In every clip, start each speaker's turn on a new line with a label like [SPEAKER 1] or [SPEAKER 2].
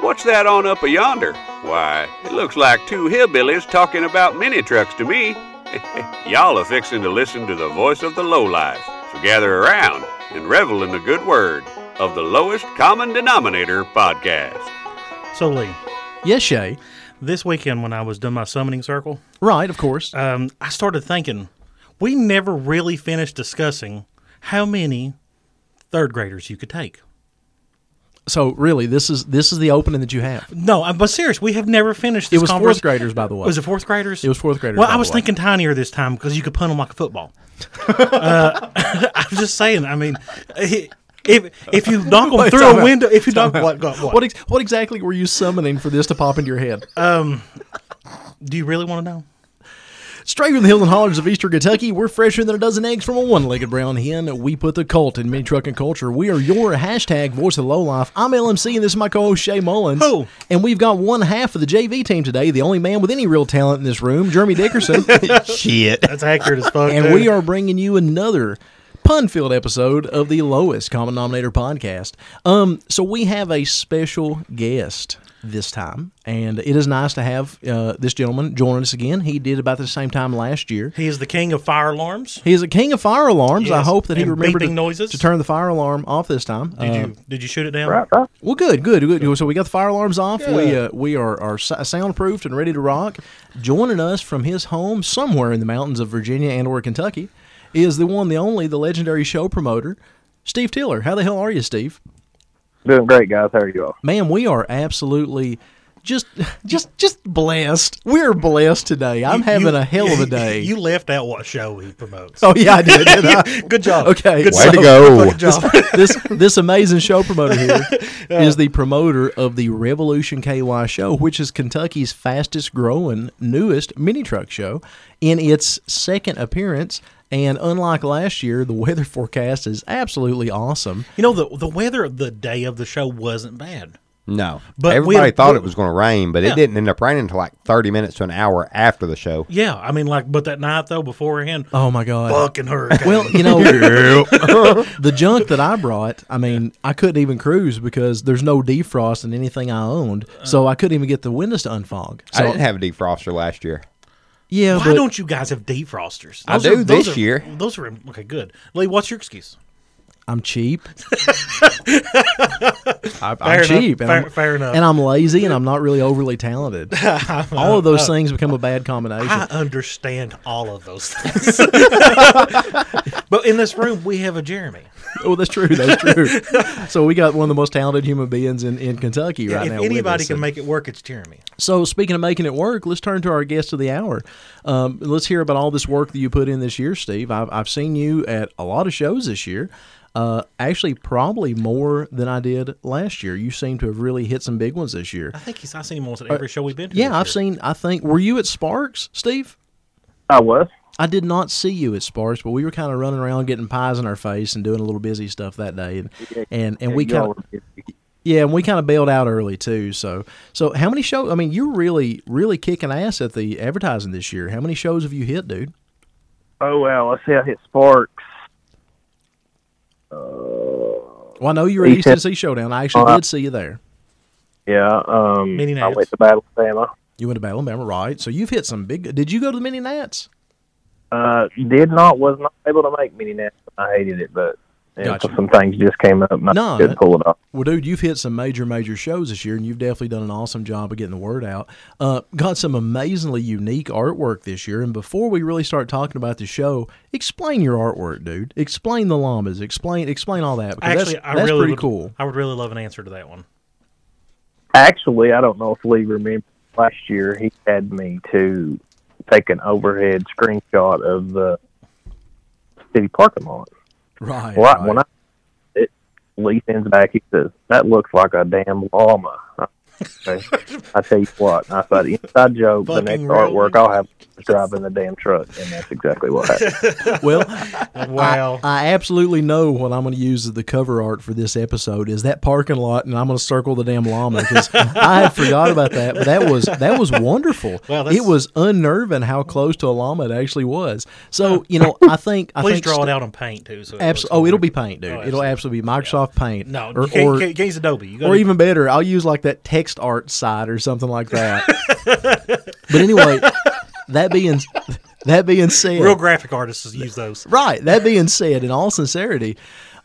[SPEAKER 1] What's that on up a yonder? Why, it looks like two hillbillies talking about mini trucks to me. Y'all are fixing to listen to the voice of the lowlife, so gather around and revel in the good word of the Lowest Common Denominator podcast.
[SPEAKER 2] So Lee,
[SPEAKER 3] Yes, Shay.
[SPEAKER 2] this weekend when I was doing my summoning circle,
[SPEAKER 3] Right, of course.
[SPEAKER 2] um, I started thinking we never really finished discussing how many third graders you could take.
[SPEAKER 3] So really, this is this is the opening that you have.
[SPEAKER 2] No, I- but serious, we have never finished. This
[SPEAKER 3] It was
[SPEAKER 2] convers-
[SPEAKER 3] fourth graders, by the way.
[SPEAKER 2] Was it fourth graders?
[SPEAKER 3] It was fourth graders,
[SPEAKER 2] Well,
[SPEAKER 3] by
[SPEAKER 2] I
[SPEAKER 3] the
[SPEAKER 2] was
[SPEAKER 3] way.
[SPEAKER 2] thinking tinier this time because you could punt them like a football. uh, I'm just saying. I mean, if if you knock them
[SPEAKER 3] Wait,
[SPEAKER 2] through
[SPEAKER 3] time
[SPEAKER 2] a
[SPEAKER 3] out.
[SPEAKER 2] window, if you knock what, what,
[SPEAKER 3] what, ex- what exactly were you summoning for this to pop into your head?
[SPEAKER 2] do you really want to know?
[SPEAKER 3] Straight from the hills and hollers of Eastern Kentucky, we're fresher than a dozen eggs from a one-legged brown hen. We put the cult in mini trucking culture. We are your hashtag voice of the lowlife. I'm LMC, and this is my co-host Shay Mullins.
[SPEAKER 2] Who?
[SPEAKER 3] And we've got one half of the JV team today, the only man with any real talent in this room, Jeremy Dickerson.
[SPEAKER 4] Shit.
[SPEAKER 2] That's accurate as fuck.
[SPEAKER 3] and
[SPEAKER 2] dude.
[SPEAKER 3] we are bringing you another pun-filled episode of the lowest common denominator podcast um so we have a special guest this time and it is nice to have uh, this gentleman join us again he did about the same time last year
[SPEAKER 2] He is the king of fire alarms.
[SPEAKER 3] he is a king of fire alarms i
[SPEAKER 2] Yes,
[SPEAKER 3] hope that he
[SPEAKER 2] and
[SPEAKER 3] remembered to,
[SPEAKER 2] beeping noises.
[SPEAKER 3] to turn the fire alarm off this time
[SPEAKER 2] Did
[SPEAKER 3] Uh,
[SPEAKER 2] you did you shoot it down?
[SPEAKER 3] well good, good good so we got the fire alarms off we uh, we are, are so- soundproofed and ready to rock joining us from his home somewhere in the mountains of virginia and or kentucky is the one the only the legendary show promoter steve tiller how the hell are you steve
[SPEAKER 5] Doing great, guys. How are you all?
[SPEAKER 3] man we are absolutely just just just blessed we're blessed today i'm
[SPEAKER 2] You-
[SPEAKER 3] having
[SPEAKER 2] you-
[SPEAKER 3] a hell of a day
[SPEAKER 2] You left out what show he promotes.
[SPEAKER 3] oh yeah i did, did I?
[SPEAKER 2] Good job.
[SPEAKER 3] okay
[SPEAKER 2] Good
[SPEAKER 4] Way
[SPEAKER 3] so-
[SPEAKER 4] to go.
[SPEAKER 2] Good job.
[SPEAKER 3] this this amazing show promoter here is the promoter of the Revolution KY show, which is Kentucky's fastest growing, newest mini truck show in its second appearance. And unlike last year, the weather forecast is absolutely awesome.
[SPEAKER 2] You know the the weather of the day of the show wasn't bad.
[SPEAKER 4] No.
[SPEAKER 2] But
[SPEAKER 4] Everybody
[SPEAKER 2] we-
[SPEAKER 4] thought
[SPEAKER 2] we-
[SPEAKER 4] it was going to rain, but
[SPEAKER 2] Yeah.
[SPEAKER 4] it didn't end up raining until like 30 minutes to an hour after the show.
[SPEAKER 2] Yeah, I mean like, but that night though beforehand,
[SPEAKER 3] Oh my god.
[SPEAKER 2] fucking hurricane.
[SPEAKER 3] Well, you know, the junk that I brought, I mean, I couldn't even cruise because there's no defrost in anything I owned.
[SPEAKER 2] Uh.
[SPEAKER 3] So I couldn't even get the windows to unfog.
[SPEAKER 4] I
[SPEAKER 3] So,
[SPEAKER 4] didn't have a defroster last year.
[SPEAKER 3] yeah,
[SPEAKER 2] why
[SPEAKER 3] but
[SPEAKER 2] don't you guys have defrosters?
[SPEAKER 4] I do
[SPEAKER 2] those
[SPEAKER 4] this year.
[SPEAKER 2] Those are okay. Good. Lee, what's your excuse?
[SPEAKER 3] I'm cheap. I,
[SPEAKER 2] Fair
[SPEAKER 3] I'm
[SPEAKER 2] enough.
[SPEAKER 3] cheap. And
[SPEAKER 2] Fair-
[SPEAKER 3] I'm,
[SPEAKER 2] fair enough.
[SPEAKER 3] And I'm lazy and I'm not really overly talented. All of those things become a bad combination.
[SPEAKER 2] I understand all of those things, but in this room we have a Jeremy.
[SPEAKER 3] oh, that's true. That's true. so we got one of the most talented human beings in, in Kentucky right
[SPEAKER 2] if
[SPEAKER 3] now. with
[SPEAKER 2] anybody
[SPEAKER 3] us.
[SPEAKER 2] can make it work, it's Jeremy.
[SPEAKER 3] So speaking of making it work, let's turn to our guest of the hour. Um, let's hear about all this work that you put in this year, Steve. I've, I've seen you at a lot of shows this year. Uh, actually, probably more than I did last year. You seem to have really hit some big ones this year.
[SPEAKER 2] I think he's. I've seen him almost at every show we've been to.
[SPEAKER 3] uh, Yeah,
[SPEAKER 2] this
[SPEAKER 3] I've
[SPEAKER 2] year.
[SPEAKER 3] seen. I think were you at Sparks, Steve?
[SPEAKER 5] I was.
[SPEAKER 3] I did not see you at Sparks, but we were kind of running around getting pies in our face and doing a little busy stuff that day, and and, and we
[SPEAKER 5] You all
[SPEAKER 3] kind of yeah, and we kind of bailed out early too. So so how many shows? I mean, you're really really kicking ass at the advertising this year. How many shows have you hit, dude?
[SPEAKER 5] were- oh well, let's see. I hit Sparks. Uh,
[SPEAKER 3] Well, I know you were at
[SPEAKER 5] He
[SPEAKER 3] East
[SPEAKER 5] said-
[SPEAKER 3] Tennessee Showdown. I actually
[SPEAKER 5] Uh,
[SPEAKER 3] did see you there.
[SPEAKER 5] Yeah. Um.
[SPEAKER 2] Mini
[SPEAKER 5] I
[SPEAKER 2] Nats.
[SPEAKER 5] went to Battle of Bama.
[SPEAKER 3] You went to Alabama, right? So you've hit some big. Did you go to the mini nats?
[SPEAKER 5] Uh, did not was not able to make mini nats. I hated it, but you know,
[SPEAKER 3] Gotcha.
[SPEAKER 5] some things just came up. And
[SPEAKER 3] No,
[SPEAKER 5] I couldn't
[SPEAKER 3] that-
[SPEAKER 5] pull it off.
[SPEAKER 3] Well, dude, you've hit some major, major shows this year, and you've definitely done an awesome job of getting the word out. Uh, got some amazingly unique artwork this year. And before we really start talking about the show, explain your artwork, dude. Explain the llamas. Explain, explain all that. Because
[SPEAKER 2] Actually,
[SPEAKER 3] that's,
[SPEAKER 2] I
[SPEAKER 3] that's
[SPEAKER 2] really
[SPEAKER 3] pretty
[SPEAKER 2] would,
[SPEAKER 3] cool.
[SPEAKER 2] I would really love an answer to that one.
[SPEAKER 5] Actually, I don't know if Lee remembers last year. He had me to take an overhead screenshot of the city parking lot.
[SPEAKER 3] Right.
[SPEAKER 5] Well, I-
[SPEAKER 3] right.
[SPEAKER 5] when I it, Lee sends back, he says, "That looks like a damn llama." I, I tell you what, I thought inside joke. The
[SPEAKER 2] Fucking
[SPEAKER 5] next
[SPEAKER 2] Roman.
[SPEAKER 5] artwork I'll have is driving the damn truck, and that's exactly what happened.
[SPEAKER 3] well,
[SPEAKER 2] Wow.
[SPEAKER 3] I absolutely know what I'm going to use as the cover art for this episode is that parking lot, and I'm going to circle the damn llama because I had forgot about that. But that was that was wonderful.
[SPEAKER 2] Wow, that's-
[SPEAKER 3] it was unnerving how close to a llama it actually was. So you know, I think I
[SPEAKER 2] Please
[SPEAKER 3] think
[SPEAKER 2] draw it out on paint too. So it
[SPEAKER 3] Abs-
[SPEAKER 2] looks
[SPEAKER 3] oh, it'll
[SPEAKER 2] more-
[SPEAKER 3] be paint, dude.
[SPEAKER 2] Oh,
[SPEAKER 3] it'll absolutely be Microsoft Paint.
[SPEAKER 2] No,
[SPEAKER 3] or
[SPEAKER 2] you can't,
[SPEAKER 3] or,
[SPEAKER 2] you can't, you can't use Adobe. You
[SPEAKER 3] or
[SPEAKER 2] gotta-
[SPEAKER 3] even better, I'll use like that text art site or something like that. but anyway, that being that being said,
[SPEAKER 2] Real graphic artists use those.
[SPEAKER 3] Right. That being said, in all sincerity,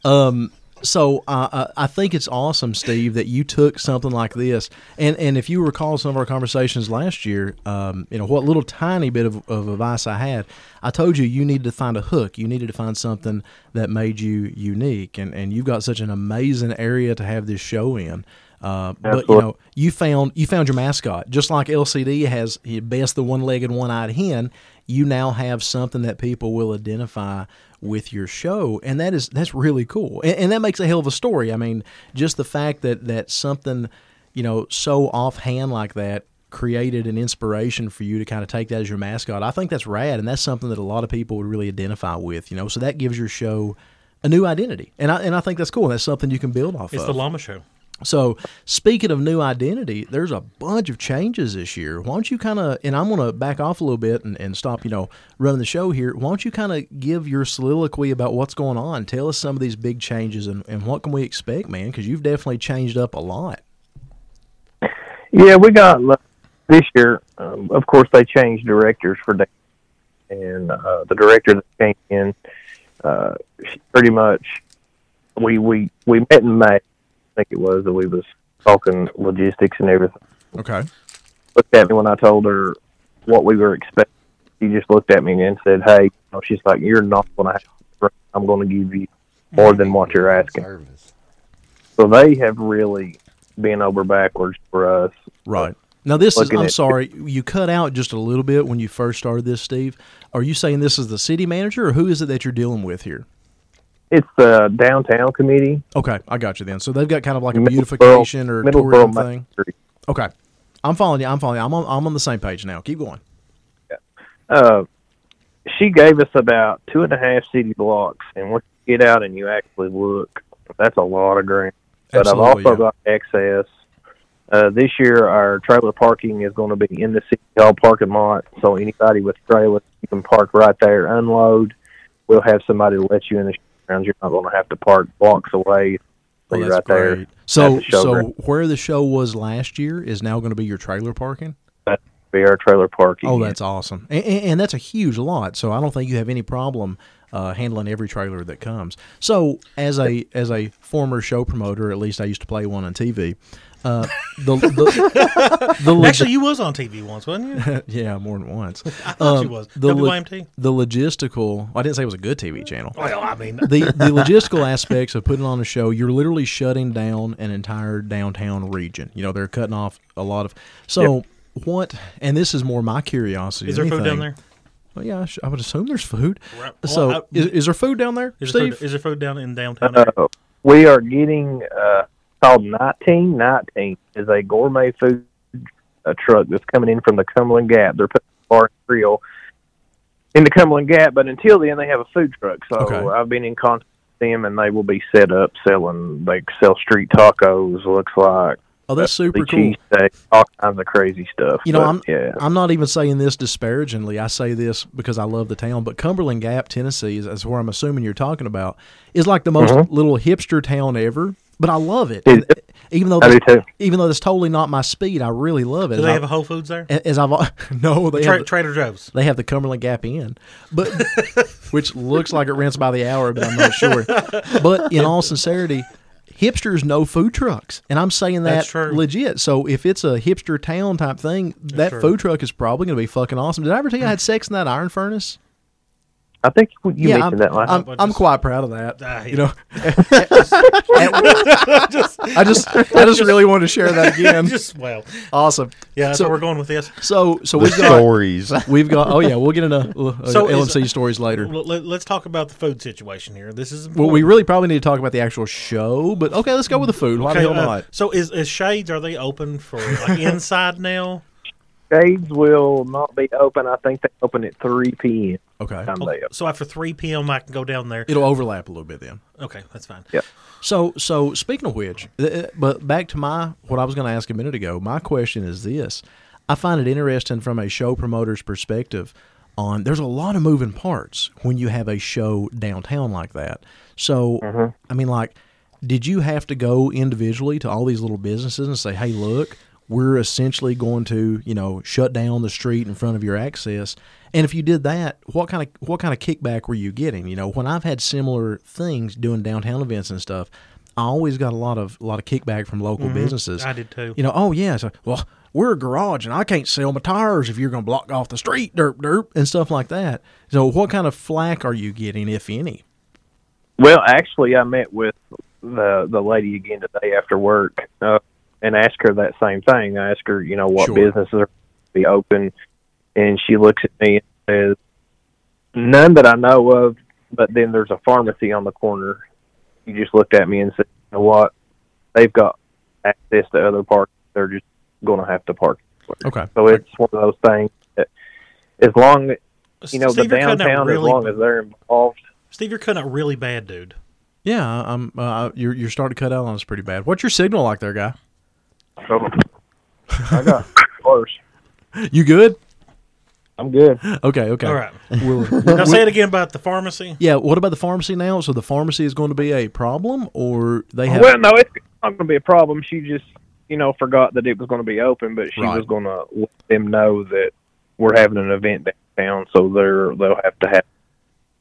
[SPEAKER 3] um, so uh, I I think it's awesome, Steve, that you took something like this, and and if you recall some of our conversations last year, um, you know what little tiny bit of, of advice I had, I told you you needed to find a hook, you needed to find something that made you unique, and and you've got such an amazing area to have this show in. Uh, but you
[SPEAKER 5] Absolutely.
[SPEAKER 3] know, you found you found your mascot, just like LCD has he best the one-legged, one-eyed hen. You now have something that people will identify with your show, and that is that's really cool, and, and that makes a hell of a story. I mean, just the fact that that something you know so offhand like that created an inspiration for you to kind of take that as your mascot. I think that's rad, and that's something that a lot of people would really identify with. You know, so that gives your show. A new identity, and I and I think that's cool. That's something you can build off
[SPEAKER 2] It's
[SPEAKER 3] of.
[SPEAKER 2] the llama show.
[SPEAKER 3] So, speaking of new identity, there's a bunch of changes this year. Why don't you kind of, and I'm going to back off a little bit and, and stop, you know, running the show here. Why don't you kind of give your soliloquy about what's going on? Tell us some of these big changes and, and what can we expect, man? Because you've definitely changed up a lot.
[SPEAKER 5] Yeah, we got lu- this year. Um, of course, they changed directors for Dan, and uh, the director that came in, uh, she pretty much, we we we met in May. I think it was that we was talking logistics and everything.
[SPEAKER 3] Okay.
[SPEAKER 5] Looked at me when I told her what we were expecting. She just looked at me and said, "Hey," you know, she's like, "You're not gonna. Have, I'm gonna give you more than what you're asking."
[SPEAKER 6] Service.
[SPEAKER 5] So they have really been over backwards for us.
[SPEAKER 3] Right. Now, this is,
[SPEAKER 5] Looking
[SPEAKER 3] I'm
[SPEAKER 5] at-
[SPEAKER 3] sorry, you cut out just a little bit when you first started this, Steve. Are you saying this is the city manager or who is it that you're dealing with here?
[SPEAKER 5] It's the downtown committee.
[SPEAKER 3] Okay, I got you then. So they've got kind of like a
[SPEAKER 5] Middleborough-
[SPEAKER 3] beautification or tourism
[SPEAKER 5] Middleborough
[SPEAKER 3] thing.
[SPEAKER 5] Main Street.
[SPEAKER 3] Okay. I'm following you. I'm following you. I'm on, I'm on the same page now. Keep going.
[SPEAKER 5] Oh, Uh, she gave us about two and a half city blocks, and once you get out and you actually look, that's a lot of ground. But I've also
[SPEAKER 3] yeah.
[SPEAKER 5] got access. Uh, this year, our trailer parking is going to be in the city hall parking lot, so anybody with trailers, you can park right there, unload. We'll have somebody to let you in the grounds. You're not going to have to park blocks away.
[SPEAKER 3] Well,
[SPEAKER 5] you're
[SPEAKER 3] Oh, that's
[SPEAKER 5] right there.
[SPEAKER 3] great. So,
[SPEAKER 5] the show
[SPEAKER 3] so
[SPEAKER 5] ground.
[SPEAKER 3] where the show was last year is now going to be your trailer parking.
[SPEAKER 5] Be our trailer parking.
[SPEAKER 3] Oh, that's awesome, and, and, and that's a huge lot. So I don't think you have any problem uh, handling every trailer that comes. So as a as a former show promoter, at least I used to play one on TV. Uh, the, the, the leg-
[SPEAKER 2] Actually, you was on TV once, wasn't you?
[SPEAKER 3] yeah, more than once.
[SPEAKER 2] I thought you was.
[SPEAKER 3] the lo-
[SPEAKER 2] WYMT?
[SPEAKER 3] the logistical. I didn't say it was a good TV channel.
[SPEAKER 2] Well, I mean,
[SPEAKER 3] the the logistical aspects of putting on a show, you're literally shutting down an entire downtown region. You know, they're cutting off a lot of. So what? And this is more my curiosity.
[SPEAKER 2] is there
[SPEAKER 3] than
[SPEAKER 2] food down
[SPEAKER 3] anything.
[SPEAKER 2] there?
[SPEAKER 3] Well, yeah, I, sh- I would assume there's food.
[SPEAKER 2] Right.
[SPEAKER 3] so
[SPEAKER 2] Well, I-
[SPEAKER 3] is, is there food down there,
[SPEAKER 2] Is there,
[SPEAKER 3] Steve?
[SPEAKER 2] food, is there food down in downtown? area?
[SPEAKER 5] Uh, we are getting uh, called nineteen nineteen is a gourmet food uh, truck that's coming in from the Cumberland Gap. They're putting a bar and grill in the Cumberland Gap, but until then they have a food truck. So
[SPEAKER 3] Okay.
[SPEAKER 5] I've been in contact with them, and they will be set up selling. They sell street tacos. Looks like
[SPEAKER 3] oh, that's super
[SPEAKER 5] the
[SPEAKER 3] cool.
[SPEAKER 5] cheesesteak, all kinds of crazy stuff.
[SPEAKER 3] You know,
[SPEAKER 5] But,
[SPEAKER 3] I'm
[SPEAKER 5] yeah.
[SPEAKER 3] I'm not even saying this disparagingly. I say this because I love the town, but Cumberland Gap, Tennessee, is, is where I'm assuming you're talking about. Is like the most little hipster town ever. But I love it,
[SPEAKER 5] Mm-hmm. It-
[SPEAKER 3] And even though
[SPEAKER 5] I do
[SPEAKER 3] that-
[SPEAKER 5] too.
[SPEAKER 3] even though that's totally not my speed. I really love it.
[SPEAKER 2] Do
[SPEAKER 3] uh, And
[SPEAKER 2] they
[SPEAKER 3] I-
[SPEAKER 2] have a Whole Foods there?
[SPEAKER 3] A- as I've al- no, they have
[SPEAKER 2] Tra-
[SPEAKER 3] the,
[SPEAKER 2] Trader Joe's.
[SPEAKER 3] they have the Cumberland Gap Inn, but which looks like it rents by the hour, but I'm not sure. But in all sincerity, hipsters know food trucks, and I'm saying that
[SPEAKER 2] That's true.
[SPEAKER 3] legit. So if it's a hipster town type thing, that
[SPEAKER 2] true.
[SPEAKER 3] food truck is probably going to be fucking awesome. Did I ever tell you I had sex in that iron furnace?
[SPEAKER 5] I think you, you
[SPEAKER 3] yeah, I'm,
[SPEAKER 5] mentioned that last.
[SPEAKER 3] I'm,
[SPEAKER 2] time.
[SPEAKER 3] I'm quite proud of that.
[SPEAKER 2] Ah,
[SPEAKER 3] You
[SPEAKER 2] yeah.
[SPEAKER 3] know, I just I just really wanted to share that again.
[SPEAKER 2] Just well,
[SPEAKER 3] awesome.
[SPEAKER 2] yeah. That's
[SPEAKER 3] So-
[SPEAKER 2] where we're going with this.
[SPEAKER 3] So so
[SPEAKER 4] The
[SPEAKER 3] we've got
[SPEAKER 4] stories.
[SPEAKER 3] We've got. Oh yeah, we'll get into uh,
[SPEAKER 2] So is-
[SPEAKER 3] LMC stories later.
[SPEAKER 2] Well, let, us talk about the food situation here. This is
[SPEAKER 3] Well,
[SPEAKER 2] important.
[SPEAKER 3] we really probably need to talk about the actual show, but okay, let's go with the food. Why the hell
[SPEAKER 2] uh,
[SPEAKER 3] not?
[SPEAKER 2] So is, is Shades are they open for like, inside now?
[SPEAKER 5] Shades will not be open. I think they open at three p.m.
[SPEAKER 3] Okay,
[SPEAKER 5] time they
[SPEAKER 2] So after three p.m. I can go down there.
[SPEAKER 3] it'll overlap a little bit then.
[SPEAKER 2] Okay, that's fine.
[SPEAKER 5] Yeah.
[SPEAKER 3] So, so speaking of which, uh, but back to my what I was going to ask a minute ago. My question is this: I find it interesting from a show promoter's perspective. On there's a lot of moving parts when you have a show downtown like that. So, I mean, like, did you have to go individually to all these little businesses and say, "Hey, look, we're essentially going to you know shut down the street in front of your access and if you did that what kind of what kind of kickback were you getting you know when i've had similar things doing downtown events and stuff i always got a lot of a lot of kickback from local businesses
[SPEAKER 2] I did too.
[SPEAKER 3] you know oh yeah so, well we're a garage and i can't sell my tires if you're going to block off the street derp derp and stuff like that so what kind of flack are you getting if any
[SPEAKER 5] Well, actually, I met with the the lady again today after work uh, and asked her that same thing. I asked her, you know, what
[SPEAKER 3] Sure.
[SPEAKER 5] businesses are be open, and she looks at me and says, "None that I know of." But then there's a pharmacy on the corner. She just looked at me and said, "You know what? They've got access to other parks. They're just going to have to park."
[SPEAKER 3] okay
[SPEAKER 5] So it's one of those things that, as long you know,
[SPEAKER 2] Steve,
[SPEAKER 5] the
[SPEAKER 2] you're cutting out
[SPEAKER 5] downtown,
[SPEAKER 2] really,
[SPEAKER 5] as long as they're involved.
[SPEAKER 2] Steve, you're cutting out really bad, dude.
[SPEAKER 3] yeah i'm uh, you're, you're starting to cut out on us pretty bad what's your signal like there guy
[SPEAKER 5] So I got worse.
[SPEAKER 3] you good
[SPEAKER 5] I'm good.
[SPEAKER 3] okay okay
[SPEAKER 2] All right.
[SPEAKER 3] We'll-
[SPEAKER 2] Now say it again about the pharmacy.
[SPEAKER 3] yeah what about the pharmacy now so the pharmacy is going to be a problem or they have
[SPEAKER 5] Well, no, it's not going to be a problem. She just, you know, forgot that it was going to be open, but she
[SPEAKER 3] Right.
[SPEAKER 5] was going to let them know that we're having an event downtown, so they're they'll have to have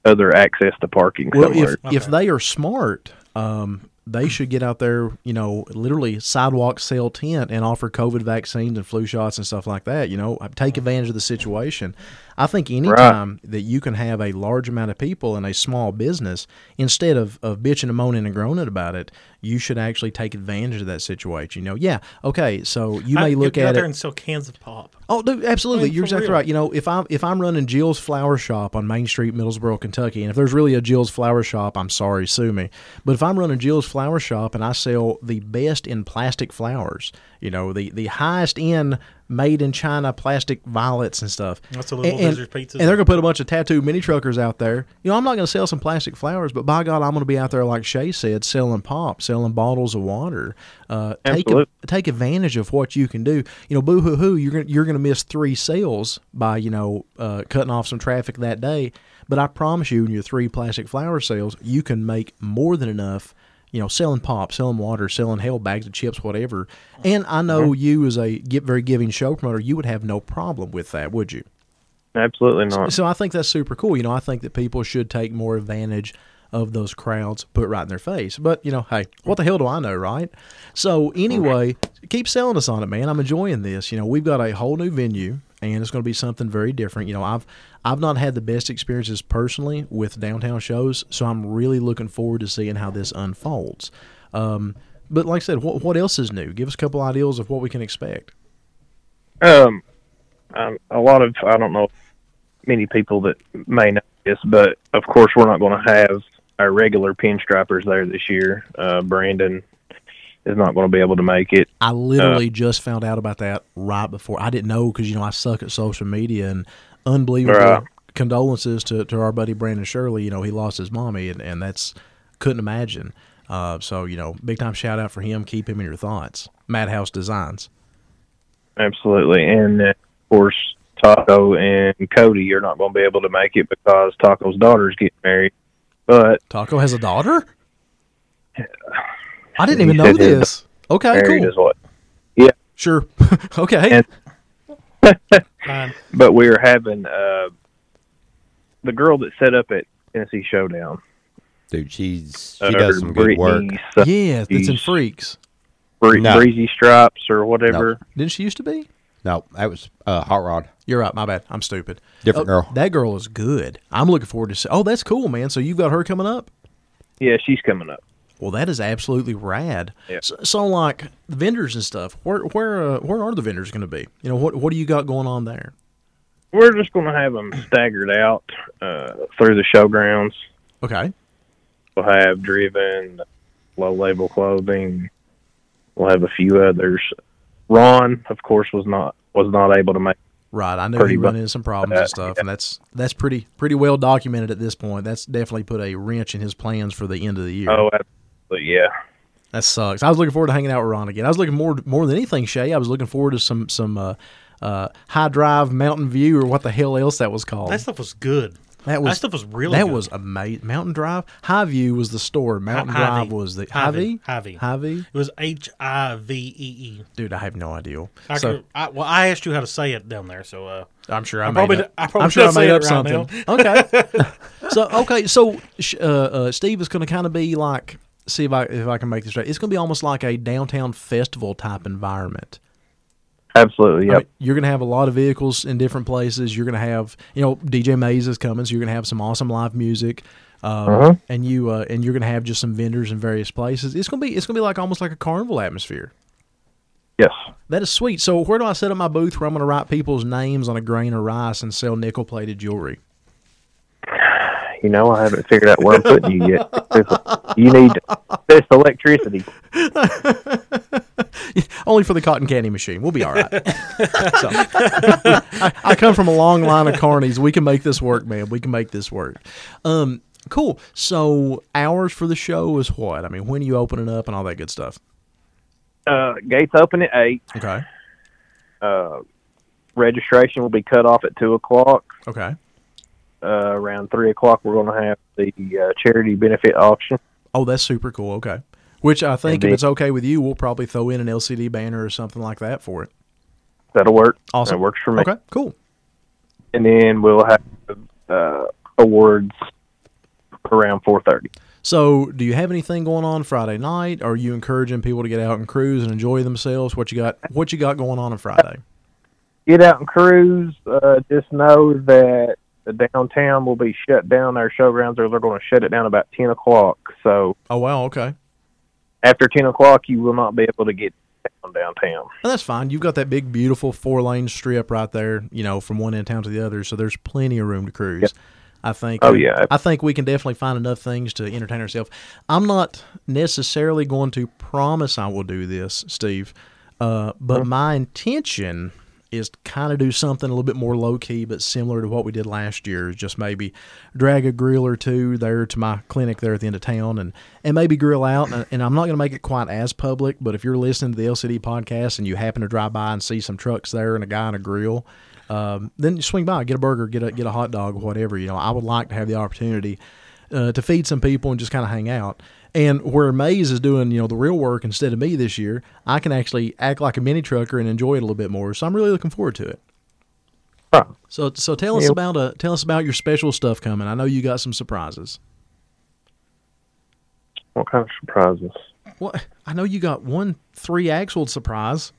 [SPEAKER 5] other access to parking
[SPEAKER 3] Well,
[SPEAKER 5] somewhere.
[SPEAKER 3] if, if they are smart, um, they should get out there, you know, literally sidewalk sale tent and offer COVID vaccines and flu shots and stuff like that. You know, uh,
[SPEAKER 2] Mm-hmm.
[SPEAKER 3] take advantage of the situation. I think anytime that you can have a large amount of people in a small business, instead of, of bitching and moaning and groaning about it, you should actually take advantage of that situation. You know, yeah, okay, so you
[SPEAKER 2] I-
[SPEAKER 3] may look
[SPEAKER 2] get out
[SPEAKER 3] at
[SPEAKER 2] there
[SPEAKER 3] it.
[SPEAKER 2] and sell cans of pop.
[SPEAKER 3] Oh, dude, absolutely.
[SPEAKER 2] I mean,
[SPEAKER 3] You're
[SPEAKER 2] for
[SPEAKER 3] exactly
[SPEAKER 2] real.
[SPEAKER 3] right. You know, if I'm if I'm running Jill's Flower Shop on Main Street, Middlesboro, Kentucky, and if there's really a Jill's Flower Shop, I'm sorry, sue me. But if I'm running Jill's Flower Shop and I sell the best in plastic flowers, you know, the the highest end made in China plastic violets and stuff.
[SPEAKER 2] That's the Little
[SPEAKER 3] and, and-
[SPEAKER 2] Caesar's pizzas.
[SPEAKER 3] And they're gonna put a bunch of tattooed mini truckers out there. You know, I'm not gonna sell some plastic flowers, but by God, I'm gonna be out there like Shay said, selling pop, selling bottles of water. Uh, take a,
[SPEAKER 5] Absolutely.
[SPEAKER 3] take advantage of what you can do. You know, boo hoo hoo, you're gonna you're gonna miss three sales by you know uh, cutting off some traffic that day. But I promise you, in your three plastic flower sales, you can make more than enough. You know, selling pop, selling water, selling hell bags of chips, whatever. And I know you, as a get very giving show promoter, you would have no problem with that, would you?
[SPEAKER 5] Absolutely not.
[SPEAKER 3] So I think that's super cool. You know, I think that people should take more advantage of those crowds put right in their face. But, you know, hey, what the hell do I know, right? So anyway, keep selling us on it, man. I'm enjoying this. You know, we've got a whole new venue and it's going to be something very different. You know, I've I've not had the best experiences personally with downtown shows, so I'm really looking forward to seeing how this unfolds. Um, but like I said, what, what else is new? Give us a couple ideas of what we can expect.
[SPEAKER 5] Um, um, a lot of I don't know many people that may know this, but of course we're not going to have our regular pinstripers there this year. Uh, Brandon is not going to be able to make it.
[SPEAKER 3] I literally
[SPEAKER 5] Uh.
[SPEAKER 3] just found out about that right before. I didn't know because you know I suck at social media and unbelievable
[SPEAKER 5] Right.
[SPEAKER 3] condolences to, to our buddy Brandon Shirley. You know he lost his mommy and, and that's couldn't imagine. Uh, so you know big time shout out for him. Keep him in your thoughts. Madhouse Designs.
[SPEAKER 5] Absolutely, and uh, of course Taco and Cody are not going to be able to make it because Taco's daughter's getting married. But
[SPEAKER 3] Taco has a daughter. I didn't
[SPEAKER 5] He
[SPEAKER 3] even know
[SPEAKER 5] said his
[SPEAKER 3] this. Okay,
[SPEAKER 5] married
[SPEAKER 3] Oh, cool.
[SPEAKER 5] is what.
[SPEAKER 3] Sure. okay.
[SPEAKER 5] And-
[SPEAKER 2] Fine.
[SPEAKER 5] But we are having uh, the girl that set up at Tennessee Showdown.
[SPEAKER 4] Dude, she's she does some good work.
[SPEAKER 5] Brittany Sutton-
[SPEAKER 3] yeah, it's in
[SPEAKER 5] Jeez.
[SPEAKER 3] Freaks.
[SPEAKER 5] Bree-
[SPEAKER 4] No.
[SPEAKER 5] breezy stripes or whatever.
[SPEAKER 3] Didn't she used to be?
[SPEAKER 4] No, that was uh, Hot Rod.
[SPEAKER 3] You're right. My bad. I'm stupid. Oh,
[SPEAKER 4] Different girl.
[SPEAKER 3] That girl is good. I'm looking forward to. See- oh, that's cool, man. So you've got her coming up.
[SPEAKER 5] Yeah, she's coming up.
[SPEAKER 3] Well, that is absolutely rad.
[SPEAKER 5] Yeah.
[SPEAKER 3] So, so like the vendors and stuff. Where where uh, where are the vendors going to be? You know what what do you got going on there?
[SPEAKER 5] We're just going to have them staggered out uh, through the showgrounds.
[SPEAKER 3] Okay.
[SPEAKER 5] We'll have driven, low label clothing. We'll have a few others. Ron, of course, was not was not able to make.
[SPEAKER 3] Right. I know
[SPEAKER 5] Pretty
[SPEAKER 3] you run
[SPEAKER 5] much
[SPEAKER 3] into some problems
[SPEAKER 5] that,
[SPEAKER 3] and stuff, and that's that's pretty pretty well documented at this point. That's definitely put a wrench in his plans for the end of the year.
[SPEAKER 5] Oh, absolutely, yeah.
[SPEAKER 3] That sucks. I was looking forward to hanging out with Ron again. I was looking more more than anything, Shay. I was looking forward to some some uh, uh, high drive mountain view or what the hell else that was called.
[SPEAKER 2] That stuff was good.
[SPEAKER 3] That was
[SPEAKER 2] that stuff was really
[SPEAKER 3] that
[SPEAKER 2] good.
[SPEAKER 3] was amazing. Mountain Drive, High View was the store. Mountain
[SPEAKER 2] Hy-Vee.
[SPEAKER 3] Drive was the High
[SPEAKER 2] Hy-Vee.
[SPEAKER 3] V.
[SPEAKER 2] Hy-Vee.
[SPEAKER 3] High V.
[SPEAKER 2] It was H I V E E.
[SPEAKER 3] Dude, I have no idea.
[SPEAKER 2] I
[SPEAKER 3] so
[SPEAKER 2] could- I, well, I asked you how to say it down there, so uh,
[SPEAKER 3] I'm sure I, made
[SPEAKER 2] probably-
[SPEAKER 3] up.
[SPEAKER 2] I probably
[SPEAKER 3] am sure I
[SPEAKER 2] should say
[SPEAKER 3] made
[SPEAKER 2] it
[SPEAKER 3] up
[SPEAKER 2] right
[SPEAKER 3] something. okay. so okay, so sh- uh, uh, Steve is going to kind of be like, see if I if I can make this right. It's going to be almost like a downtown festival type environment.
[SPEAKER 5] Absolutely.
[SPEAKER 3] I
[SPEAKER 5] Yep.
[SPEAKER 3] mean, you're going to have a lot of vehicles in different places. You're going to have, you know, DJ Mays is coming, so you're going to have some awesome live music, um, and you uh, and you're going to have just some vendors in various places. It's going to be it's going to be like almost like a carnival atmosphere.
[SPEAKER 5] yes.
[SPEAKER 3] That is sweet. So where do I set up my booth where I'm going to write people's names on a grain of rice and sell nickel plated jewelry?
[SPEAKER 5] You know, I haven't figured out where I'm putting you yet. There's a- you need this electricity.
[SPEAKER 3] Only for the cotton candy machine. We'll be all right. so, I, I come from a long line of carnies. We can make this work, man. We can make this work. Um, cool. So hours for the show is what? I mean, when are you opening up and all that good stuff?
[SPEAKER 5] Uh, gates open at eight. Uh,
[SPEAKER 3] Okay.
[SPEAKER 5] Registration will be cut off at two o'clock.
[SPEAKER 3] Okay.
[SPEAKER 5] Uh, around three o'clock, we're going to have the uh, charity benefit auction.
[SPEAKER 3] Oh, that's super cool. Okay. Which I think, if
[SPEAKER 5] Indeed.
[SPEAKER 3] it's okay with you, we'll probably throw in an LCD banner or something like that for it.
[SPEAKER 5] That'll work.
[SPEAKER 3] Awesome.
[SPEAKER 5] That works for me.
[SPEAKER 3] Okay. Cool.
[SPEAKER 5] And then we'll have uh, awards around four thirty.
[SPEAKER 3] So, do you have anything going on Friday night? Are you encouraging people to get out and cruise and enjoy themselves? What you got? What you got going on on Friday?
[SPEAKER 5] Get out and cruise. Uh, just know that the downtown will be shut down. Our showgrounds are they're going to shut it down about ten o'clock. So
[SPEAKER 3] Oh wow. Okay.
[SPEAKER 5] after ten o'clock, you will not be able to get down downtown.
[SPEAKER 3] And that's fine. You've got that big, beautiful four lane strip right there, you know, from one end of town to the other. So there's plenty of room to cruise. I think.
[SPEAKER 5] Oh, yeah.
[SPEAKER 3] I think we can definitely find enough things to entertain ourselves. I'm not necessarily going to promise I will do this, Steve, uh, but my intention is to kind of do something a little bit more low key, but similar to what we did last year. Is Just maybe drag a grill or two there to my clinic there at the end of town, and and maybe grill out. And, and I'm not going to make it quite as public, but if you're listening to the LCD podcast and you happen to drive by and see some trucks there and a guy on a grill um, then you swing by, get a burger, get a get a hot dog, whatever. You know, I would like to have the opportunity uh, to feed some people and just kind of hang out. And where Maze is doing, you know, the real work instead of me this year, I can actually act like a mini trucker and enjoy it a little bit more. So I'm really looking forward to it.
[SPEAKER 5] Right.
[SPEAKER 3] So so tell us
[SPEAKER 5] Yeah.
[SPEAKER 3] about uh, tell us about your special stuff coming. I know you got some surprises.
[SPEAKER 5] What kind of surprises?
[SPEAKER 3] Well, I know you got one three axled surprise.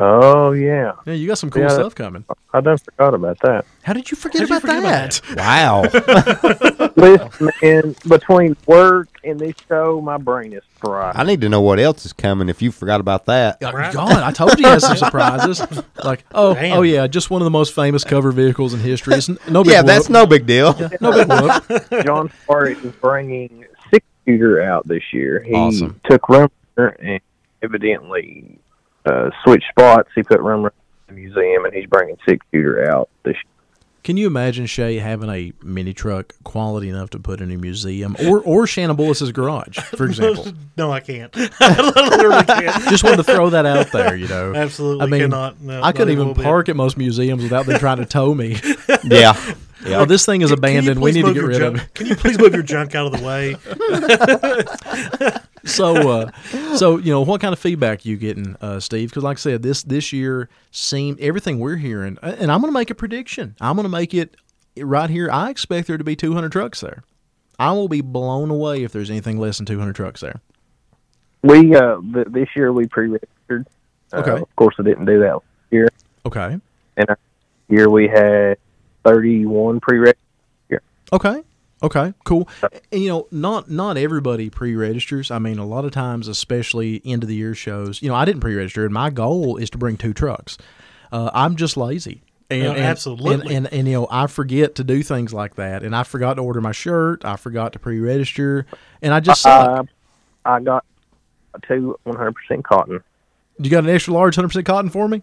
[SPEAKER 5] Oh yeah,
[SPEAKER 3] Yeah, you got some cool
[SPEAKER 5] Yeah.
[SPEAKER 3] stuff coming.
[SPEAKER 5] I done forgot about that.
[SPEAKER 3] How did you forget,
[SPEAKER 2] How'd you
[SPEAKER 3] about,
[SPEAKER 2] forget about
[SPEAKER 3] that?
[SPEAKER 4] Wow.
[SPEAKER 5] Listen, man, between work and this show, my brain is fried.
[SPEAKER 4] I need to know what else is coming if you forgot about that.
[SPEAKER 3] Uh,
[SPEAKER 2] Right.
[SPEAKER 3] God, I told you you had some surprises. Like, oh,
[SPEAKER 2] Damn.
[SPEAKER 3] oh yeah, just one of the most famous cover vehicles in history. It's n- no big
[SPEAKER 4] Yeah,
[SPEAKER 3] whoop.
[SPEAKER 4] that's no big deal.
[SPEAKER 3] no big whoop.
[SPEAKER 5] John Spark is bringing six shooter out this year. He
[SPEAKER 3] Awesome.
[SPEAKER 5] took Rum Runner and evidently uh, switched spots. He put Rum Runner in the museum, and he's bringing six shooter out this. year.
[SPEAKER 3] Can you imagine Shay having a mini truck quality enough to put in a museum, or or Shannon Bullis's garage, for example?
[SPEAKER 2] no, I can't. I literally can't.
[SPEAKER 3] Just wanted to throw that out there, you know.
[SPEAKER 2] Absolutely
[SPEAKER 3] I mean,
[SPEAKER 2] cannot. No,
[SPEAKER 3] I couldn't
[SPEAKER 2] not a
[SPEAKER 3] even
[SPEAKER 2] little bit.
[SPEAKER 3] park at most museums without them trying to tow me.
[SPEAKER 4] Yeah.
[SPEAKER 3] Oh, this thing is
[SPEAKER 2] Can- can you
[SPEAKER 3] abandoned. We
[SPEAKER 2] please
[SPEAKER 3] need to
[SPEAKER 2] move
[SPEAKER 3] get
[SPEAKER 2] your
[SPEAKER 3] rid of
[SPEAKER 2] junk-
[SPEAKER 3] it.
[SPEAKER 2] Can you please move your junk out of the way?
[SPEAKER 3] so uh, so you know what kind of feedback you getting uh, steve because like i said this this year seemed everything we're hearing uh, and i'm gonna make a prediction i'm gonna make it right here i expect there to be 200 trucks there i will be blown away if there's anything less than 200 trucks there
[SPEAKER 5] We uh, th- this year we pre-registered.
[SPEAKER 3] Okay.
[SPEAKER 5] Uh, of course, I didn't do that last year.
[SPEAKER 3] okay
[SPEAKER 5] And our year we had thirty-one pre-registered.
[SPEAKER 3] Okay. Okay. Cool. And, you know, not not everybody pre-registers. I mean, a lot of times, especially end of the year shows. You know, I didn't pre-register, and my goal is to bring two trucks. Uh, I'm just lazy. And,
[SPEAKER 2] Yeah,
[SPEAKER 3] and-
[SPEAKER 2] absolutely.
[SPEAKER 3] And, and, and, you know, I forget to do things like that. And I forgot to order my shirt. I forgot to pre-register, and I just suck.
[SPEAKER 5] Uh, I got two one hundred percent cotton.
[SPEAKER 3] you got an extra large, hundred percent cotton for me?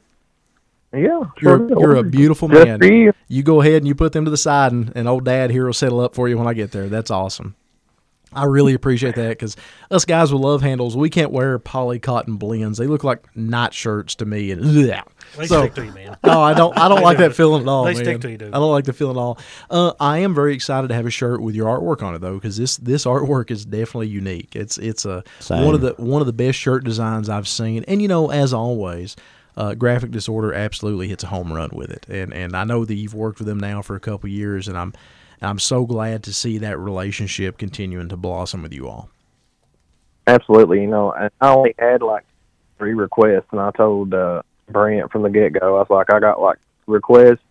[SPEAKER 5] Yeah,
[SPEAKER 3] You're,
[SPEAKER 5] sure.
[SPEAKER 3] you're a beautiful
[SPEAKER 5] Just
[SPEAKER 3] man.
[SPEAKER 5] for you.
[SPEAKER 3] You go ahead and you put them to the side, and, and old dad here will settle up for you when I get there. That's awesome. I really appreciate that because us guys with love handles, we can't wear poly cotton blends. They look like night shirts to me, and yeah.
[SPEAKER 2] They
[SPEAKER 3] So-
[SPEAKER 2] stick to you, man.
[SPEAKER 3] no, I don't. I don't like that feeling at all.
[SPEAKER 2] They
[SPEAKER 3] man.
[SPEAKER 2] stick to you, dude.
[SPEAKER 3] I don't like the feeling at all. Uh, I am very excited to have a shirt with your artwork on it though, because this this artwork is definitely unique. It's it's a
[SPEAKER 4] Same.
[SPEAKER 3] one of the one of the best shirt designs I've seen. And you know, as always, uh, graphic disorder absolutely hits a home run with it. And and I know that you've worked with them now for a couple years, and I'm I'm so glad to see that relationship continuing to blossom with you all.
[SPEAKER 5] Absolutely, you know, and I only had like three requests, and I told uh, Brent from the get go, I was like, I got like requests,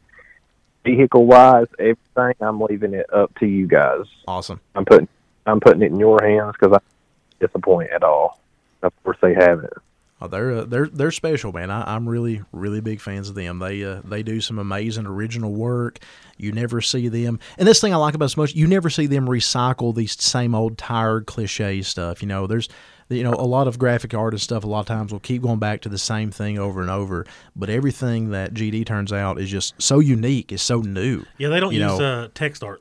[SPEAKER 5] vehicle wise, everything. I'm leaving it up to you guys.
[SPEAKER 3] Awesome.
[SPEAKER 5] I'm putting I'm putting it in your hands because I don't disappoint at all. Of course, they haven't.
[SPEAKER 3] Oh, they're uh, they're they're special, man. I, I'm really really big fans of them. They uh, they do some amazing original work. You never see them, and this thing I like about so much, you never see them recycle these same old tired cliche stuff. You know, there's you know a lot of graphic art and stuff. A lot of times will keep going back to the same thing over and over, but everything that GD turns out is just so unique, is so new.
[SPEAKER 2] Yeah, they don't
[SPEAKER 3] You
[SPEAKER 2] use
[SPEAKER 3] know.
[SPEAKER 2] uh, text art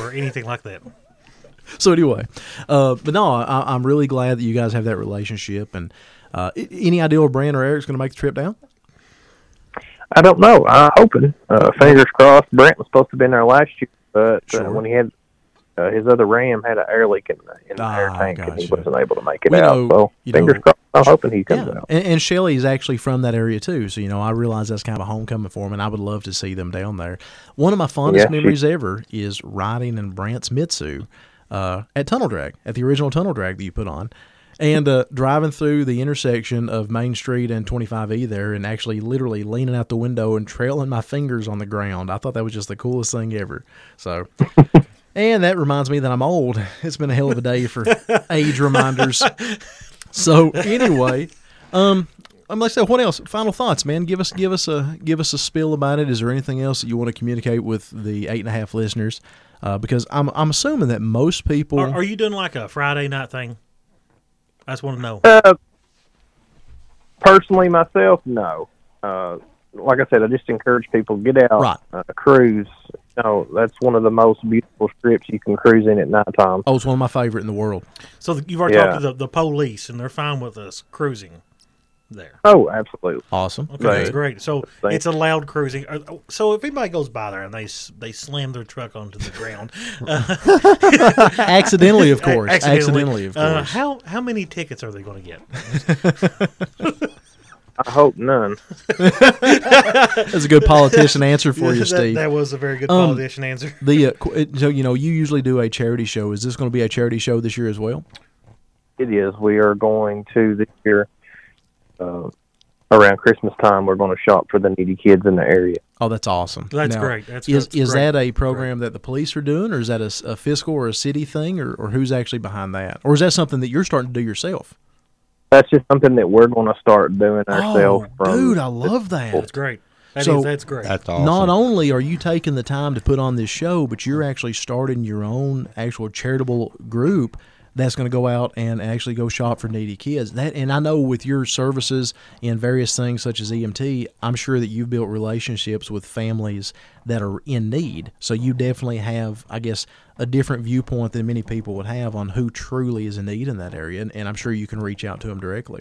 [SPEAKER 2] or anything like that.
[SPEAKER 3] so anyway, uh, but no, I, I'm really glad that you guys have that relationship. And uh, a- any idea where Brand or Eric's going to make the trip down?
[SPEAKER 5] I don't know. I'm hoping. Uh, fingers crossed. Brent was supposed to have been there last year, but
[SPEAKER 3] Sure.
[SPEAKER 5] uh, when he had uh, his other Ram had an air leak in the, in the air
[SPEAKER 3] Ah,
[SPEAKER 5] tank, and he
[SPEAKER 3] gotcha.
[SPEAKER 5] wasn't able to make it
[SPEAKER 3] We
[SPEAKER 5] out.
[SPEAKER 3] know-
[SPEAKER 5] so
[SPEAKER 3] you
[SPEAKER 5] fingers
[SPEAKER 3] know-
[SPEAKER 5] crossed. I'm hoping he comes out.
[SPEAKER 3] And, and Shelly is actually from that area too. So, you know, I realize that's kind of a homecoming for him, and I would love to see them down there. One of my fondest
[SPEAKER 5] Yeah, she-
[SPEAKER 3] memories ever is riding in Brant's Mitsu uh, at Tunnel Drag, at the original Tunnel Drag that you put on. And uh, driving through the intersection of Main Street and 25E there, and actually literally leaning out the window and trailing my fingers on the ground. I thought that was just the coolest thing ever. So, and that reminds me that I'm old. It's been a hell of a day for age reminders. So anyway, um, I'm like I said, what else? Final thoughts, man. Give us give us a give us a spill about it. Is there anything else that you want to communicate with the eight and a half listeners? Uh, because I'm I'm assuming that most people.
[SPEAKER 2] Are, are you doing like a Friday night thing? I just want to know.
[SPEAKER 5] Uh, personally, myself, no. Uh, like I said, I just encourage people get out,
[SPEAKER 3] Right.
[SPEAKER 5] uh, cruise. You know, that's one of the most beautiful strips you can cruise in at nighttime.
[SPEAKER 3] oh, it's one of my favorite in the world.
[SPEAKER 2] So th- you've already
[SPEAKER 5] Yeah.
[SPEAKER 2] talked to the, the police, and they're fine with us cruising there.
[SPEAKER 5] Oh, absolutely.
[SPEAKER 3] Awesome.
[SPEAKER 2] Okay, that's
[SPEAKER 5] Right.
[SPEAKER 2] great. So
[SPEAKER 5] Thank-
[SPEAKER 2] it's allowed cruising. Uh, oh, So if anybody goes by there and they s- they slam their truck onto the ground, uh,
[SPEAKER 3] Accidentally, of course.
[SPEAKER 2] accidentally,
[SPEAKER 3] Accidentally, of
[SPEAKER 2] uh,
[SPEAKER 3] course.
[SPEAKER 2] how how many tickets are they going to get?
[SPEAKER 5] I hope none.
[SPEAKER 3] That's a good politician answer for you,
[SPEAKER 2] that,
[SPEAKER 3] Steve.
[SPEAKER 2] that was a very good
[SPEAKER 3] Um,
[SPEAKER 2] politician answer.
[SPEAKER 3] the uh, qu- it- so you know you usually do a charity show. Is this going to be a charity show this year as well?
[SPEAKER 5] It is. We are going to this year uh, around Christmas time. We're going to shop for the needy kids in the area.
[SPEAKER 3] Oh, that's awesome.
[SPEAKER 2] That's
[SPEAKER 3] Now,
[SPEAKER 2] great. That's
[SPEAKER 3] is
[SPEAKER 2] that's
[SPEAKER 3] is
[SPEAKER 2] great.
[SPEAKER 3] that a program that the police are doing, or is that a, s- a fiscal or a city thing, or, or who's actually behind that, or is that something that you're starting to do yourself?
[SPEAKER 5] That's just something that we're going to start doing ourselves.
[SPEAKER 3] oh,
[SPEAKER 5] from
[SPEAKER 3] dude, I love that.
[SPEAKER 2] That's great. That is
[SPEAKER 3] So-
[SPEAKER 2] that's great.
[SPEAKER 4] That's awesome.
[SPEAKER 3] Not only are you taking the time to put on this show, but you're actually starting your own actual charitable group that's going to go out and actually go shop for needy kids. That and I know with your services in various things such as EMT, I'm sure that you've built relationships with families that are in need. So you definitely have, I guess, a different viewpoint than many people would have on who truly is in need in that area, and, and I'm sure you can reach out to them directly.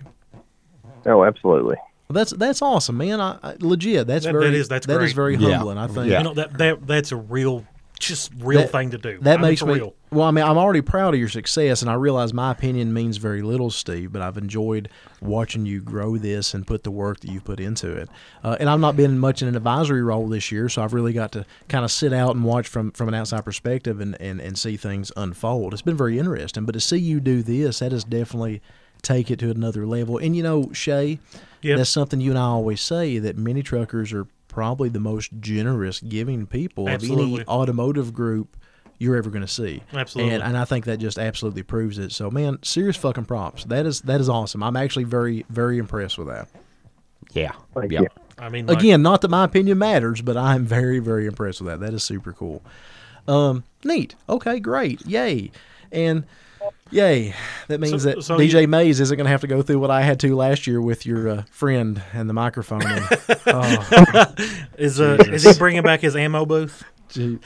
[SPEAKER 5] Oh, absolutely.
[SPEAKER 3] Well, that's that's awesome, man. I, I legit. That's
[SPEAKER 2] That- that
[SPEAKER 3] very
[SPEAKER 2] is- that's
[SPEAKER 3] that
[SPEAKER 2] great.
[SPEAKER 3] is very
[SPEAKER 4] Yeah.
[SPEAKER 3] humbling. I think.
[SPEAKER 4] Yeah.
[SPEAKER 2] you know that, that that's a real just real
[SPEAKER 3] That-
[SPEAKER 2] thing to do.
[SPEAKER 3] That
[SPEAKER 2] I mean,
[SPEAKER 3] makes
[SPEAKER 2] for
[SPEAKER 3] me
[SPEAKER 2] real.
[SPEAKER 3] well. I mean, I'm already proud of your success, and I realize my opinion means very little, Steve. But I've enjoyed watching you grow this and put the work that you've put into it. Uh, and I've not been much in an advisory role this year, so I've really got to kind of sit out and watch from from an outside perspective and and and see things unfold. It's been very interesting. But to see you do this, that is definitely take it to another level. And you know, Shay,
[SPEAKER 2] Yep.
[SPEAKER 3] that's something you and I always say that many truckers are probably the most generous giving people of
[SPEAKER 2] Absolutely.
[SPEAKER 3] any automotive group you're ever going to see.
[SPEAKER 2] Absolutely.
[SPEAKER 3] And, and I think that just absolutely proves it. So man, serious fucking props. That is that is awesome. I'm actually very very impressed with that.
[SPEAKER 4] yeah.
[SPEAKER 5] Thank
[SPEAKER 4] yeah.
[SPEAKER 5] you.
[SPEAKER 2] I mean, like,
[SPEAKER 3] Again, not that my opinion matters, but I'm very very impressed with that. That is super cool. Um neat. Okay, great. Yay. And yay. That means
[SPEAKER 2] So-
[SPEAKER 3] that
[SPEAKER 2] so
[SPEAKER 3] DJ
[SPEAKER 2] you-
[SPEAKER 3] Mays isn't going to have to go through what I had to last year with your uh, friend and the microphone. And, oh,
[SPEAKER 2] is uh, is he bringing back his ammo booth?
[SPEAKER 3] Gee.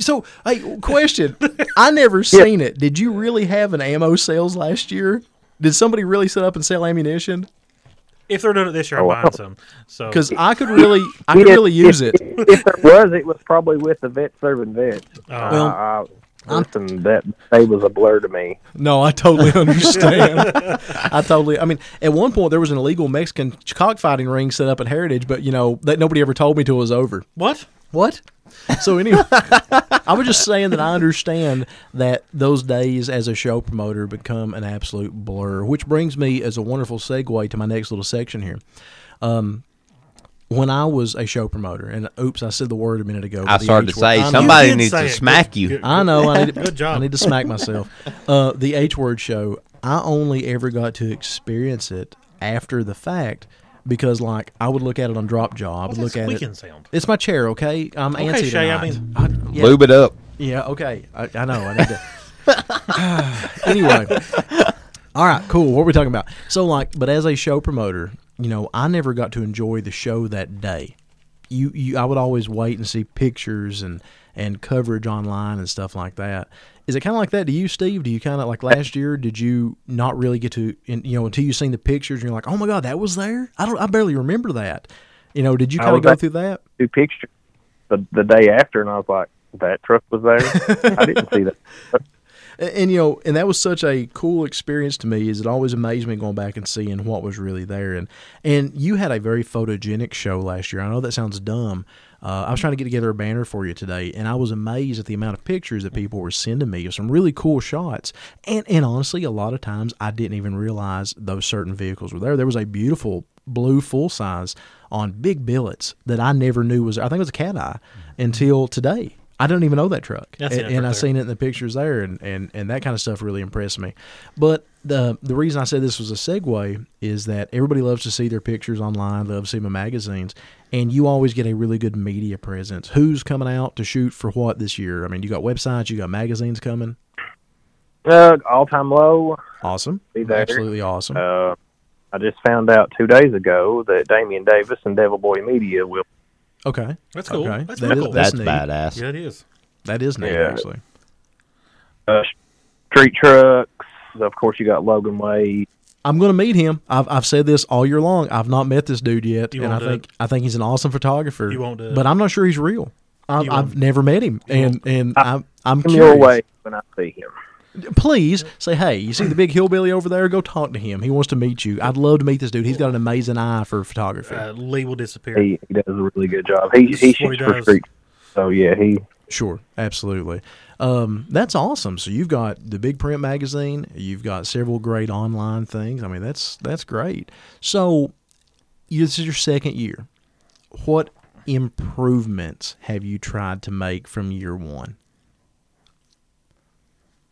[SPEAKER 3] So, hey, question. I never seen it. Did you really have an ammo sales last year? Did somebody really set up and sell ammunition?
[SPEAKER 2] If they're doing it this year, I'm
[SPEAKER 5] Oh,
[SPEAKER 2] buying
[SPEAKER 5] wow.
[SPEAKER 2] some. So
[SPEAKER 3] Because I could really, I could
[SPEAKER 5] Yeah,
[SPEAKER 3] really
[SPEAKER 5] if-
[SPEAKER 3] use it.
[SPEAKER 5] If, if there was, it was probably with the vet serving vets.
[SPEAKER 2] Oh.
[SPEAKER 3] Well,
[SPEAKER 5] uh, I, listen, that day was a blur to me.
[SPEAKER 3] No, I totally understand. I totally. I mean, at one point there was an illegal Mexican cockfighting ring set up at Heritage, but you know that nobody ever told me till it was over.
[SPEAKER 2] what?
[SPEAKER 3] What? So anyway, I was just saying that I understand that those days as a show promoter become an absolute blur, which brings me as a wonderful segue to my next little section here. Um, when I was a show promoter, and oops, I said the word a minute ago.
[SPEAKER 4] I
[SPEAKER 3] with the
[SPEAKER 4] started to
[SPEAKER 3] H word.
[SPEAKER 4] say
[SPEAKER 3] I know.
[SPEAKER 2] You
[SPEAKER 4] somebody
[SPEAKER 2] did
[SPEAKER 4] needs
[SPEAKER 2] say
[SPEAKER 4] to
[SPEAKER 2] it.
[SPEAKER 4] smack
[SPEAKER 2] Good-
[SPEAKER 4] you.
[SPEAKER 2] good-
[SPEAKER 3] I know. I need to,
[SPEAKER 2] Good job.
[SPEAKER 3] I need to smack myself. Uh, the H word show. I only ever got to experience it after the fact because, like, I would look at it on Drop Jaw. I would
[SPEAKER 2] What's that
[SPEAKER 3] look at
[SPEAKER 2] squeaking
[SPEAKER 3] it.
[SPEAKER 2] sound?
[SPEAKER 3] It's my chair, okay? I'm
[SPEAKER 2] Okay,
[SPEAKER 3] antsy
[SPEAKER 2] Shay, I
[SPEAKER 3] tonight.
[SPEAKER 2] mean-
[SPEAKER 3] I- yeah,
[SPEAKER 4] Lube it up.
[SPEAKER 3] yeah, okay. I, I know. I need to. anyway. All right, cool. What are we talking about? So, like, but as a show promoter, you know, I never got to enjoy the show that day. You, you, I would always wait and see pictures and and coverage online and stuff like that. Is it kind of like that to you, Steve? Do you kind of like last year? Did you not really get to, and, you know, until you seen the pictures, and you're like, oh my god, that was there. I don't, I barely remember that. You know, did you
[SPEAKER 5] I
[SPEAKER 3] kind of
[SPEAKER 5] was
[SPEAKER 3] go
[SPEAKER 5] at-
[SPEAKER 3] through that?
[SPEAKER 5] Two pictures the, the day after, and I was like, that truck was there. I didn't see that.
[SPEAKER 3] And, and, you know, and that was such a cool experience to me. Is it always amazed me going back and seeing what was really there. And and you had a very photogenic show last year. I know that sounds dumb. Uh, I was trying to get together a banner for you today, and I was amazed at the amount of pictures that people were sending me of some really cool shots. And and honestly, a lot of times I didn't even realize those certain vehicles were there. There was a beautiful blue full size on big billets that I never knew was. I think it was a cat eye until today. I don't even know that truck,
[SPEAKER 2] That's
[SPEAKER 3] and,
[SPEAKER 2] the
[SPEAKER 3] and I
[SPEAKER 2] effort there.
[SPEAKER 3] seen it in the pictures there, and, and, and that kind of stuff really impressed me. But the the reason I said this was a segue is that everybody loves to see their pictures online, loves to see them in magazines, and you always get a really good media presence. Who's coming out to shoot for what this year? I mean, you got websites, you got magazines coming.
[SPEAKER 5] Uh, all time low.
[SPEAKER 3] Awesome,
[SPEAKER 5] Be there.
[SPEAKER 3] absolutely awesome.
[SPEAKER 5] Uh, I just found out two days ago that Damian Davis and Devil Boy Media will.
[SPEAKER 3] okay,
[SPEAKER 2] That's cool.
[SPEAKER 3] Okay.
[SPEAKER 2] That's
[SPEAKER 3] That
[SPEAKER 2] pretty
[SPEAKER 3] is-
[SPEAKER 2] cool.
[SPEAKER 3] that-
[SPEAKER 4] That's
[SPEAKER 3] neat.
[SPEAKER 4] badass.
[SPEAKER 2] yeah, it is.
[SPEAKER 3] that is neat
[SPEAKER 5] Yeah.
[SPEAKER 3] actually.
[SPEAKER 5] Uh, street trucks. Of course, you got Logan Wade.
[SPEAKER 3] I'm going to meet him. I've, I've said this all year long. I've not met this dude yet,
[SPEAKER 2] You
[SPEAKER 3] and I
[SPEAKER 2] won't do
[SPEAKER 3] think I think he's an awesome photographer.
[SPEAKER 2] You won't do it.
[SPEAKER 3] but I'm not sure he's real. I,
[SPEAKER 2] You
[SPEAKER 3] I've
[SPEAKER 2] won't.
[SPEAKER 3] never met him, and and I'm I'm
[SPEAKER 5] Ah, Come your
[SPEAKER 3] curious.
[SPEAKER 5] way when I see him.
[SPEAKER 3] Please say, hey, you see the big hillbilly over there? Go talk to him. He wants to meet you. I'd love to meet this dude. He's got an amazing eye for photography.
[SPEAKER 2] Uh, Lee will disappear.
[SPEAKER 5] He, he does a really good job. He,
[SPEAKER 2] This
[SPEAKER 5] he
[SPEAKER 2] is what
[SPEAKER 5] shoots
[SPEAKER 2] he
[SPEAKER 5] for
[SPEAKER 2] does.
[SPEAKER 5] street. So yeah, he
[SPEAKER 3] Sure, absolutely. Um, that's awesome. So you've got the big print magazine. You've got several great online things. I mean, that's that's great. So you- this is your second year. What improvements have you tried to make from year one?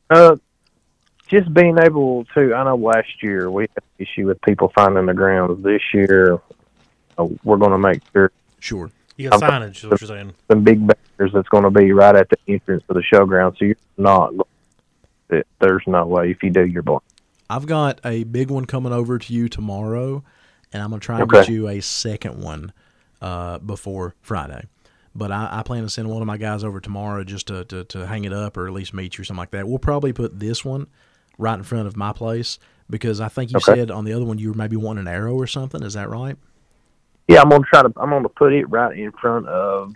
[SPEAKER 5] Uh, just being able to. I know last year we had an issue with people finding the grounds. This year, uh, we're going to make sure
[SPEAKER 3] Sure.
[SPEAKER 2] You got signage, is what you're saying.
[SPEAKER 5] some big banners that's going to be right at the entrance of the showground. So you're not. that- There's no way if you do, you're blind.
[SPEAKER 3] I've got a big one coming over to you tomorrow, and I'm gonna try and
[SPEAKER 5] Okay.
[SPEAKER 3] get you a second one uh, before Friday. But I, I plan to send one of my guys over tomorrow just to, to, to hang it up or at least meet you or something like that. We'll probably put this one right in front of my place because I think you
[SPEAKER 5] Okay.
[SPEAKER 3] said on the other one you were maybe wanting an arrow or something. Is that right?
[SPEAKER 5] Yeah, I'm going to try to. I'm going to put it right in front of.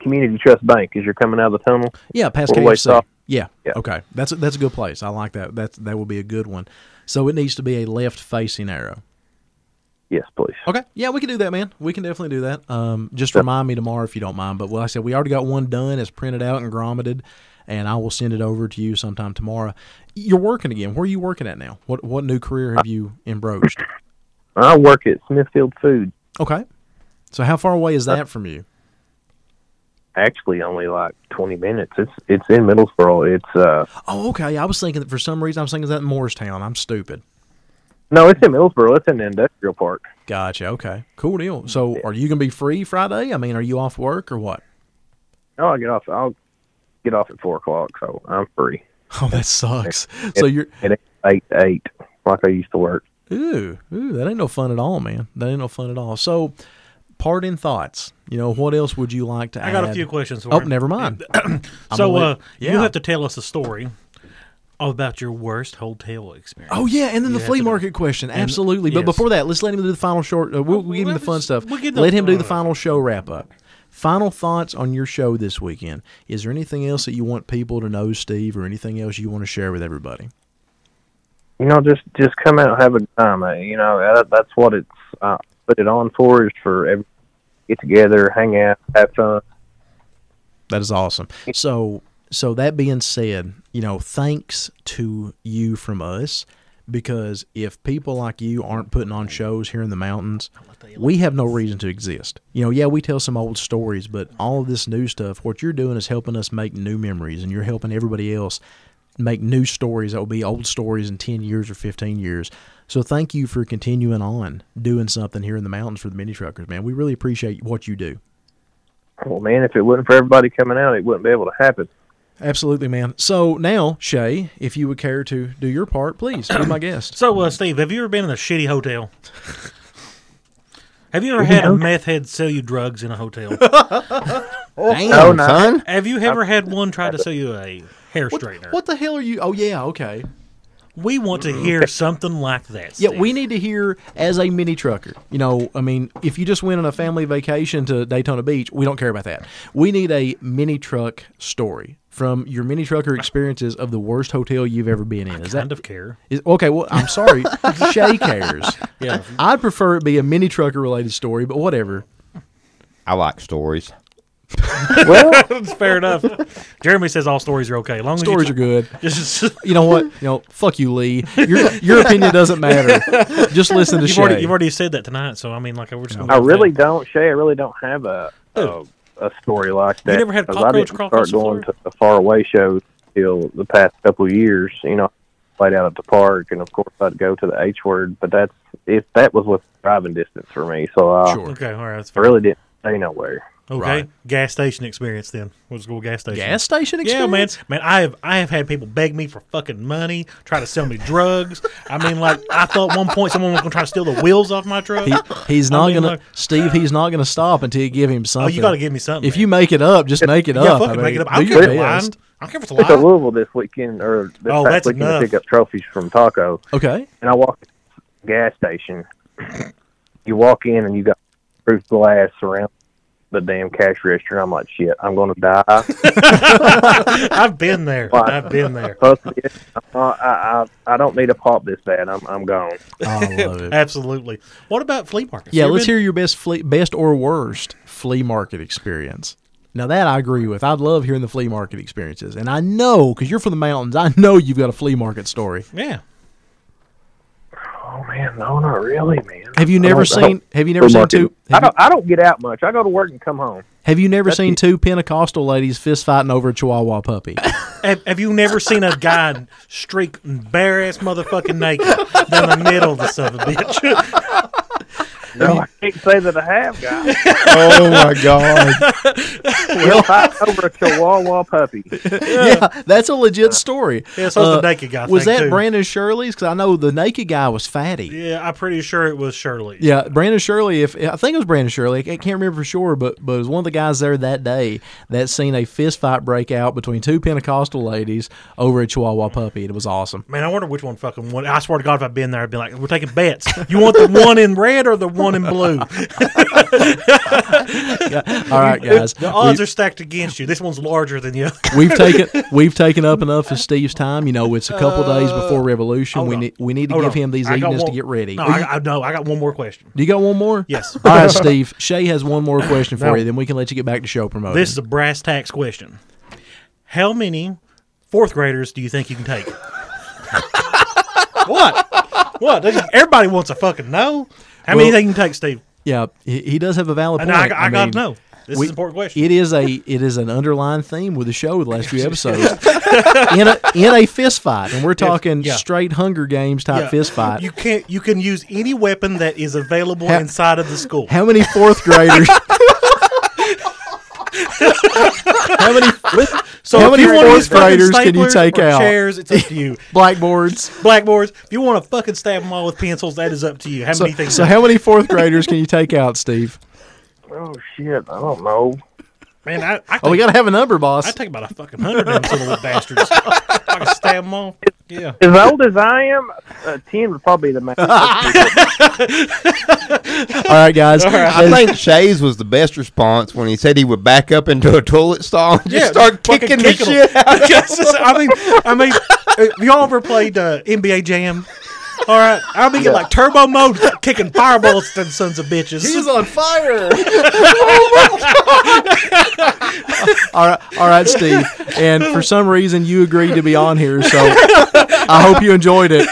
[SPEAKER 5] Community Trust Bank as you're coming out of the tunnel.
[SPEAKER 3] Yeah, past
[SPEAKER 5] Or waste
[SPEAKER 3] KFC.
[SPEAKER 5] off.
[SPEAKER 3] Yeah.
[SPEAKER 5] Yeah.
[SPEAKER 3] Okay. That's a, that's a good place. I like that. That's that will be a good one. So it needs to be a left facing arrow.
[SPEAKER 5] Yes, please.
[SPEAKER 3] Okay. Yeah, we can do that, man. We can definitely do that. Um, just remind me tomorrow if you don't mind. But well, I said we already got one done. It's printed out and grommeted, and I will send it over to you sometime tomorrow. You're working again. Where are you working at now? What what new career have you embroached?
[SPEAKER 5] I work at Smithfield Food.
[SPEAKER 3] Okay. So how far away is that from you?
[SPEAKER 5] Actually, only like 20 minutes. It's it's in Middlesboro. It's uh
[SPEAKER 3] Oh, okay. I was thinking that for some reason I was thinking that in Morristown. I'm stupid.
[SPEAKER 5] No, it's in Millsboro. It's in the industrial park.
[SPEAKER 3] Gotcha. Okay. Cool deal. So are you gonna be free Friday? I mean, are you off work or what?
[SPEAKER 5] No, I get off. I'll get off at four o'clock, so I'm free.
[SPEAKER 3] Oh, that sucks. So you're
[SPEAKER 5] It ain't eight to eight like I used to work.
[SPEAKER 3] Ooh, ooh, that ain't no fun at all, man. That ain't no fun at all. So, parting thoughts. You know, what else would you like to
[SPEAKER 2] I
[SPEAKER 3] add?
[SPEAKER 2] got a few questions for
[SPEAKER 3] Oh,
[SPEAKER 2] him.
[SPEAKER 3] never mind.
[SPEAKER 2] so
[SPEAKER 3] gonna
[SPEAKER 2] uh,
[SPEAKER 3] let-
[SPEAKER 2] you
[SPEAKER 3] yeah.
[SPEAKER 2] have to tell us a story about your worst hotel experience.
[SPEAKER 3] Oh yeah, and then the
[SPEAKER 2] Yeah,
[SPEAKER 3] flea
[SPEAKER 2] that's a-
[SPEAKER 3] market question, absolutely. But
[SPEAKER 2] yes.
[SPEAKER 3] before that, let's let him do the final short. Uh, we'll, we'll give him the fun
[SPEAKER 2] let's-
[SPEAKER 3] stuff.
[SPEAKER 2] we'll get the-
[SPEAKER 3] let him do the
[SPEAKER 2] uh,
[SPEAKER 3] final show wrap up. Final thoughts on your show this weekend. Is there anything else that you want people to know, Steve, or anything else you want to share with everybody?
[SPEAKER 5] you know, just just come out and have a time. Uh, You know, that, that's what it's uh, put it on for is for every get together, hang out, have fun.
[SPEAKER 3] That is awesome. So, so that being said, you know, thanks to you from us because if people like you aren't putting on shows here in the mountains, we have no reason to exist. You know, yeah, we tell some old stories, but all of this new stuff, what you're doing is helping us make new memories and you're helping everybody else make new stories that will be old stories in 10 years or 15 years. So thank you for continuing on doing something here in the mountains for the mini truckers, man. We really appreciate what you do.
[SPEAKER 5] Well, man, if it wasn't for everybody coming out, it wouldn't be able to happen.
[SPEAKER 3] Absolutely, man. So now, Shay, if you would care to do your part, please be my guest.
[SPEAKER 2] So, uh, Steve, have you ever been in a shitty hotel? have you ever had a meth head sell you drugs in a hotel?
[SPEAKER 4] Damn,
[SPEAKER 5] no.
[SPEAKER 4] son.
[SPEAKER 2] have you ever had one try to sell you a hair straightener?
[SPEAKER 3] What the hell are you? Oh yeah, okay.
[SPEAKER 2] We want to hear something like that.
[SPEAKER 3] Mm-hmm. Yeah,
[SPEAKER 2] Steve.
[SPEAKER 3] we need to hear as a mini trucker. You know, I mean, if you just went on a family vacation to Daytona Beach, we don't care about that. We need a mini truck story from your mini trucker experiences of the worst hotel you've ever been in. Is
[SPEAKER 2] kind
[SPEAKER 3] that
[SPEAKER 2] of care.
[SPEAKER 3] is, okay? Well, I'm sorry, Shay cares.
[SPEAKER 2] Yeah.
[SPEAKER 3] I'd prefer it be a mini trucker related story, but whatever.
[SPEAKER 4] I like stories.
[SPEAKER 2] That's fair enough. Jeremy says all stories are okay. Long
[SPEAKER 3] Stories
[SPEAKER 2] as
[SPEAKER 3] are
[SPEAKER 2] you
[SPEAKER 3] good.
[SPEAKER 2] Just, you've,
[SPEAKER 3] you know what? You know, fuck you, Lee. Your your opinion doesn't matter. Just listen to Shay.
[SPEAKER 2] already, you've already said that tonight, so I mean, like, we're just gonna
[SPEAKER 5] I
[SPEAKER 2] go with
[SPEAKER 5] really
[SPEAKER 2] that.
[SPEAKER 5] don't, Shay. I really don't have a a, a story like that.
[SPEAKER 2] never had
[SPEAKER 5] 'cause I
[SPEAKER 2] cockroach
[SPEAKER 5] didn't
[SPEAKER 2] crawfish
[SPEAKER 5] start going
[SPEAKER 2] before?
[SPEAKER 5] to the faraway shows till the past couple of years. You know, played out at the park, and of course I'd go to the H word, but that's if that was with driving distance for me. So I,
[SPEAKER 3] Sure.
[SPEAKER 2] Okay, all right, that's
[SPEAKER 5] I
[SPEAKER 2] fair.
[SPEAKER 5] really didn't stay nowhere.
[SPEAKER 2] Okay,
[SPEAKER 3] Right.
[SPEAKER 2] gas station experience. Then let's go with gas station.
[SPEAKER 3] Gas station
[SPEAKER 2] Yeah, man,
[SPEAKER 3] experience.
[SPEAKER 2] man, I have I have had people beg me for fucking money, try to sell me drugs. I mean, like I thought at one point someone was gonna try to steal the wheels off my truck.
[SPEAKER 3] He, he's not
[SPEAKER 2] mean,
[SPEAKER 3] gonna
[SPEAKER 2] look-
[SPEAKER 3] Steve. He's not gonna stop until you give him
[SPEAKER 2] oh,
[SPEAKER 3] something.
[SPEAKER 2] you got to give me something.
[SPEAKER 3] If you make it up, just make it
[SPEAKER 2] yeah,
[SPEAKER 3] up.
[SPEAKER 2] fucking
[SPEAKER 3] I
[SPEAKER 2] make it
[SPEAKER 3] mean,
[SPEAKER 2] up. I don't
[SPEAKER 3] do
[SPEAKER 2] care if
[SPEAKER 3] your
[SPEAKER 2] it's lying.
[SPEAKER 3] best.
[SPEAKER 2] I don't care if
[SPEAKER 5] Went
[SPEAKER 2] it's
[SPEAKER 5] to
[SPEAKER 2] a lie.
[SPEAKER 5] Louisville this weekend, or this
[SPEAKER 2] Oh,
[SPEAKER 5] past
[SPEAKER 2] that's
[SPEAKER 5] weekend
[SPEAKER 2] enough.
[SPEAKER 5] to pick up trophies from Taco,
[SPEAKER 3] Okay.
[SPEAKER 5] and I walked to the gas station. you walk in, and you got proof glass around the damn cash register. And I'm like, shit, I'm gonna die.
[SPEAKER 2] I've been there.
[SPEAKER 5] Why?
[SPEAKER 2] I've been there.
[SPEAKER 5] Fuck this. Uh, I, I, I, I don't need to pop this bad. I'm, I'm gone.
[SPEAKER 3] Oh, I love it.
[SPEAKER 2] Absolutely. What about flea markets?
[SPEAKER 3] Yeah,
[SPEAKER 2] You
[SPEAKER 3] let's
[SPEAKER 2] been-
[SPEAKER 3] hear your best flea, best or worst flea market experience. Now that I agree with, I love hearing the flea market experiences, and I know because you're from the mountains. I know you've got a flea market story.
[SPEAKER 2] Yeah.
[SPEAKER 5] Oh man, no, not really, man.
[SPEAKER 3] Have you never
[SPEAKER 5] don't- I don't-
[SPEAKER 3] seen? Have you never seen two?
[SPEAKER 5] I
[SPEAKER 3] have you-
[SPEAKER 5] don't, I don't get out much. I go to work and come home.
[SPEAKER 3] Have you never seen two Pentecostal ladies fist fighting over a Chihuahua puppy?
[SPEAKER 2] Have, have you never seen a guy streak bare ass motherfucking naked down the middle of the son of a bitch?
[SPEAKER 5] No, I can't say that I have, guys.
[SPEAKER 4] oh my god.
[SPEAKER 5] We'll fight over a Chihuahua puppy.
[SPEAKER 3] yeah, that's a legit story. Uh,
[SPEAKER 2] Yeah, so was the naked guy
[SPEAKER 3] Was
[SPEAKER 2] thing,
[SPEAKER 3] that
[SPEAKER 2] too.
[SPEAKER 3] Brandon Shirley's? Because I know the naked guy was fatty.
[SPEAKER 2] Yeah, I'm pretty sure it was Shirley.
[SPEAKER 3] Yeah, Brandon Shirley. If I think it was Brandon Shirley, I can't remember for sure, but but it was one of the guys there that day that seen a fist fight break out between two Pentecostal ladies over a Chihuahua puppy. It was awesome.
[SPEAKER 2] Man, I wonder which one fucking won. I swear to God, if I'd been there, I'd be like, "We're taking bets. You want the one in red or the one in blue?
[SPEAKER 3] All right, guys.
[SPEAKER 2] The odds are stacked against you. This one's larger than the other."
[SPEAKER 3] we've taken we've taken up enough of Steve's time. You know, it's a couple days before Revolution.
[SPEAKER 2] Uh, hold
[SPEAKER 3] We
[SPEAKER 2] on.
[SPEAKER 3] need we need to
[SPEAKER 2] Hold
[SPEAKER 3] give
[SPEAKER 2] on.
[SPEAKER 3] him these
[SPEAKER 2] I got
[SPEAKER 3] evenings to
[SPEAKER 2] one-
[SPEAKER 3] get ready.
[SPEAKER 2] No, I, I, no, I got one more question.
[SPEAKER 3] Do you got one more?
[SPEAKER 2] Yes.
[SPEAKER 3] All right, Steve. Shay has one more question for
[SPEAKER 2] No.
[SPEAKER 3] you. Then we can let you get back to show promoting.
[SPEAKER 2] This is a brass tax question. How many fourth graders do you think you can take? what? What? They- Everybody wants to fucking know. How many
[SPEAKER 3] Well-
[SPEAKER 2] they can take, Steve?
[SPEAKER 3] yeah, he, he does have a valid
[SPEAKER 2] And
[SPEAKER 3] point.
[SPEAKER 2] I, I,
[SPEAKER 3] mean,
[SPEAKER 2] got to know. This
[SPEAKER 3] we-
[SPEAKER 2] is an important question.
[SPEAKER 3] It is a it is an underlying theme with the show the last few episodes in a in a fist fight, and we're talking
[SPEAKER 2] yeah.
[SPEAKER 3] straight Hunger Games type
[SPEAKER 2] Yeah.
[SPEAKER 3] fist fight.
[SPEAKER 2] You can't. You can use any weapon that is available
[SPEAKER 3] How-
[SPEAKER 2] inside of the school.
[SPEAKER 3] How many fourth graders? how many
[SPEAKER 2] so
[SPEAKER 3] how
[SPEAKER 2] if
[SPEAKER 3] many
[SPEAKER 2] you want to use
[SPEAKER 3] fourth
[SPEAKER 2] fucking
[SPEAKER 3] graders can you
[SPEAKER 2] staplers
[SPEAKER 3] take
[SPEAKER 2] or
[SPEAKER 3] out?
[SPEAKER 2] Chairs. It's up to you.
[SPEAKER 3] blackboards?
[SPEAKER 2] Blackboards. If you want to fucking stab them all with pencils, that is up to you. How
[SPEAKER 3] So,
[SPEAKER 2] many things?
[SPEAKER 3] so how many fourth graders can you take out, Steve?
[SPEAKER 5] Oh shit, I don't know.
[SPEAKER 2] Man, I, I
[SPEAKER 3] Oh, we
[SPEAKER 2] take-
[SPEAKER 3] gotta have a number, boss.
[SPEAKER 2] I take about a fucking hundred of them little bastards. I can stab them all. Yeah.
[SPEAKER 5] As old as I am, uh, ten would probably be the max.
[SPEAKER 3] All right, guys.
[SPEAKER 4] I think Shays was the best response when he said he would back up into a toilet stall and just
[SPEAKER 2] Yeah,
[SPEAKER 4] start
[SPEAKER 2] fucking
[SPEAKER 4] kicking the
[SPEAKER 2] kick 'em.
[SPEAKER 4] shit out.
[SPEAKER 2] Yes, it's- I mean, I mean, have y'all ever played uh, NBA Jam? All right, I'll be in like turbo mode, kicking fireballs to the sons of bitches.
[SPEAKER 3] He's on fire. Oh all right, all right, Steve. And for some reason, you agreed to be on here, so I hope you enjoyed it.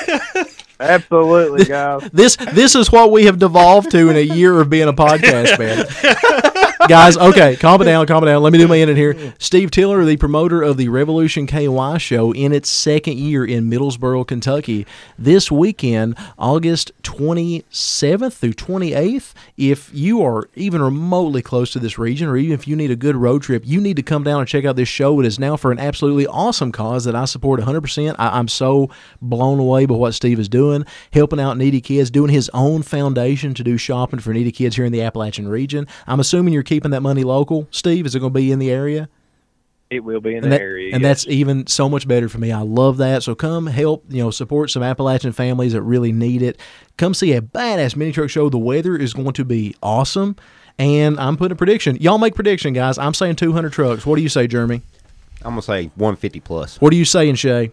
[SPEAKER 5] Absolutely, guys.
[SPEAKER 3] This this is what we have devolved to in a year of being a podcast, man. Guys, okay, calm it down, calm it down. Let me do my edit here. Steve Tiller, the promoter of the Revolution KY show in its second year in Middlesboro, Kentucky. This weekend, August 27th through 28th, if you are even remotely close to this region or even if you need a good road trip, you need to come down and check out this show. It is now for an absolutely awesome cause that I support 100%. I, I'm so blown away by what Steve is doing, helping out needy kids, doing his own foundation to do shopping for needy kids here in the Appalachian region. I'm assuming you're keeping that money local. Steve, is it going to be in the area?
[SPEAKER 5] It will be
[SPEAKER 3] and
[SPEAKER 5] in the
[SPEAKER 3] that-
[SPEAKER 5] area.
[SPEAKER 3] and that's even so much better for me. I love that. So come help, you know, support some Appalachian families that really need it. Come see a badass mini truck show. The weather is going to be awesome. And I'm putting a prediction. Y'all make prediction, guys. I'm saying 200 trucks. What do you say, Jeremy?
[SPEAKER 4] I'm gonna say 150 plus.
[SPEAKER 3] What are you saying, Shay?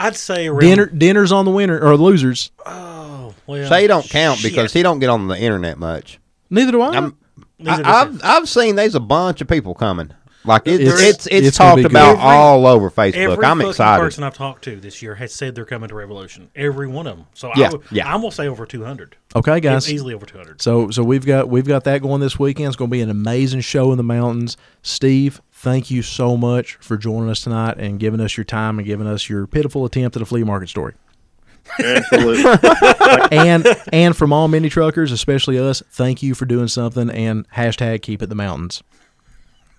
[SPEAKER 2] I'd say around.
[SPEAKER 3] Dinner, dinners on the winner or losers?
[SPEAKER 2] Well,
[SPEAKER 4] Shay don't count because
[SPEAKER 2] shit.
[SPEAKER 4] he don't get on the internet much.
[SPEAKER 3] Neither do I.
[SPEAKER 4] I'm,
[SPEAKER 2] Neither does
[SPEAKER 4] I, I've I've seen there's a bunch of people coming. Like it,
[SPEAKER 3] It's-
[SPEAKER 4] it's, it's
[SPEAKER 3] it's gonna be
[SPEAKER 4] talked
[SPEAKER 3] good.
[SPEAKER 4] about
[SPEAKER 2] Every-
[SPEAKER 4] all over Facebook.
[SPEAKER 2] Every
[SPEAKER 4] I'm
[SPEAKER 2] fucking
[SPEAKER 4] excited.
[SPEAKER 2] person I've talked to this year has said they're coming to Revolution. Every one of them. So
[SPEAKER 4] Yeah,
[SPEAKER 2] I would,
[SPEAKER 4] yeah.
[SPEAKER 2] I'm gonna say over 200.
[SPEAKER 3] okay, guys.
[SPEAKER 2] It's easily over 200.
[SPEAKER 3] So so we've got we've got that going this weekend. It's going to be an amazing show in the mountains. Steve, thank you so much for joining us tonight and giving us your time and giving us your pitiful attempt at a flea market story.
[SPEAKER 5] Absolutely.
[SPEAKER 3] And and from all mini truckers, especially us, thank you for doing something and hashtag keep it the mountains.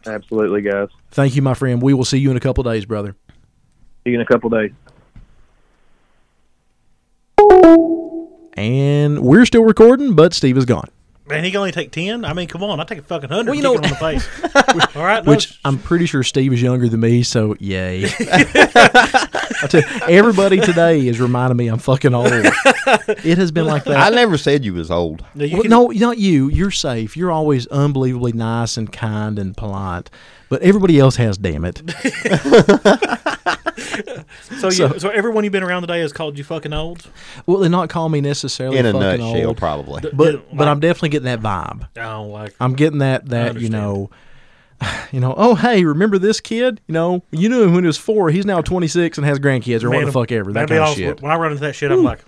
[SPEAKER 5] Absolutely, guys.
[SPEAKER 3] Thank you, my friend. We will see you in a couple days, brother.
[SPEAKER 5] See you in a couple days.
[SPEAKER 3] And we're still recording, but Steve is gone.
[SPEAKER 2] Man, he can only take 10. I mean, come on, I take a fucking 100.
[SPEAKER 3] Well, you
[SPEAKER 2] kick
[SPEAKER 3] know-
[SPEAKER 2] it on the face. All right, no,
[SPEAKER 3] Which I'm pretty sure Steve is younger than me, so yay. I tell you, everybody today is reminding me I'm fucking old. It has been like that.
[SPEAKER 4] I never said you was old.
[SPEAKER 2] no, you
[SPEAKER 3] Well,
[SPEAKER 2] can-
[SPEAKER 3] no, not you. You're safe. You're always unbelievably nice and kind and polite. But everybody else has, damn it.
[SPEAKER 2] So, you, so everyone you've been around today has called you fucking old.
[SPEAKER 3] Well, they not call me necessarily
[SPEAKER 4] In a
[SPEAKER 3] fucking
[SPEAKER 4] nutshell,
[SPEAKER 3] old,
[SPEAKER 4] probably.
[SPEAKER 3] but
[SPEAKER 2] Yeah,
[SPEAKER 3] but
[SPEAKER 2] like-
[SPEAKER 3] I'm definitely getting that vibe.
[SPEAKER 2] I don't like.
[SPEAKER 3] I'm getting that that you
[SPEAKER 2] understand.
[SPEAKER 3] know, you know. Oh hey, remember this kid? You know, you knew him when he was four. He's now 26 and has grandkids or what the
[SPEAKER 2] Man,
[SPEAKER 3] fuck ever. That
[SPEAKER 2] that'd be
[SPEAKER 3] kind of
[SPEAKER 2] awesome.
[SPEAKER 3] shit.
[SPEAKER 2] When I run into that shit, I'm like,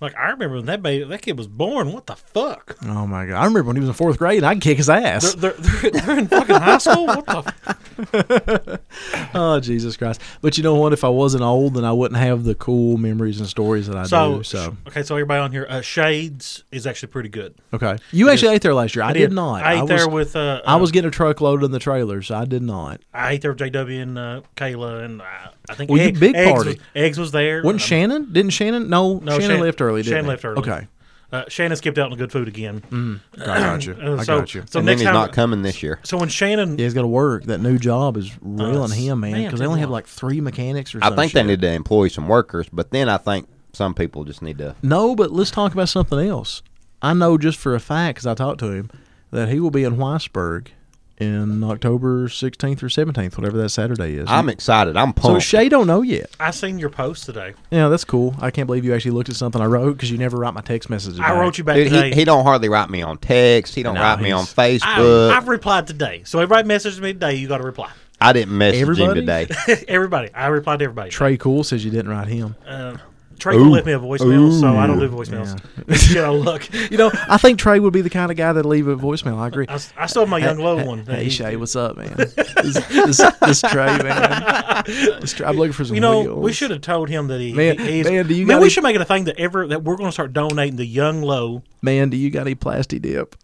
[SPEAKER 2] like I remember when that baby, that kid was born. What the fuck?
[SPEAKER 3] Oh my god! I remember when he was in fourth grade and I'd kick his ass.
[SPEAKER 2] They're, they're, they're, they're in fucking high school. What the? F-
[SPEAKER 3] oh Jesus Christ! But you know what? If I wasn't old, then I wouldn't have the cool memories and stories that I
[SPEAKER 2] so,
[SPEAKER 3] do. So
[SPEAKER 2] okay, so everybody on here, uh, Shades is actually pretty good.
[SPEAKER 3] okay, you actually ate there last year. I, did, not.
[SPEAKER 2] I ate
[SPEAKER 3] was,
[SPEAKER 2] there with. Uh,
[SPEAKER 3] I was getting a truckload in the trailer, so I did not.
[SPEAKER 2] I ate there with JW and uh, Kayla, and I, I think.
[SPEAKER 3] Well, you
[SPEAKER 2] Egg-
[SPEAKER 3] big
[SPEAKER 2] eggs
[SPEAKER 3] party.
[SPEAKER 2] Was, eggs was there.
[SPEAKER 3] Wasn't
[SPEAKER 2] Um,
[SPEAKER 3] Shannon? Didn't Shannon? No,
[SPEAKER 2] No,
[SPEAKER 3] Shannon
[SPEAKER 2] Shan-
[SPEAKER 3] left early. Didn't
[SPEAKER 2] Shannon
[SPEAKER 3] he?
[SPEAKER 2] left early.
[SPEAKER 3] Okay,
[SPEAKER 2] Uh, Shannon skipped out on good food again.
[SPEAKER 3] I got you.
[SPEAKER 2] Uh,
[SPEAKER 3] Mm, I
[SPEAKER 2] so,
[SPEAKER 3] got you.
[SPEAKER 2] So
[SPEAKER 4] and then
[SPEAKER 2] next
[SPEAKER 4] he's
[SPEAKER 2] time,
[SPEAKER 4] not coming this year.
[SPEAKER 2] so when Shannon,
[SPEAKER 3] Yeah, he's got to work. That new job is reeling
[SPEAKER 2] s-
[SPEAKER 3] him, man,
[SPEAKER 2] man,
[SPEAKER 3] because they
[SPEAKER 2] good
[SPEAKER 3] only have
[SPEAKER 2] luck.
[SPEAKER 3] like three mechanics or
[SPEAKER 4] I
[SPEAKER 3] something.
[SPEAKER 4] think they need to employ some workers, but then I think some people just need to.
[SPEAKER 3] No, but let's talk about something else. I know just for a fact, because I talked to him, that he will be in Weisberg in October 16th or 17th, whatever that Saturday is.
[SPEAKER 4] I'm excited. I'm
[SPEAKER 3] so
[SPEAKER 4] pumped.
[SPEAKER 3] Shay don't know yet.
[SPEAKER 2] I seen your post today.
[SPEAKER 3] Yeah, that's cool. I can't believe you actually looked at something I wrote because you never write my text messages.
[SPEAKER 2] I
[SPEAKER 3] back.
[SPEAKER 2] wrote you back
[SPEAKER 4] Dude,
[SPEAKER 2] today.
[SPEAKER 4] he, he don't hardly write me on text. He don't
[SPEAKER 3] No,
[SPEAKER 4] write me on
[SPEAKER 3] he's-
[SPEAKER 4] Facebook.
[SPEAKER 2] I, I've
[SPEAKER 4] I,
[SPEAKER 2] replied today. So everybody messaged me today. You got to reply.
[SPEAKER 4] didn't message
[SPEAKER 3] Everybody?
[SPEAKER 4] him today.
[SPEAKER 2] everybody. I replied to everybody.
[SPEAKER 3] Trey Cool says you didn't write him.
[SPEAKER 2] uh, Trey will left me a voicemail, so I don't do voicemails. Shit, I look.
[SPEAKER 3] You know, I think Trey would be the kind of guy that'd leave a voicemail. I agree.
[SPEAKER 2] I, s- I still have my young low one.
[SPEAKER 3] Hey,
[SPEAKER 2] He-
[SPEAKER 3] Shay, what's up, man? This, this, this Trey, man. This Trey, I'm looking for some
[SPEAKER 2] You know,
[SPEAKER 3] wheels.
[SPEAKER 2] we should have told him that he.
[SPEAKER 3] Man,
[SPEAKER 2] he- he's,
[SPEAKER 3] man, do you
[SPEAKER 2] man,
[SPEAKER 3] got
[SPEAKER 2] we
[SPEAKER 3] any-
[SPEAKER 2] should make it a thing that ever that we're going to start donating the young low.
[SPEAKER 3] Man, do you got any plasti dip?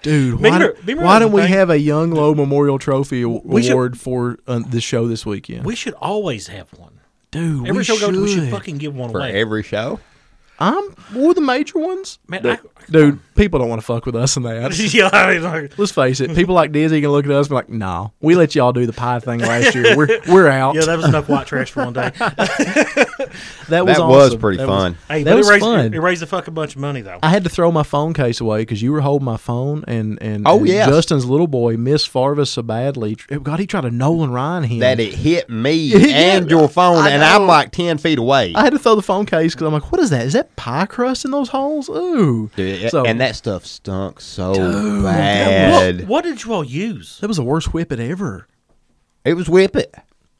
[SPEAKER 3] Dude, why,
[SPEAKER 2] Remember-
[SPEAKER 3] don't-
[SPEAKER 2] remember
[SPEAKER 3] why
[SPEAKER 2] the
[SPEAKER 3] don't we
[SPEAKER 2] thing-
[SPEAKER 3] have a Young Low Memorial Trophy aw-
[SPEAKER 2] should-
[SPEAKER 3] award for uh, the show this weekend?
[SPEAKER 2] We should always have one.
[SPEAKER 3] Dude,
[SPEAKER 2] Every
[SPEAKER 3] we
[SPEAKER 2] show
[SPEAKER 3] should.
[SPEAKER 2] goes, we should fucking give one
[SPEAKER 4] For
[SPEAKER 2] away.
[SPEAKER 4] every show?
[SPEAKER 3] I'm we're the major ones.
[SPEAKER 2] Man,
[SPEAKER 3] dude, dude, people don't want to fuck with us in that.
[SPEAKER 2] yeah, I mean, like,
[SPEAKER 3] Let's face it, people like Dizzy can look at us and be like, nah, we let y'all do the pie thing last year. We're we're out.
[SPEAKER 2] yeah, that was enough white trash for one day.
[SPEAKER 3] that was
[SPEAKER 4] That was
[SPEAKER 3] awesome.
[SPEAKER 4] pretty
[SPEAKER 3] That was-
[SPEAKER 4] fun.
[SPEAKER 2] Hey,
[SPEAKER 3] That
[SPEAKER 2] but
[SPEAKER 3] was
[SPEAKER 2] it raised,
[SPEAKER 3] fun.
[SPEAKER 2] It raised a fucking bunch of money though.
[SPEAKER 3] I had to throw my phone case away because you were holding my phone, and and,
[SPEAKER 4] Oh,
[SPEAKER 3] and
[SPEAKER 4] yes.
[SPEAKER 3] Justin's little boy missed Farvis so badly. Tr- God, he tried to Nolan Ryan him.
[SPEAKER 4] that it hit me
[SPEAKER 3] Yeah,
[SPEAKER 4] and your phone,
[SPEAKER 3] I
[SPEAKER 4] and
[SPEAKER 3] know.
[SPEAKER 4] I'm like ten feet away.
[SPEAKER 3] I had to throw the phone case because I'm like, what is that? Is that pie crust in those holes? Ooh,
[SPEAKER 4] Dude,
[SPEAKER 3] So-
[SPEAKER 4] and that stuff stunk so
[SPEAKER 2] What,
[SPEAKER 4] bad.
[SPEAKER 2] what did you all use?
[SPEAKER 3] that was the worst whippet ever.
[SPEAKER 4] It was whippet,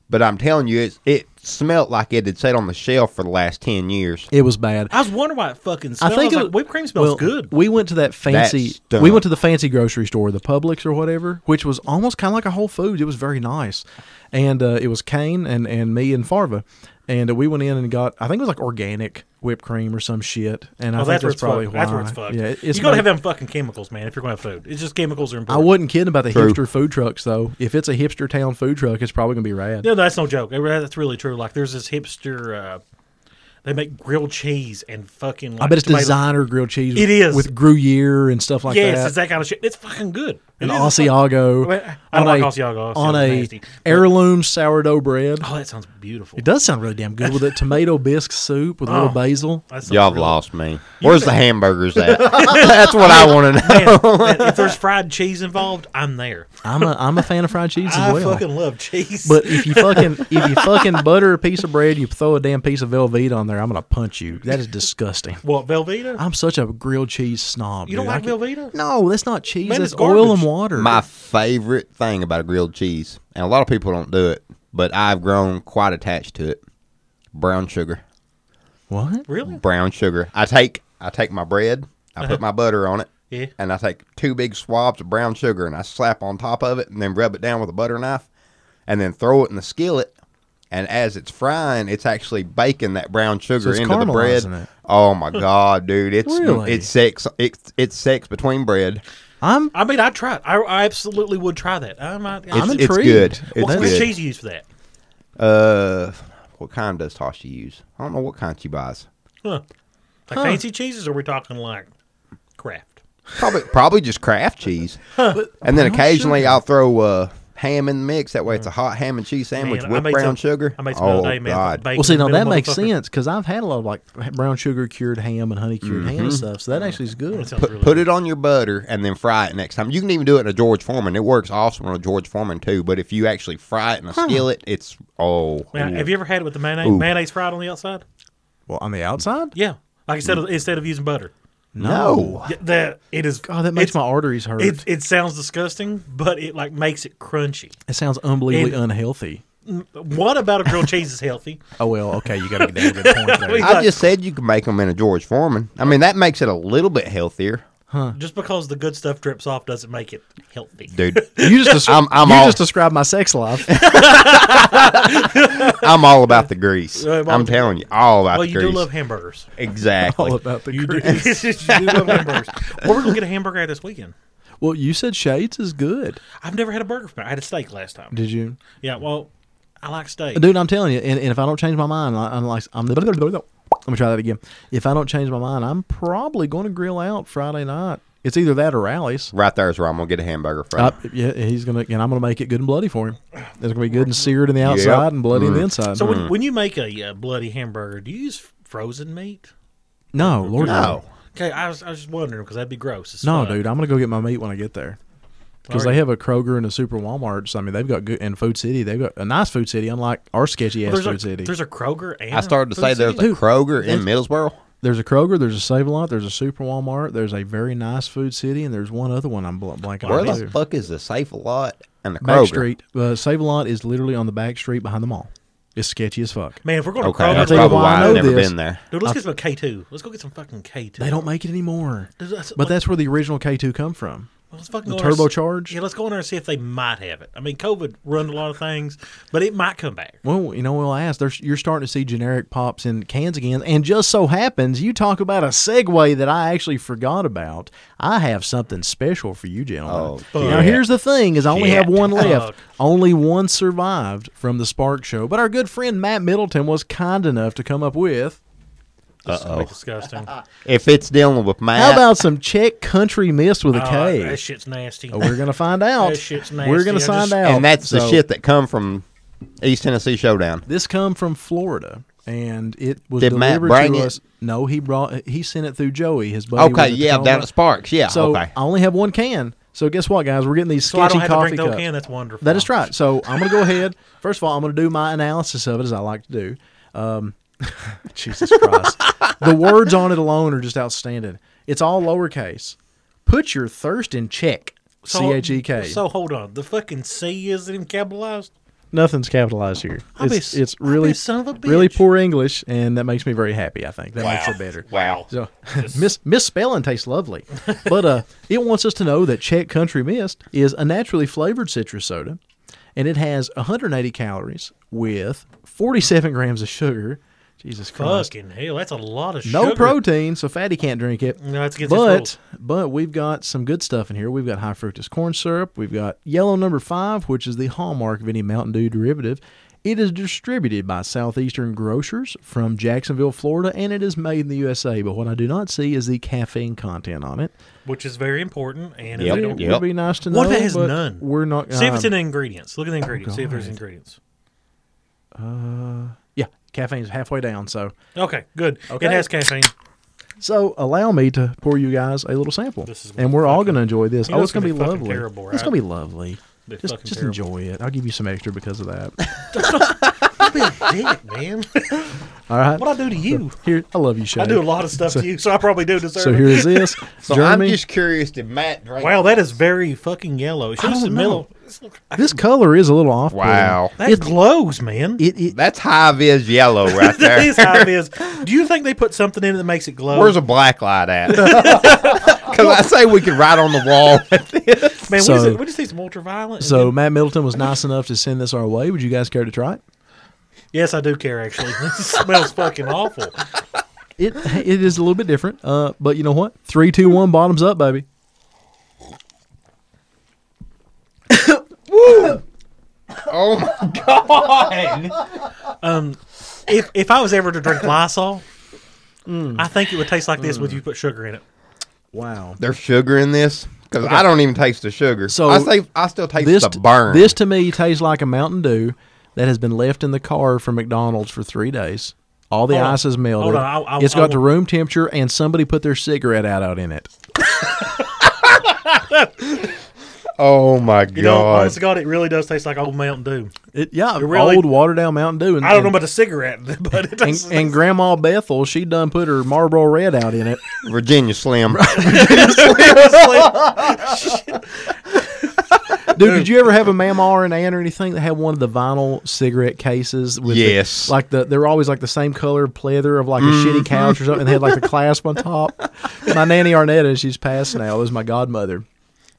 [SPEAKER 4] but I'm telling you, it's, it smelled like it had sat on the shelf for the last ten years.
[SPEAKER 3] It was bad.
[SPEAKER 2] I was wondering why it fucking smelled. I think
[SPEAKER 3] it
[SPEAKER 2] like,
[SPEAKER 3] was-
[SPEAKER 2] whipped cream smells
[SPEAKER 3] well,
[SPEAKER 2] good.
[SPEAKER 3] We went to that fancy.
[SPEAKER 4] stunk.
[SPEAKER 3] we went to the fancy grocery store, the Publix or whatever, which was almost kind of like a Whole Foods. It was very nice, and uh, it was Kane and and me and Farva, and uh, we went in and got I think it was like organic whipped cream or some shit. And I
[SPEAKER 2] Oh,
[SPEAKER 3] think
[SPEAKER 2] that's
[SPEAKER 3] that's,
[SPEAKER 2] where it's
[SPEAKER 3] probably
[SPEAKER 2] fucked.
[SPEAKER 3] why.
[SPEAKER 2] That's where it's fucked.
[SPEAKER 3] Yeah, it- it's
[SPEAKER 2] you gotta have
[SPEAKER 3] made-
[SPEAKER 2] them fucking chemicals, man. If you're gonna have food, it's just chemicals are
[SPEAKER 3] I
[SPEAKER 2] important.
[SPEAKER 3] wasn't kidding about the
[SPEAKER 4] True.
[SPEAKER 3] hipster food trucks though. If it's a hipster town food truck, it's probably gonna be rad.
[SPEAKER 2] No, that's no joke. That- That's really true. Like, there's this hipster. Uh, they make grilled cheese and fucking. Like,
[SPEAKER 3] I bet it's
[SPEAKER 2] tomato-
[SPEAKER 3] designer grilled cheese.
[SPEAKER 2] It
[SPEAKER 3] with-
[SPEAKER 2] is.
[SPEAKER 3] with Gruyere and stuff like
[SPEAKER 2] yes,
[SPEAKER 3] that.
[SPEAKER 2] it's that kind of shit. It's fucking good.
[SPEAKER 3] An
[SPEAKER 2] It is, it's fucking-
[SPEAKER 3] Asiago.
[SPEAKER 2] Well, I don't like Asiago. Asiago's
[SPEAKER 3] on a
[SPEAKER 2] nasty.
[SPEAKER 3] heirloom sourdough bread.
[SPEAKER 2] Oh, that sounds beautiful.
[SPEAKER 3] It does sound really damn good with that tomato bisque soup with a little
[SPEAKER 2] Oh.
[SPEAKER 3] basil.
[SPEAKER 2] That sounds
[SPEAKER 4] Y'all have
[SPEAKER 2] really-
[SPEAKER 4] lost me. Where's the hamburgers at? That's what I want to know.
[SPEAKER 2] Man, man, if there's fried cheese involved, I'm there.
[SPEAKER 3] I'm a I'm a fan of fried cheese as
[SPEAKER 2] I
[SPEAKER 3] well.
[SPEAKER 2] fucking love cheese.
[SPEAKER 3] but if you fucking if you fucking butter a piece of bread, you throw a damn piece of Velveeta on there, I'm gonna punch you. That is disgusting.
[SPEAKER 2] what Velveeta?
[SPEAKER 3] I'm such a grilled cheese snob.
[SPEAKER 2] You don't
[SPEAKER 3] dude. I
[SPEAKER 2] like
[SPEAKER 3] can't-
[SPEAKER 2] Velveeta?
[SPEAKER 3] No, that's not cheese.
[SPEAKER 2] Man,
[SPEAKER 3] that's
[SPEAKER 2] it's
[SPEAKER 3] oil
[SPEAKER 2] garbage.
[SPEAKER 3] and water.
[SPEAKER 4] My favorite thing about a grilled cheese, and a lot of people don't do it, but I've grown quite attached to it. Brown sugar.
[SPEAKER 3] what?
[SPEAKER 2] Really?
[SPEAKER 4] Brown sugar. I take I take my bread, I
[SPEAKER 3] Uh-huh.
[SPEAKER 4] put my butter on it,
[SPEAKER 2] Yeah.
[SPEAKER 4] and I take two big swabs of brown sugar and I slap on top of it and then rub it down with a butter knife and then throw it in the skillet. And as it's frying, it's actually baking that brown sugar
[SPEAKER 3] it's
[SPEAKER 4] into the bread.
[SPEAKER 3] caramelizing it.
[SPEAKER 4] Oh my god, dude! It's
[SPEAKER 3] Really?
[SPEAKER 4] it's sex it's it's sex between bread.
[SPEAKER 3] I'm
[SPEAKER 2] I mean, I'd try it. I, I absolutely would try that. I might. I
[SPEAKER 4] It's,
[SPEAKER 3] I'm
[SPEAKER 2] might-
[SPEAKER 4] it's
[SPEAKER 3] intrigued.
[SPEAKER 4] good. It's
[SPEAKER 2] what kind
[SPEAKER 4] good.
[SPEAKER 2] of cheese do you use for that?
[SPEAKER 4] Uh, what kind does Tasha use? I don't know what kind she buys.
[SPEAKER 2] Huh. Like fancy cheeses, or we are talking like craft?
[SPEAKER 4] Probably, probably just craft cheese. and then occasionally I'll throw uh, ham in the mix. That way it's a hot ham and cheese sandwich
[SPEAKER 2] Mm. Man, I
[SPEAKER 4] with
[SPEAKER 2] made
[SPEAKER 4] brown
[SPEAKER 2] some-
[SPEAKER 4] sugar.
[SPEAKER 2] I made some
[SPEAKER 4] oh
[SPEAKER 2] other day, man.
[SPEAKER 4] God!
[SPEAKER 2] Bacon
[SPEAKER 3] Well, see,
[SPEAKER 2] in the
[SPEAKER 3] now that
[SPEAKER 2] middle,
[SPEAKER 3] makes
[SPEAKER 2] motherfucker.
[SPEAKER 3] sense because I've had a lot of like brown sugar cured ham and honey
[SPEAKER 4] Mm-hmm.
[SPEAKER 3] cured ham and stuff, so that actually is good.
[SPEAKER 2] That sounds really
[SPEAKER 4] Put it on your butter and then fry it next time. You can even do it in a George Foreman. It works awesome on a George Foreman too. But if you actually fry it in a skillet, it's oh.
[SPEAKER 2] good. Man,
[SPEAKER 4] ooh.
[SPEAKER 2] have you ever had it with the mayonnaise?
[SPEAKER 4] Ooh.
[SPEAKER 2] Mayonnaise fried on the outside?
[SPEAKER 3] Well, on the outside,
[SPEAKER 2] Yeah. Like instead of instead of using butter,
[SPEAKER 4] no.
[SPEAKER 2] Yeah, that it is.
[SPEAKER 3] God, Oh, that makes
[SPEAKER 2] it's-
[SPEAKER 3] my arteries hurt.
[SPEAKER 2] It,
[SPEAKER 3] It,
[SPEAKER 2] it sounds disgusting, but it like makes it crunchy.
[SPEAKER 3] sounds unbelievably
[SPEAKER 2] it-
[SPEAKER 3] unhealthy.
[SPEAKER 2] What about a grilled cheese is healthy?
[SPEAKER 3] Oh well, okay, you got to get down to the point there.
[SPEAKER 4] I just said you can make them in a George Foreman. I mean, that makes it a little bit healthier,
[SPEAKER 2] Just because the good stuff drips off doesn't make it healthy.
[SPEAKER 4] dude.
[SPEAKER 3] You just des-
[SPEAKER 4] I'm- I'm
[SPEAKER 3] you
[SPEAKER 4] all-
[SPEAKER 3] just described my sex life.
[SPEAKER 4] I'm all about the grease.
[SPEAKER 2] Uh, well,
[SPEAKER 4] I'm telling you, all about
[SPEAKER 2] Well,
[SPEAKER 4] the
[SPEAKER 2] you
[SPEAKER 4] grease.
[SPEAKER 2] do love hamburgers.
[SPEAKER 4] exactly.
[SPEAKER 3] all about the
[SPEAKER 2] You do,
[SPEAKER 3] grease.
[SPEAKER 2] you do love hamburgers. Well, we're gonna get a hamburger this weekend.
[SPEAKER 3] Well, you said shades is good.
[SPEAKER 2] I've never had a burger. From I had a steak last time.
[SPEAKER 3] Did you,
[SPEAKER 2] Yeah. Well, I like steak.
[SPEAKER 3] dude? I'm telling you, and, and if I don't change my mind, I, I'm like, I'm. Let me try that again. If I don't change my mind, I'm probably going to grill out Friday night. It's either that or rallies.
[SPEAKER 4] Right there is where I'm gonna get a hamburger from.
[SPEAKER 3] Uh, yeah, he's gonna and I'm gonna make it good and bloody for him. It's gonna be good and seared in the outside and bloody in the inside.
[SPEAKER 2] So
[SPEAKER 4] Mm-hmm.
[SPEAKER 2] when, when you make a uh, bloody hamburger, do you use frozen meat?
[SPEAKER 3] no, Lord,
[SPEAKER 4] Oh,
[SPEAKER 3] no,
[SPEAKER 2] Okay, I was, I was just wondering because that'd be gross. as
[SPEAKER 3] no,
[SPEAKER 2] fuck.
[SPEAKER 3] dude, I'm gonna go get my meat when I get there because
[SPEAKER 2] Alright.
[SPEAKER 3] they have a Kroger and a Super Walmart. So I mean, they've got good and Food City. They've got a nice Food City, unlike our sketchy ass
[SPEAKER 2] There's
[SPEAKER 3] Food
[SPEAKER 2] a,
[SPEAKER 3] City.
[SPEAKER 2] there's a Kroger. And
[SPEAKER 4] I started to
[SPEAKER 2] Food
[SPEAKER 4] say there's
[SPEAKER 2] City?
[SPEAKER 4] a Kroger in Middlesboro.
[SPEAKER 3] There's a Kroger, there's a Save a Lot, there's a Super Walmart, there's a very nice Food City, and there's one other one I'm bl- blanking
[SPEAKER 4] Where
[SPEAKER 3] on.
[SPEAKER 4] the
[SPEAKER 3] too.
[SPEAKER 4] fuck is the Safe a Lot and the
[SPEAKER 3] Back
[SPEAKER 4] Kroger?
[SPEAKER 3] street. Uh, Save a Lot is literally on the back street behind the mall. It's sketchy as fuck.
[SPEAKER 2] man. If we're going to
[SPEAKER 4] Okay,
[SPEAKER 2] Kroger,
[SPEAKER 4] that's
[SPEAKER 3] tell you
[SPEAKER 4] probably
[SPEAKER 3] why
[SPEAKER 4] why
[SPEAKER 3] I
[SPEAKER 4] I've
[SPEAKER 3] know
[SPEAKER 4] never
[SPEAKER 3] this.
[SPEAKER 4] been there.
[SPEAKER 2] dude, let's get some K two. Let's go get some fucking K two.
[SPEAKER 3] They don't make it anymore.
[SPEAKER 2] Dude, that's-
[SPEAKER 3] But that's where the original K2 come from.
[SPEAKER 2] Let's fucking
[SPEAKER 3] The
[SPEAKER 2] go in there and-
[SPEAKER 3] turbocharge?
[SPEAKER 2] Yeah, let's go in there and see if they might have it. I mean, COVID ruined a lot of things, but it might come back.
[SPEAKER 3] Well, you know, we'll ask. There's, you're starting to see generic pops in cans again, and just so happens you talk about a segue that I actually forgot about. I have something special for you, gentlemen.
[SPEAKER 4] Oh,
[SPEAKER 3] now
[SPEAKER 4] shit.
[SPEAKER 3] here's the thing: is I only have
[SPEAKER 4] Shit.
[SPEAKER 3] one left.
[SPEAKER 2] Fuck.
[SPEAKER 3] Only one survived from the Spark Show, but our good friend Matt Middleton was kind enough to come up with
[SPEAKER 2] This is gonna be disgusting. How
[SPEAKER 4] If it's dealing with Matt,
[SPEAKER 3] How about some Czech country mist with a K?
[SPEAKER 2] Oh, that shit's nasty.
[SPEAKER 3] We're gonna find out.
[SPEAKER 2] That shit's
[SPEAKER 3] We're gonna
[SPEAKER 2] nasty. I
[SPEAKER 3] find
[SPEAKER 2] just-
[SPEAKER 3] out.
[SPEAKER 4] and that's the
[SPEAKER 3] So,
[SPEAKER 4] shit that come from East Tennessee Showdown.
[SPEAKER 3] This come from Florida, and it was
[SPEAKER 4] Did Matt
[SPEAKER 3] delivered
[SPEAKER 4] bring
[SPEAKER 3] to
[SPEAKER 4] it?
[SPEAKER 3] us. No, he brought. He sent it through Joey, his buddy.
[SPEAKER 4] Okay,
[SPEAKER 3] with the
[SPEAKER 4] yeah, down
[SPEAKER 3] Tacoma.
[SPEAKER 4] at Sparks, yeah,
[SPEAKER 3] So um,
[SPEAKER 4] okay.
[SPEAKER 3] I only have one can. So guess what, guys? We're getting these
[SPEAKER 2] So I
[SPEAKER 3] sketchy
[SPEAKER 2] don't have to
[SPEAKER 3] coffee
[SPEAKER 2] drink the whole
[SPEAKER 3] cups.
[SPEAKER 2] can. That's wonderful.
[SPEAKER 3] That is right. So I'm going to go ahead. First of all, I'm going to do my analysis of it as I like to do. Um, Jesus Christ. the words on it alone are just outstanding. It's all lowercase. Put your thirst in check. C
[SPEAKER 2] So-
[SPEAKER 3] H E K.
[SPEAKER 2] So hold on. The fucking C isn't even capitalized.
[SPEAKER 3] Nothing's capitalized here.
[SPEAKER 2] I'll be
[SPEAKER 3] It's,
[SPEAKER 2] s-
[SPEAKER 3] it's
[SPEAKER 2] I'll be
[SPEAKER 3] really
[SPEAKER 2] son of a bitch.
[SPEAKER 3] really poor English, and that makes me very happy. I think that makes it better.
[SPEAKER 4] Wow.
[SPEAKER 3] So miss misspelling tastes lovely, but uh, it wants us to know that Czech Country Mist is a naturally flavored citrus soda, and it has 180 calories with 47 grams of sugar. Jesus Christ!
[SPEAKER 2] Fucking hell, that's a lot of
[SPEAKER 3] No
[SPEAKER 2] sugar.
[SPEAKER 3] protein, so fatty can't drink it.
[SPEAKER 2] No, it's against its
[SPEAKER 3] but
[SPEAKER 2] rules.
[SPEAKER 3] but we've got some good stuff in here. We've got high fructose corn syrup. We've got yellow number five, which is the hallmark of any Mountain Dew derivative. It is distributed by Southeastern Grocers from Jacksonville, Florida, and it is made in the USA. But what I do not see is the caffeine content on it.
[SPEAKER 2] which is very important. And
[SPEAKER 4] Yep.
[SPEAKER 2] if they
[SPEAKER 3] It
[SPEAKER 2] don't,
[SPEAKER 4] Yep.
[SPEAKER 3] would be nice to know.
[SPEAKER 2] what if it has
[SPEAKER 3] but
[SPEAKER 2] none?
[SPEAKER 3] We're not.
[SPEAKER 2] See if it's in
[SPEAKER 3] um,
[SPEAKER 2] the ingredients. Look at the ingredients. see if there's
[SPEAKER 3] God.
[SPEAKER 2] ingredients.
[SPEAKER 3] yeah, caffeine is halfway down. So
[SPEAKER 2] Okay, good.
[SPEAKER 3] Okay.
[SPEAKER 2] It has caffeine.
[SPEAKER 3] so allow me to pour you guys a little sample,
[SPEAKER 2] This is gonna
[SPEAKER 3] and
[SPEAKER 2] be
[SPEAKER 3] we're all
[SPEAKER 2] fucking-
[SPEAKER 3] going to enjoy this.
[SPEAKER 2] You
[SPEAKER 3] oh,
[SPEAKER 2] know
[SPEAKER 3] it's
[SPEAKER 2] it's gonna
[SPEAKER 3] going to be
[SPEAKER 2] be fucking
[SPEAKER 3] lovely.
[SPEAKER 2] terrible,
[SPEAKER 3] It's
[SPEAKER 2] right?
[SPEAKER 3] going to be lovely.
[SPEAKER 2] Be
[SPEAKER 3] Just,
[SPEAKER 2] fucking
[SPEAKER 3] just
[SPEAKER 2] terrible.
[SPEAKER 3] enjoy it. I'll give you some extra because of that.
[SPEAKER 2] Dick, man.
[SPEAKER 3] All right.
[SPEAKER 2] what I do to you?
[SPEAKER 3] Here, I love you, Shay.
[SPEAKER 2] I do a lot of stuff to you, so I probably do deserve
[SPEAKER 3] So
[SPEAKER 2] it.
[SPEAKER 3] here is this.
[SPEAKER 4] So
[SPEAKER 3] Jeremy,
[SPEAKER 4] I'm just curious, did Matt drink?
[SPEAKER 2] Wow, that is very fucking yellow. It's just
[SPEAKER 3] don't
[SPEAKER 2] the middle.
[SPEAKER 3] this color is a little off.
[SPEAKER 4] Wow.
[SPEAKER 2] That glows, man.
[SPEAKER 3] It, it,
[SPEAKER 4] That's high vis yellow right
[SPEAKER 2] that
[SPEAKER 4] there.
[SPEAKER 2] is how it is. Do you think they put something in it that makes it glow?
[SPEAKER 4] Where's a black light at? Because I say we could write on the wall.
[SPEAKER 2] man,
[SPEAKER 3] So-
[SPEAKER 2] we, just, we just need some ultraviolet. and
[SPEAKER 3] so
[SPEAKER 2] then-
[SPEAKER 3] Matt Middleton was nice enough to send this our way. Would you guys care to try it?
[SPEAKER 2] yes, I do care. Actually, this smells fucking awful.
[SPEAKER 3] It it is a little bit different. Uh, but you know what? Three, two, one, bottoms up, baby.
[SPEAKER 4] oh my!
[SPEAKER 2] Um, If if I was ever to drink Lysol,
[SPEAKER 3] Mm.
[SPEAKER 2] I think it would taste like this if you put sugar in it.
[SPEAKER 3] Wow.
[SPEAKER 4] There's sugar in this because I don't even taste the sugar.
[SPEAKER 3] So
[SPEAKER 4] So I say I still taste
[SPEAKER 3] This
[SPEAKER 4] the burn.
[SPEAKER 3] this to me tastes like a Mountain Dew that has been left in the car from McDonald's for three days. All the
[SPEAKER 2] Hold on.
[SPEAKER 3] ice is melted.
[SPEAKER 2] Hold on, I- I-
[SPEAKER 3] it's
[SPEAKER 2] I
[SPEAKER 3] got to
[SPEAKER 2] want-
[SPEAKER 3] room temperature, and somebody put their cigarette out, out in it.
[SPEAKER 4] oh my god!
[SPEAKER 2] You know, honest to God, it really does taste like old Mountain Dew.
[SPEAKER 3] It yeah,
[SPEAKER 2] really-
[SPEAKER 3] old watered down Mountain Dew. And,
[SPEAKER 2] I don't know
[SPEAKER 3] and-
[SPEAKER 2] about the cigarette, but it
[SPEAKER 3] and,
[SPEAKER 2] tastes.
[SPEAKER 3] and Grandma Bethel, she done put her Marlboro Red out in it.
[SPEAKER 4] Virginia Slim.
[SPEAKER 3] Dude, did you ever have a mama or an aunt or anything that had one of the vinyl cigarette cases? With the-
[SPEAKER 4] Yes.
[SPEAKER 3] like the they were always like the same color pleather of like a shitty couch or something. And they had like the clasp on top. My nanny Arnetta, she's passed now, is my godmother.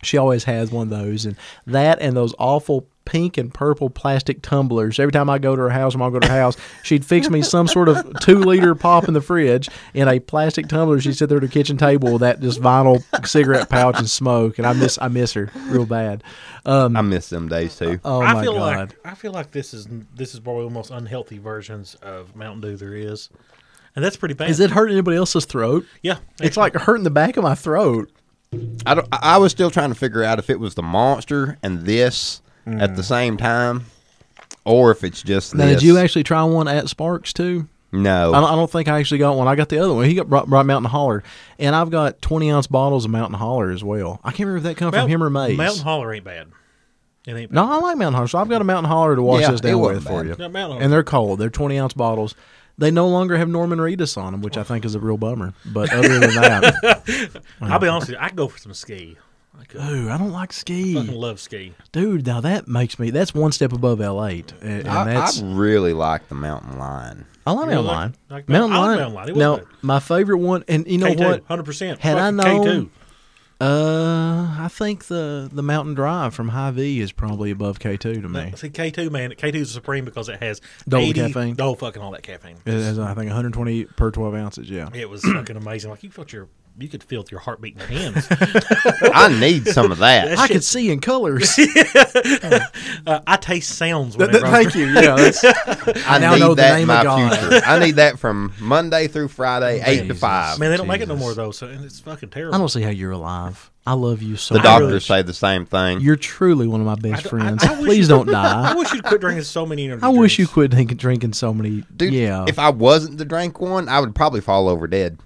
[SPEAKER 3] She always has one of those, and that and those awful pink and purple plastic tumblers. Every time I go to her house, Mom go to her house, she'd fix me some sort of two liter pop in the fridge in a plastic tumbler. She'd sit there at her kitchen table with that just vinyl cigarette pouch and smoke, and I miss I miss her real bad. Um,
[SPEAKER 4] I miss them days too.
[SPEAKER 3] oh
[SPEAKER 2] I
[SPEAKER 3] my
[SPEAKER 2] feel
[SPEAKER 3] god.
[SPEAKER 2] like I feel like this is this is probably one of the most unhealthy versions of Mountain Dew there is, and that's pretty bad.
[SPEAKER 3] is it hurting anybody else's throat?
[SPEAKER 2] Yeah,
[SPEAKER 3] It's like hurting the back of my throat.
[SPEAKER 4] I don't. I I was still trying to figure out if it was the monster and this at the same time, or if it's just
[SPEAKER 3] Mm. Now,
[SPEAKER 4] this.
[SPEAKER 3] did you actually try one at Sparks too?
[SPEAKER 4] No.
[SPEAKER 3] I don't, I don't think I actually got one. I got the other one. He got brought, brought Mountain Holler, and I've got twenty ounce bottles of Mountain Holler as well. I can't remember if that come from
[SPEAKER 2] Mount-
[SPEAKER 3] him or Maze.
[SPEAKER 2] Mountain Holler ain't bad. It ain't
[SPEAKER 3] no, I like Mountain Holler, so I've got a Mountain Holler to wash
[SPEAKER 4] Yeah,
[SPEAKER 3] this
[SPEAKER 4] it
[SPEAKER 3] down with
[SPEAKER 4] wasn't
[SPEAKER 3] for
[SPEAKER 4] bad.
[SPEAKER 3] you.
[SPEAKER 2] Yeah, Mountain Holler.
[SPEAKER 3] and they're cold. They're twenty ounce bottles. They no longer have Norman Reedus on them, which I think is a real bummer. But other than that,
[SPEAKER 2] I'll be honest with you. I go for some ski. I could.
[SPEAKER 3] dude, I don't like
[SPEAKER 2] fucking
[SPEAKER 3] ski,
[SPEAKER 2] love ski.
[SPEAKER 3] dude. Now that makes me. That's one step above L eight, and, and
[SPEAKER 4] I, I
[SPEAKER 3] that's
[SPEAKER 4] really like the mountain lion.
[SPEAKER 3] I like Mountain
[SPEAKER 2] like-
[SPEAKER 3] Lion.
[SPEAKER 2] like Mountain-
[SPEAKER 3] Mountain
[SPEAKER 2] I like Mountain
[SPEAKER 3] Lion.
[SPEAKER 2] Lion. It
[SPEAKER 3] Now
[SPEAKER 2] wasn't
[SPEAKER 3] my favorite one, and you know
[SPEAKER 2] K2,
[SPEAKER 3] what?
[SPEAKER 2] 100%.
[SPEAKER 3] Had I
[SPEAKER 2] Fucking
[SPEAKER 3] known- Uh, I think the the Mountain Drive from High V is probably above K two to me.
[SPEAKER 2] K2. See, K2, man, K2 is supreme because it has
[SPEAKER 3] Double
[SPEAKER 2] 80
[SPEAKER 3] caffeine?
[SPEAKER 2] Oh, fucking all that caffeine.
[SPEAKER 3] It has, I think 120 per 12 ounces. Yeah.
[SPEAKER 2] It was fucking amazing. Like, you felt your you could feel your heart beating your hands.
[SPEAKER 4] I need some of that.
[SPEAKER 3] I could see in colors.
[SPEAKER 2] uh, I taste sounds whenever I'm
[SPEAKER 3] Thank you. Yeah, that's-
[SPEAKER 4] I
[SPEAKER 3] now
[SPEAKER 4] need
[SPEAKER 3] know the
[SPEAKER 4] that in
[SPEAKER 3] name
[SPEAKER 4] my
[SPEAKER 3] of God.
[SPEAKER 4] future. I need that from Monday through Friday, eight to
[SPEAKER 3] Jesus.
[SPEAKER 4] five.
[SPEAKER 2] Man, they don't make it no
[SPEAKER 3] Jesus.
[SPEAKER 2] more though, so and it's fucking terrible.
[SPEAKER 3] I don't see how you're alive. I love you so
[SPEAKER 4] The
[SPEAKER 3] much.
[SPEAKER 4] doctors say the same thing.
[SPEAKER 3] You're truly one of my best
[SPEAKER 2] I-
[SPEAKER 3] friends.
[SPEAKER 2] I wish you-
[SPEAKER 3] Please don't
[SPEAKER 2] I
[SPEAKER 3] die.
[SPEAKER 2] wish you'd quit drinking so many energy
[SPEAKER 3] I wish you
[SPEAKER 2] drinks.
[SPEAKER 3] quit drinking, drinking so many.
[SPEAKER 4] Dude,
[SPEAKER 3] yeah.
[SPEAKER 4] if I wasn't to drink one, I would probably fall over dead.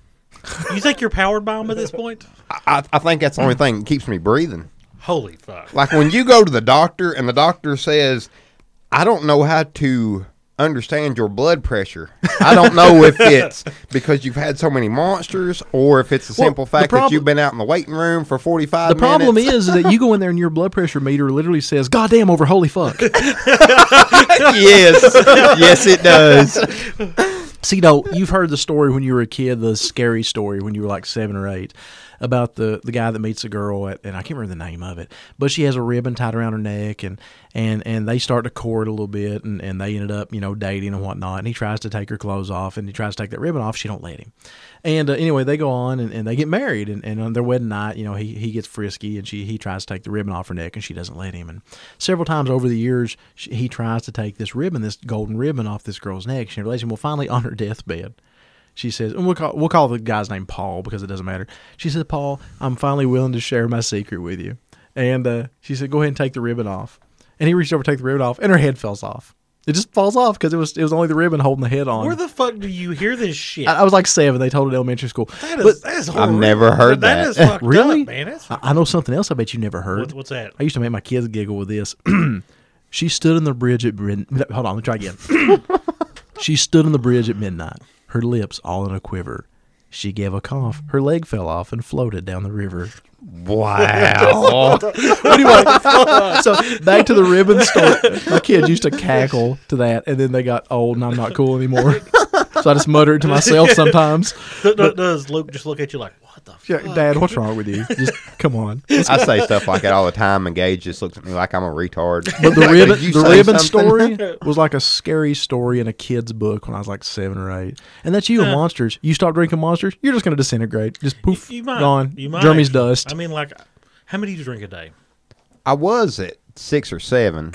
[SPEAKER 2] You think you're powered by them at this point?
[SPEAKER 4] I, I, I think that's the only thing that keeps me breathing.
[SPEAKER 2] Holy fuck.
[SPEAKER 4] Like when you go to the doctor and the doctor says, I don't know how to understand your blood pressure. I don't know if it's because you've had so many monsters or if it's the
[SPEAKER 3] Well,
[SPEAKER 4] simple
[SPEAKER 3] the
[SPEAKER 4] fact that
[SPEAKER 3] problem-
[SPEAKER 4] you've been out in the waiting room for 45
[SPEAKER 3] the
[SPEAKER 4] minutes.
[SPEAKER 3] problem is that you go in there and your blood pressure meter literally says, God damn, over holy fuck.
[SPEAKER 4] yes. yes, it does.
[SPEAKER 3] See, though, you've heard the story when you were a kid, the scary story when you were like seven or eight, about the, the guy that meets a girl at, and I can't remember the name of it, but she has a ribbon tied around her neck and and and they start to court a little bit and, and they ended up you know dating and whatnot and he tries to take her clothes off and he tries to take that ribbon off she don't let him, and uh, anyway they go on and, and they get married and, and on their wedding night you know he, he gets frisky and she he tries to take the ribbon off her neck and she doesn't let him and several times over the years she, he tries to take this ribbon this golden ribbon off this girl's neck she relates him well finally on her deathbed she says and we'll call, we'll call the guy's name paul because it doesn't matter she says paul i'm finally willing to share my secret with you and uh, she said go ahead and take the ribbon off and he reached over to take the ribbon off and her head falls off it just falls off because it was it was only the ribbon holding the head on
[SPEAKER 2] Where the fuck do you hear this shit?
[SPEAKER 3] I, I was like seven they told it at elementary school
[SPEAKER 2] that is,
[SPEAKER 3] But-
[SPEAKER 2] that is
[SPEAKER 4] I've
[SPEAKER 2] horrible.
[SPEAKER 4] never heard that.
[SPEAKER 2] That is fucked
[SPEAKER 3] Really?
[SPEAKER 2] up, man. That's,
[SPEAKER 3] I, I know something else I bet you never heard.
[SPEAKER 2] what, what's that?
[SPEAKER 3] I used to make my kids giggle with this. she stood on the bridge at mid- hold on, let me try again. she stood on the bridge at midnight, her lips all in a quiver. She gave a cough, her leg fell off and floated down the river.
[SPEAKER 4] Wow.
[SPEAKER 3] Anyway, so back to the ribbon story. My kids used to cackle to that, and then they got old, and I'm not cool anymore. So I just mutter it to myself sometimes.
[SPEAKER 2] Does- does- does Luke just look at you like, what the
[SPEAKER 3] Yeah,
[SPEAKER 2] fuck?
[SPEAKER 3] Dad, what's wrong with you? Just come on.
[SPEAKER 4] I say stuff like that all the time, and Gage just looks at me like I'm a retard.
[SPEAKER 3] But the
[SPEAKER 4] Like,
[SPEAKER 3] ribbon,
[SPEAKER 4] "Did you
[SPEAKER 3] the
[SPEAKER 4] say
[SPEAKER 3] ribbon
[SPEAKER 4] something?"
[SPEAKER 3] story was like a scary story in a kid's book when I was like seven or eight. And that's you and monsters. You stop drinking monsters, you're just going to disintegrate. Just poof,
[SPEAKER 2] You might.
[SPEAKER 3] gone.
[SPEAKER 2] You might.
[SPEAKER 3] Jeremy's dust.
[SPEAKER 2] I mean, like, how many do you drink a day?
[SPEAKER 4] I was at six or seven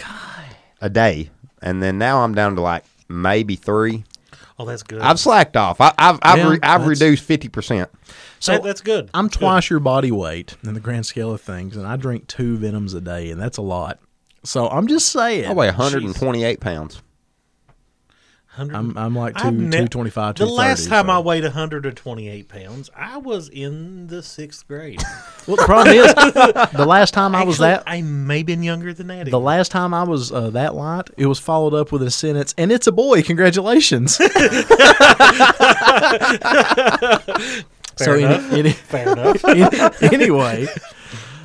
[SPEAKER 4] a day, and then now I'm down to like maybe three.
[SPEAKER 2] Oh, that's good.
[SPEAKER 4] I've slacked off. I, I've I've,
[SPEAKER 3] Yeah,
[SPEAKER 4] re- I've
[SPEAKER 3] that's-
[SPEAKER 4] reduced fifty percent.
[SPEAKER 2] so that, that's good.
[SPEAKER 3] I'm
[SPEAKER 2] That's good.
[SPEAKER 3] twice your body weight in the grand scale of things, and I drink two venoms a day, and that's a lot. So I'm just saying.
[SPEAKER 4] I weigh 128 pounds.
[SPEAKER 2] 100
[SPEAKER 3] I'm, I'm like two,
[SPEAKER 2] I've ne-
[SPEAKER 3] 225,
[SPEAKER 2] The last
[SPEAKER 3] 230,
[SPEAKER 2] time
[SPEAKER 3] so.
[SPEAKER 2] I weighed 128 pounds, I was in the sixth grade.
[SPEAKER 3] Well, the problem is, the last time I was
[SPEAKER 2] Actually,
[SPEAKER 3] that.
[SPEAKER 2] I may been younger than that.
[SPEAKER 3] the last time I was uh, that light, it was followed up with a sentence, and it's a boy. Congratulations. so, any-
[SPEAKER 2] enough.
[SPEAKER 3] any-
[SPEAKER 2] Fair enough.
[SPEAKER 3] anyway,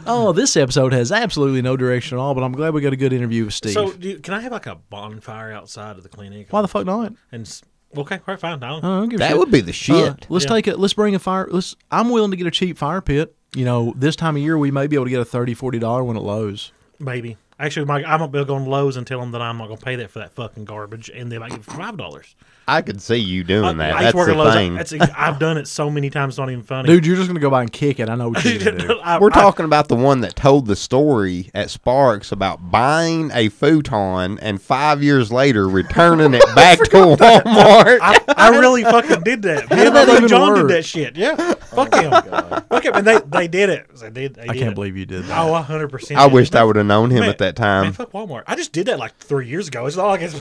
[SPEAKER 3] oh, this episode has absolutely no direction at all, but I'm glad we got a good interview with Steve.
[SPEAKER 2] so, do you- can I have like a bonfire outside of the clinic?
[SPEAKER 3] Why the fuck not?
[SPEAKER 2] And s- okay, all right, fine. I don't-
[SPEAKER 3] I don't give a
[SPEAKER 4] That
[SPEAKER 3] shit.
[SPEAKER 4] would be the shit.
[SPEAKER 3] Uh, let's
[SPEAKER 2] Yeah.
[SPEAKER 3] take it. Let's bring a fire. Let's. I'm willing to get a cheap fire pit. You know, this time of year we may be able to get a 30 $40 dollar one at Lowe's.
[SPEAKER 2] Maybe. Actually, Mike, I'm gonna go on Lowe's and tell them that I'm not gonna pay that for that fucking garbage, and they might give me five dollars.
[SPEAKER 4] I could see you doing
[SPEAKER 2] I
[SPEAKER 4] that.
[SPEAKER 2] used
[SPEAKER 4] That's
[SPEAKER 2] to work at
[SPEAKER 4] the
[SPEAKER 2] Lowe's.
[SPEAKER 4] thing.
[SPEAKER 2] That's ex- I've done it so many times. It's not even funny,
[SPEAKER 3] Dude, you're just gonna go by and kick it. I know what you're gonna do.
[SPEAKER 2] I-
[SPEAKER 4] We're
[SPEAKER 2] I-
[SPEAKER 4] talking about the one that told the story at Sparks about buying a futon and five years later returning it back to Walmart.
[SPEAKER 2] I, I really fucking did that. Me and
[SPEAKER 3] that
[SPEAKER 2] my buddy
[SPEAKER 3] even
[SPEAKER 2] John
[SPEAKER 3] work?
[SPEAKER 2] did that shit. Yeah,
[SPEAKER 4] Oh
[SPEAKER 2] fuck him. Fuck him. And they they did it. They did. They
[SPEAKER 3] I
[SPEAKER 2] did
[SPEAKER 3] can't
[SPEAKER 2] it.
[SPEAKER 3] believe you did that.
[SPEAKER 2] Oh, hundred percent.
[SPEAKER 4] I wished I would have known him
[SPEAKER 2] Man-
[SPEAKER 4] at that
[SPEAKER 2] Man,
[SPEAKER 4] time.
[SPEAKER 2] fuck Walmart. I just did that like three years ago. It's not like it's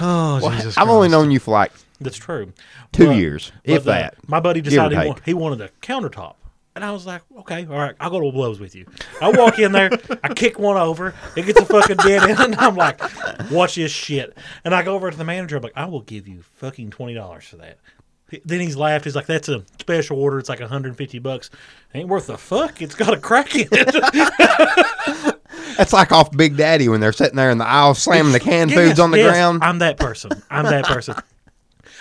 [SPEAKER 3] Oh, Jesus
[SPEAKER 4] I've only known you for like
[SPEAKER 2] that's true.
[SPEAKER 4] two
[SPEAKER 2] But-
[SPEAKER 4] years,
[SPEAKER 2] but
[SPEAKER 4] if
[SPEAKER 2] the-
[SPEAKER 4] that.
[SPEAKER 2] uh, My buddy
[SPEAKER 4] or
[SPEAKER 2] decided he, wa-
[SPEAKER 4] take.
[SPEAKER 2] he wanted a countertop. And I was like, okay, all right, I'll go to Lowe's with you. I walk in there, I kick one over, it gets a fucking dead end, and I'm like, watch this shit. And I go over to the manager, I'm like, I will give you fucking $20 for that. He- Then he's laughed. He's like, that's a special order. It's like 150 bucks. Ain't worth a fuck. It's got a crack in it.
[SPEAKER 4] That's like off Big Daddy when they're sitting there in the aisle slamming the canned
[SPEAKER 2] Yes,
[SPEAKER 4] foods on the
[SPEAKER 2] yes,
[SPEAKER 4] ground.
[SPEAKER 2] I'm that person. I'm that person.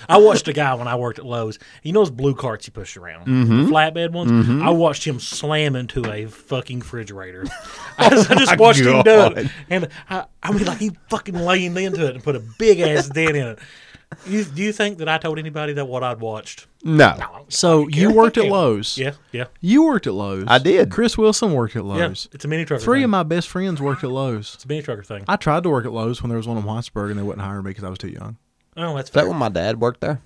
[SPEAKER 2] I watched a guy when I worked at Lowe's. You know those blue carts you push around,
[SPEAKER 4] Mm-hmm.
[SPEAKER 2] the flatbed ones. I watched him slam into a fucking refrigerator. I just, I just watched him do it,
[SPEAKER 4] God.
[SPEAKER 2] and I, I mean, like he fucking leaned into it and put a big ass dent in it. You, do you think that I told anybody that what I'd watched?
[SPEAKER 4] No.
[SPEAKER 3] So you worked at Lowe's.
[SPEAKER 2] Yeah, yeah,
[SPEAKER 3] You worked at Lowe's.
[SPEAKER 4] I did.
[SPEAKER 3] Chris Wilson worked at
[SPEAKER 2] yeah.
[SPEAKER 3] Lowe's.
[SPEAKER 2] It's a mini trucker.
[SPEAKER 3] Three
[SPEAKER 2] thing.
[SPEAKER 3] of my best friends worked at Lowe's.
[SPEAKER 2] It's a mini trucker thing.
[SPEAKER 3] I tried to work at Lowe's when there was one in Whitesburg and they wouldn't hire me because I was too young.
[SPEAKER 2] Oh, that's
[SPEAKER 4] Is that
[SPEAKER 2] fair.
[SPEAKER 4] when my dad worked there?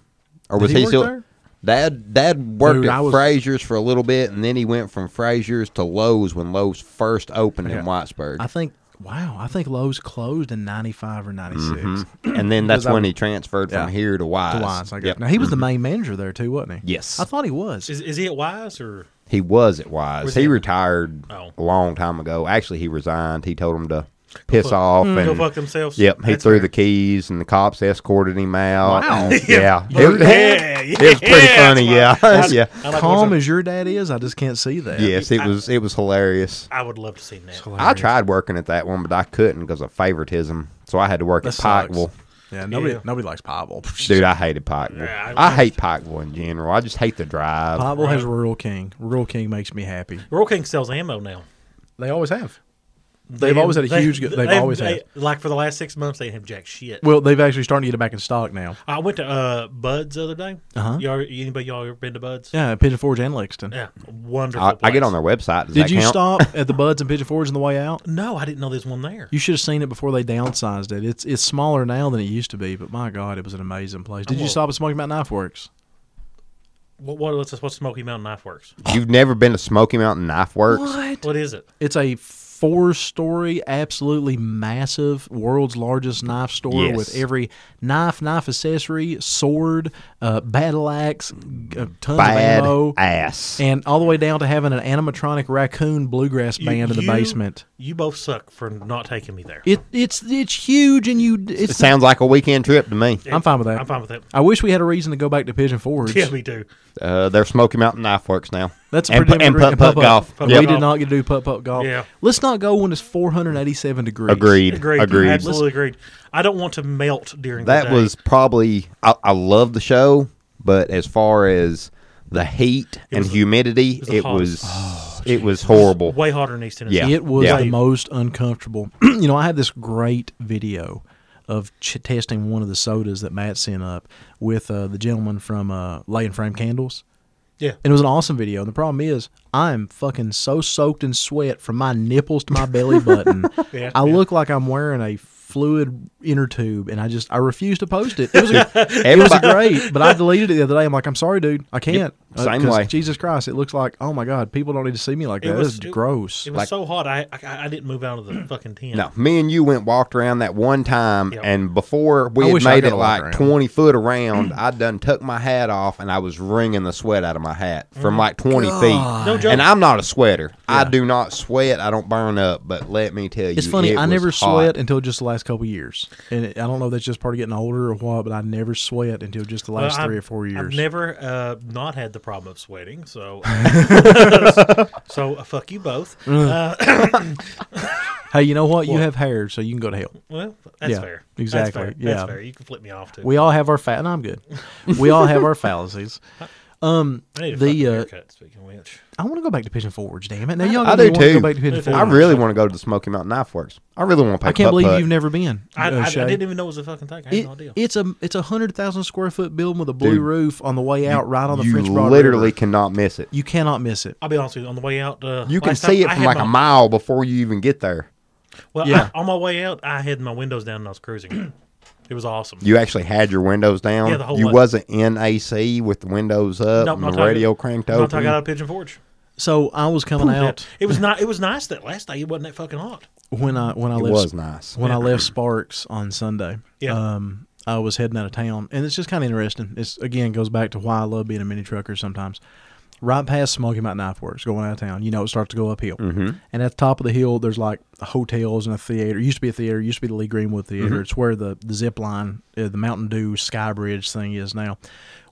[SPEAKER 4] Or was
[SPEAKER 3] he
[SPEAKER 4] he,
[SPEAKER 3] work
[SPEAKER 4] still
[SPEAKER 3] there?
[SPEAKER 4] Dad dad worked
[SPEAKER 3] Dude, I
[SPEAKER 4] at
[SPEAKER 3] was-
[SPEAKER 4] Frazier's for a little bit and then he went from Frazier's to Lowe's when Lowe's first opened in
[SPEAKER 3] Okay.
[SPEAKER 4] Whitesburg.
[SPEAKER 3] I think, wow, I think Lowe's closed in 95 or 96.
[SPEAKER 4] and then that's
[SPEAKER 3] because I
[SPEAKER 4] when
[SPEAKER 3] was-
[SPEAKER 4] he transferred from
[SPEAKER 3] Yeah.
[SPEAKER 4] here to Wise.
[SPEAKER 3] To Wise, I guess.
[SPEAKER 4] Yep. Mm-hmm.
[SPEAKER 3] Now, he was the main manager there too, wasn't he?
[SPEAKER 4] Yes.
[SPEAKER 3] I thought he was.
[SPEAKER 2] Is, is he at Wise or?
[SPEAKER 4] He was at Wise.
[SPEAKER 2] Was
[SPEAKER 4] he
[SPEAKER 2] he-
[SPEAKER 4] retired
[SPEAKER 2] Oh.
[SPEAKER 4] a long time ago. Actually, he resigned. He told him to piss off
[SPEAKER 3] Hmm.
[SPEAKER 4] and
[SPEAKER 2] Go fuck themselves.
[SPEAKER 4] Yep, he
[SPEAKER 2] That's
[SPEAKER 4] threw
[SPEAKER 2] fair.
[SPEAKER 4] the keys and the cops escorted him out.
[SPEAKER 3] Wow.
[SPEAKER 4] yeah. It,
[SPEAKER 2] Yeah,
[SPEAKER 4] it was pretty
[SPEAKER 2] yeah,
[SPEAKER 4] funny, yeah.
[SPEAKER 2] I-
[SPEAKER 4] yeah.
[SPEAKER 2] I like
[SPEAKER 3] Calm
[SPEAKER 2] watching-
[SPEAKER 3] as your dad is, I just can't see that.
[SPEAKER 4] Yes, it was it was hilarious.
[SPEAKER 2] I would love to see that.
[SPEAKER 4] I tried working at that one, but I couldn't because of favoritism. So I had to work
[SPEAKER 3] That
[SPEAKER 4] at
[SPEAKER 3] sucks.
[SPEAKER 4] Pikeville.
[SPEAKER 3] Yeah, nobody
[SPEAKER 2] Yeah.
[SPEAKER 3] nobody likes Pobble.
[SPEAKER 4] Dude, I hated Pikeville.
[SPEAKER 2] Yeah, I-
[SPEAKER 4] I, hate Pikeville in general. I just hate the drive.
[SPEAKER 3] Pobble has Rural King. Rural King makes me happy.
[SPEAKER 2] Royal King sells ammo now.
[SPEAKER 3] They always have. They've always had a huge. They've, always
[SPEAKER 2] they-
[SPEAKER 3] had.
[SPEAKER 2] Like for the last six months, they have jack shit.
[SPEAKER 3] Well, they've actually started to get it back in stock now.
[SPEAKER 2] I went to uh, Buds the other day.
[SPEAKER 3] Uh-huh.
[SPEAKER 2] Y'all, anybody y'all ever been to Buds?
[SPEAKER 3] Yeah, Pigeon Forge and Lexington.
[SPEAKER 2] Yeah, wonderful.
[SPEAKER 4] I, I get
[SPEAKER 2] place.
[SPEAKER 4] on their website. Does
[SPEAKER 3] Did
[SPEAKER 4] that
[SPEAKER 3] you
[SPEAKER 4] count?
[SPEAKER 3] stop at the Buds and Pigeon Forge on the way out?
[SPEAKER 2] No, I didn't know there's one there.
[SPEAKER 3] You should have seen it before they downsized it. It's it's smaller now than it used to be, but my God, it was an amazing place. Did you
[SPEAKER 2] will-
[SPEAKER 3] stop at Smoky Mountain Knife Works?
[SPEAKER 2] What what what's what Smoky Mountain Knife Works?
[SPEAKER 4] You've never been to Smoky Mountain Knife Works?
[SPEAKER 2] What is it?
[SPEAKER 3] It's a four story, absolutely massive, world's largest knife store
[SPEAKER 4] Yes.
[SPEAKER 3] with every knife, knife accessory, sword, uh, battle axe, g- uh, tons
[SPEAKER 4] Bad
[SPEAKER 3] of ammo.
[SPEAKER 4] ass.
[SPEAKER 3] and all the way down to having an animatronic raccoon bluegrass
[SPEAKER 2] You-
[SPEAKER 3] band in the
[SPEAKER 2] you-
[SPEAKER 3] basement.
[SPEAKER 2] You both suck for not taking me there.
[SPEAKER 3] It it's it's huge, and you
[SPEAKER 4] it
[SPEAKER 3] it's.
[SPEAKER 4] sounds like a weekend trip to me.
[SPEAKER 3] I'm fine with that.
[SPEAKER 2] I'm fine with that.
[SPEAKER 3] I wish we had a reason to go back to Pigeon Forge.
[SPEAKER 2] Yeah, me too.
[SPEAKER 4] Uh, they're Smoky Mountain Knife Works now.
[SPEAKER 3] That's a
[SPEAKER 4] and,
[SPEAKER 3] pretty
[SPEAKER 4] pu- and putt putt golf.
[SPEAKER 2] Putt-putt
[SPEAKER 4] Yep.
[SPEAKER 3] We
[SPEAKER 2] golf.
[SPEAKER 3] did not get to do putt putt golf.
[SPEAKER 2] Yeah.
[SPEAKER 3] Let's not go when it's 487 degrees.
[SPEAKER 4] Agreed.
[SPEAKER 2] Agreed.
[SPEAKER 4] Agreed.
[SPEAKER 2] Absolutely agreed. I don't want to melt during
[SPEAKER 4] That
[SPEAKER 2] the day.
[SPEAKER 4] was probably I, I love the show, but as far as the heat and
[SPEAKER 2] was a-
[SPEAKER 4] humidity,
[SPEAKER 2] was a
[SPEAKER 4] it
[SPEAKER 2] hot-
[SPEAKER 4] was oh, it was horrible.
[SPEAKER 2] way hotter in East Tennessee.
[SPEAKER 4] Yeah.
[SPEAKER 3] It was
[SPEAKER 4] Yeah.
[SPEAKER 3] the most uncomfortable. you know, I had this great video of ch- testing one of the sodas that Matt sent up with uh, the gentleman from uh, Lay and Frame Candles.
[SPEAKER 2] Yeah.
[SPEAKER 3] And it was an awesome video. And the problem is, I'm fucking so soaked in sweat from my nipples to my belly button.
[SPEAKER 2] Yeah,
[SPEAKER 3] I
[SPEAKER 2] yeah.
[SPEAKER 3] look like I'm wearing a fluid inner tube, and I just I refuse to post it. It was, a, it was a
[SPEAKER 4] Everybody,
[SPEAKER 3] great, but I deleted it the other day. I'm like, I'm sorry, dude, I can't. Uh,
[SPEAKER 4] same
[SPEAKER 3] 'cause
[SPEAKER 4] way.
[SPEAKER 3] Jesus Christ, it looks like oh my god, people don't need to see me like
[SPEAKER 2] It
[SPEAKER 3] that.
[SPEAKER 2] was-
[SPEAKER 3] That's
[SPEAKER 2] it-
[SPEAKER 3] gross.
[SPEAKER 2] It was so hot. I, I I didn't move out of the fucking tent.
[SPEAKER 4] no, me and you went walked around that one time,
[SPEAKER 2] Yep.
[SPEAKER 4] and before
[SPEAKER 3] I
[SPEAKER 4] we had
[SPEAKER 3] wish I
[SPEAKER 4] made
[SPEAKER 3] coulda
[SPEAKER 4] it
[SPEAKER 3] walked
[SPEAKER 4] like
[SPEAKER 3] around.
[SPEAKER 4] twenty foot around, I'd done tucked my hat off, and I was wringing the sweat out of my hat from like twenty feet.
[SPEAKER 2] Mm. No joke.
[SPEAKER 4] And I'm not a sweater. I do not sweat. I don't burn up. But let me tell you,
[SPEAKER 3] It's funny.
[SPEAKER 4] it
[SPEAKER 3] I
[SPEAKER 4] was
[SPEAKER 3] never
[SPEAKER 4] hot.
[SPEAKER 3] sweat until just the last couple years, and it, I don't know if that's just part of getting older or what, but I never sweat until just the
[SPEAKER 2] Well,
[SPEAKER 3] last
[SPEAKER 2] I've-
[SPEAKER 3] three or four years.
[SPEAKER 2] I've never uh, not had the problem of sweating, so so uh, fuck you both. Uh,
[SPEAKER 3] hey, you know what? You
[SPEAKER 2] What?
[SPEAKER 3] have hair, so you can go to hell.
[SPEAKER 2] well, that's
[SPEAKER 3] Yeah,
[SPEAKER 2] fair.
[SPEAKER 3] exactly,
[SPEAKER 2] That's fair.
[SPEAKER 3] yeah.
[SPEAKER 2] That's fair. You can flip me off too.
[SPEAKER 3] We all have our fat, and I'm good. We all have our fallacies. Um,
[SPEAKER 2] I need a
[SPEAKER 3] the,
[SPEAKER 2] fucking
[SPEAKER 3] uh,
[SPEAKER 2] haircut. Speaking of which,
[SPEAKER 3] I want to go back to Pigeon Forge. Damn it! Now y'all
[SPEAKER 4] I
[SPEAKER 3] got me
[SPEAKER 4] do
[SPEAKER 3] wanting to
[SPEAKER 4] too.
[SPEAKER 3] Go back to Pigeon
[SPEAKER 2] I do.
[SPEAKER 3] Forge.
[SPEAKER 4] I really want to go to the Smoky Mountain Knife Works. I really want to play.
[SPEAKER 3] I can't believe
[SPEAKER 4] putt-putt.
[SPEAKER 3] you've never been.
[SPEAKER 2] I,
[SPEAKER 3] uh,
[SPEAKER 2] I, I
[SPEAKER 3] Shay.
[SPEAKER 2] didn't even know it was a fucking thing. I had
[SPEAKER 3] It-
[SPEAKER 2] no idea.
[SPEAKER 3] it's a it's a hundred thousand square foot building with a blue
[SPEAKER 4] Dude,
[SPEAKER 3] roof on the way out, right on the
[SPEAKER 4] you
[SPEAKER 3] French Broad
[SPEAKER 4] literally
[SPEAKER 3] River.
[SPEAKER 4] cannot miss it.
[SPEAKER 3] You cannot miss it.
[SPEAKER 2] I'll be honest with you. On the way out, uh,
[SPEAKER 4] You can
[SPEAKER 2] last
[SPEAKER 4] see
[SPEAKER 2] time,
[SPEAKER 4] it
[SPEAKER 2] I
[SPEAKER 4] from
[SPEAKER 2] had
[SPEAKER 4] like
[SPEAKER 2] my-
[SPEAKER 4] a mile before you even get there.
[SPEAKER 2] Well,
[SPEAKER 3] Yeah.
[SPEAKER 2] I, on my way out, I had my windows down and I was cruising. it was awesome.
[SPEAKER 4] You actually had your windows down.
[SPEAKER 2] Yeah, the whole
[SPEAKER 4] you
[SPEAKER 2] way.
[SPEAKER 4] wasn't in AC with the windows up
[SPEAKER 2] Nope,
[SPEAKER 4] and
[SPEAKER 2] not
[SPEAKER 4] the
[SPEAKER 2] talking-
[SPEAKER 4] radio cranked
[SPEAKER 2] Not till I
[SPEAKER 4] open.
[SPEAKER 2] got out of Pigeon Forge.
[SPEAKER 3] So I was coming out
[SPEAKER 2] It was not. It was nice that last day. It wasn't that fucking hot.
[SPEAKER 3] when I when I
[SPEAKER 4] it
[SPEAKER 3] left
[SPEAKER 4] was nice.
[SPEAKER 3] when I left Sparks on Sunday.
[SPEAKER 2] Yeah.
[SPEAKER 3] Um, I was heading out of town, and it's just kind of interesting. It's again goes back to why I love being a mini trucker sometimes. Right past Smoky Mountain Knife Works, going out of town, you know, it starts to go uphill. Mm-hmm. And at the top of the hill, there's like hotels and a theater. It used to be a theater, it used to be the Lee Greenwood Theater. It's where the, the zip line, uh, the Mountain Dew Sky Bridge thing is now.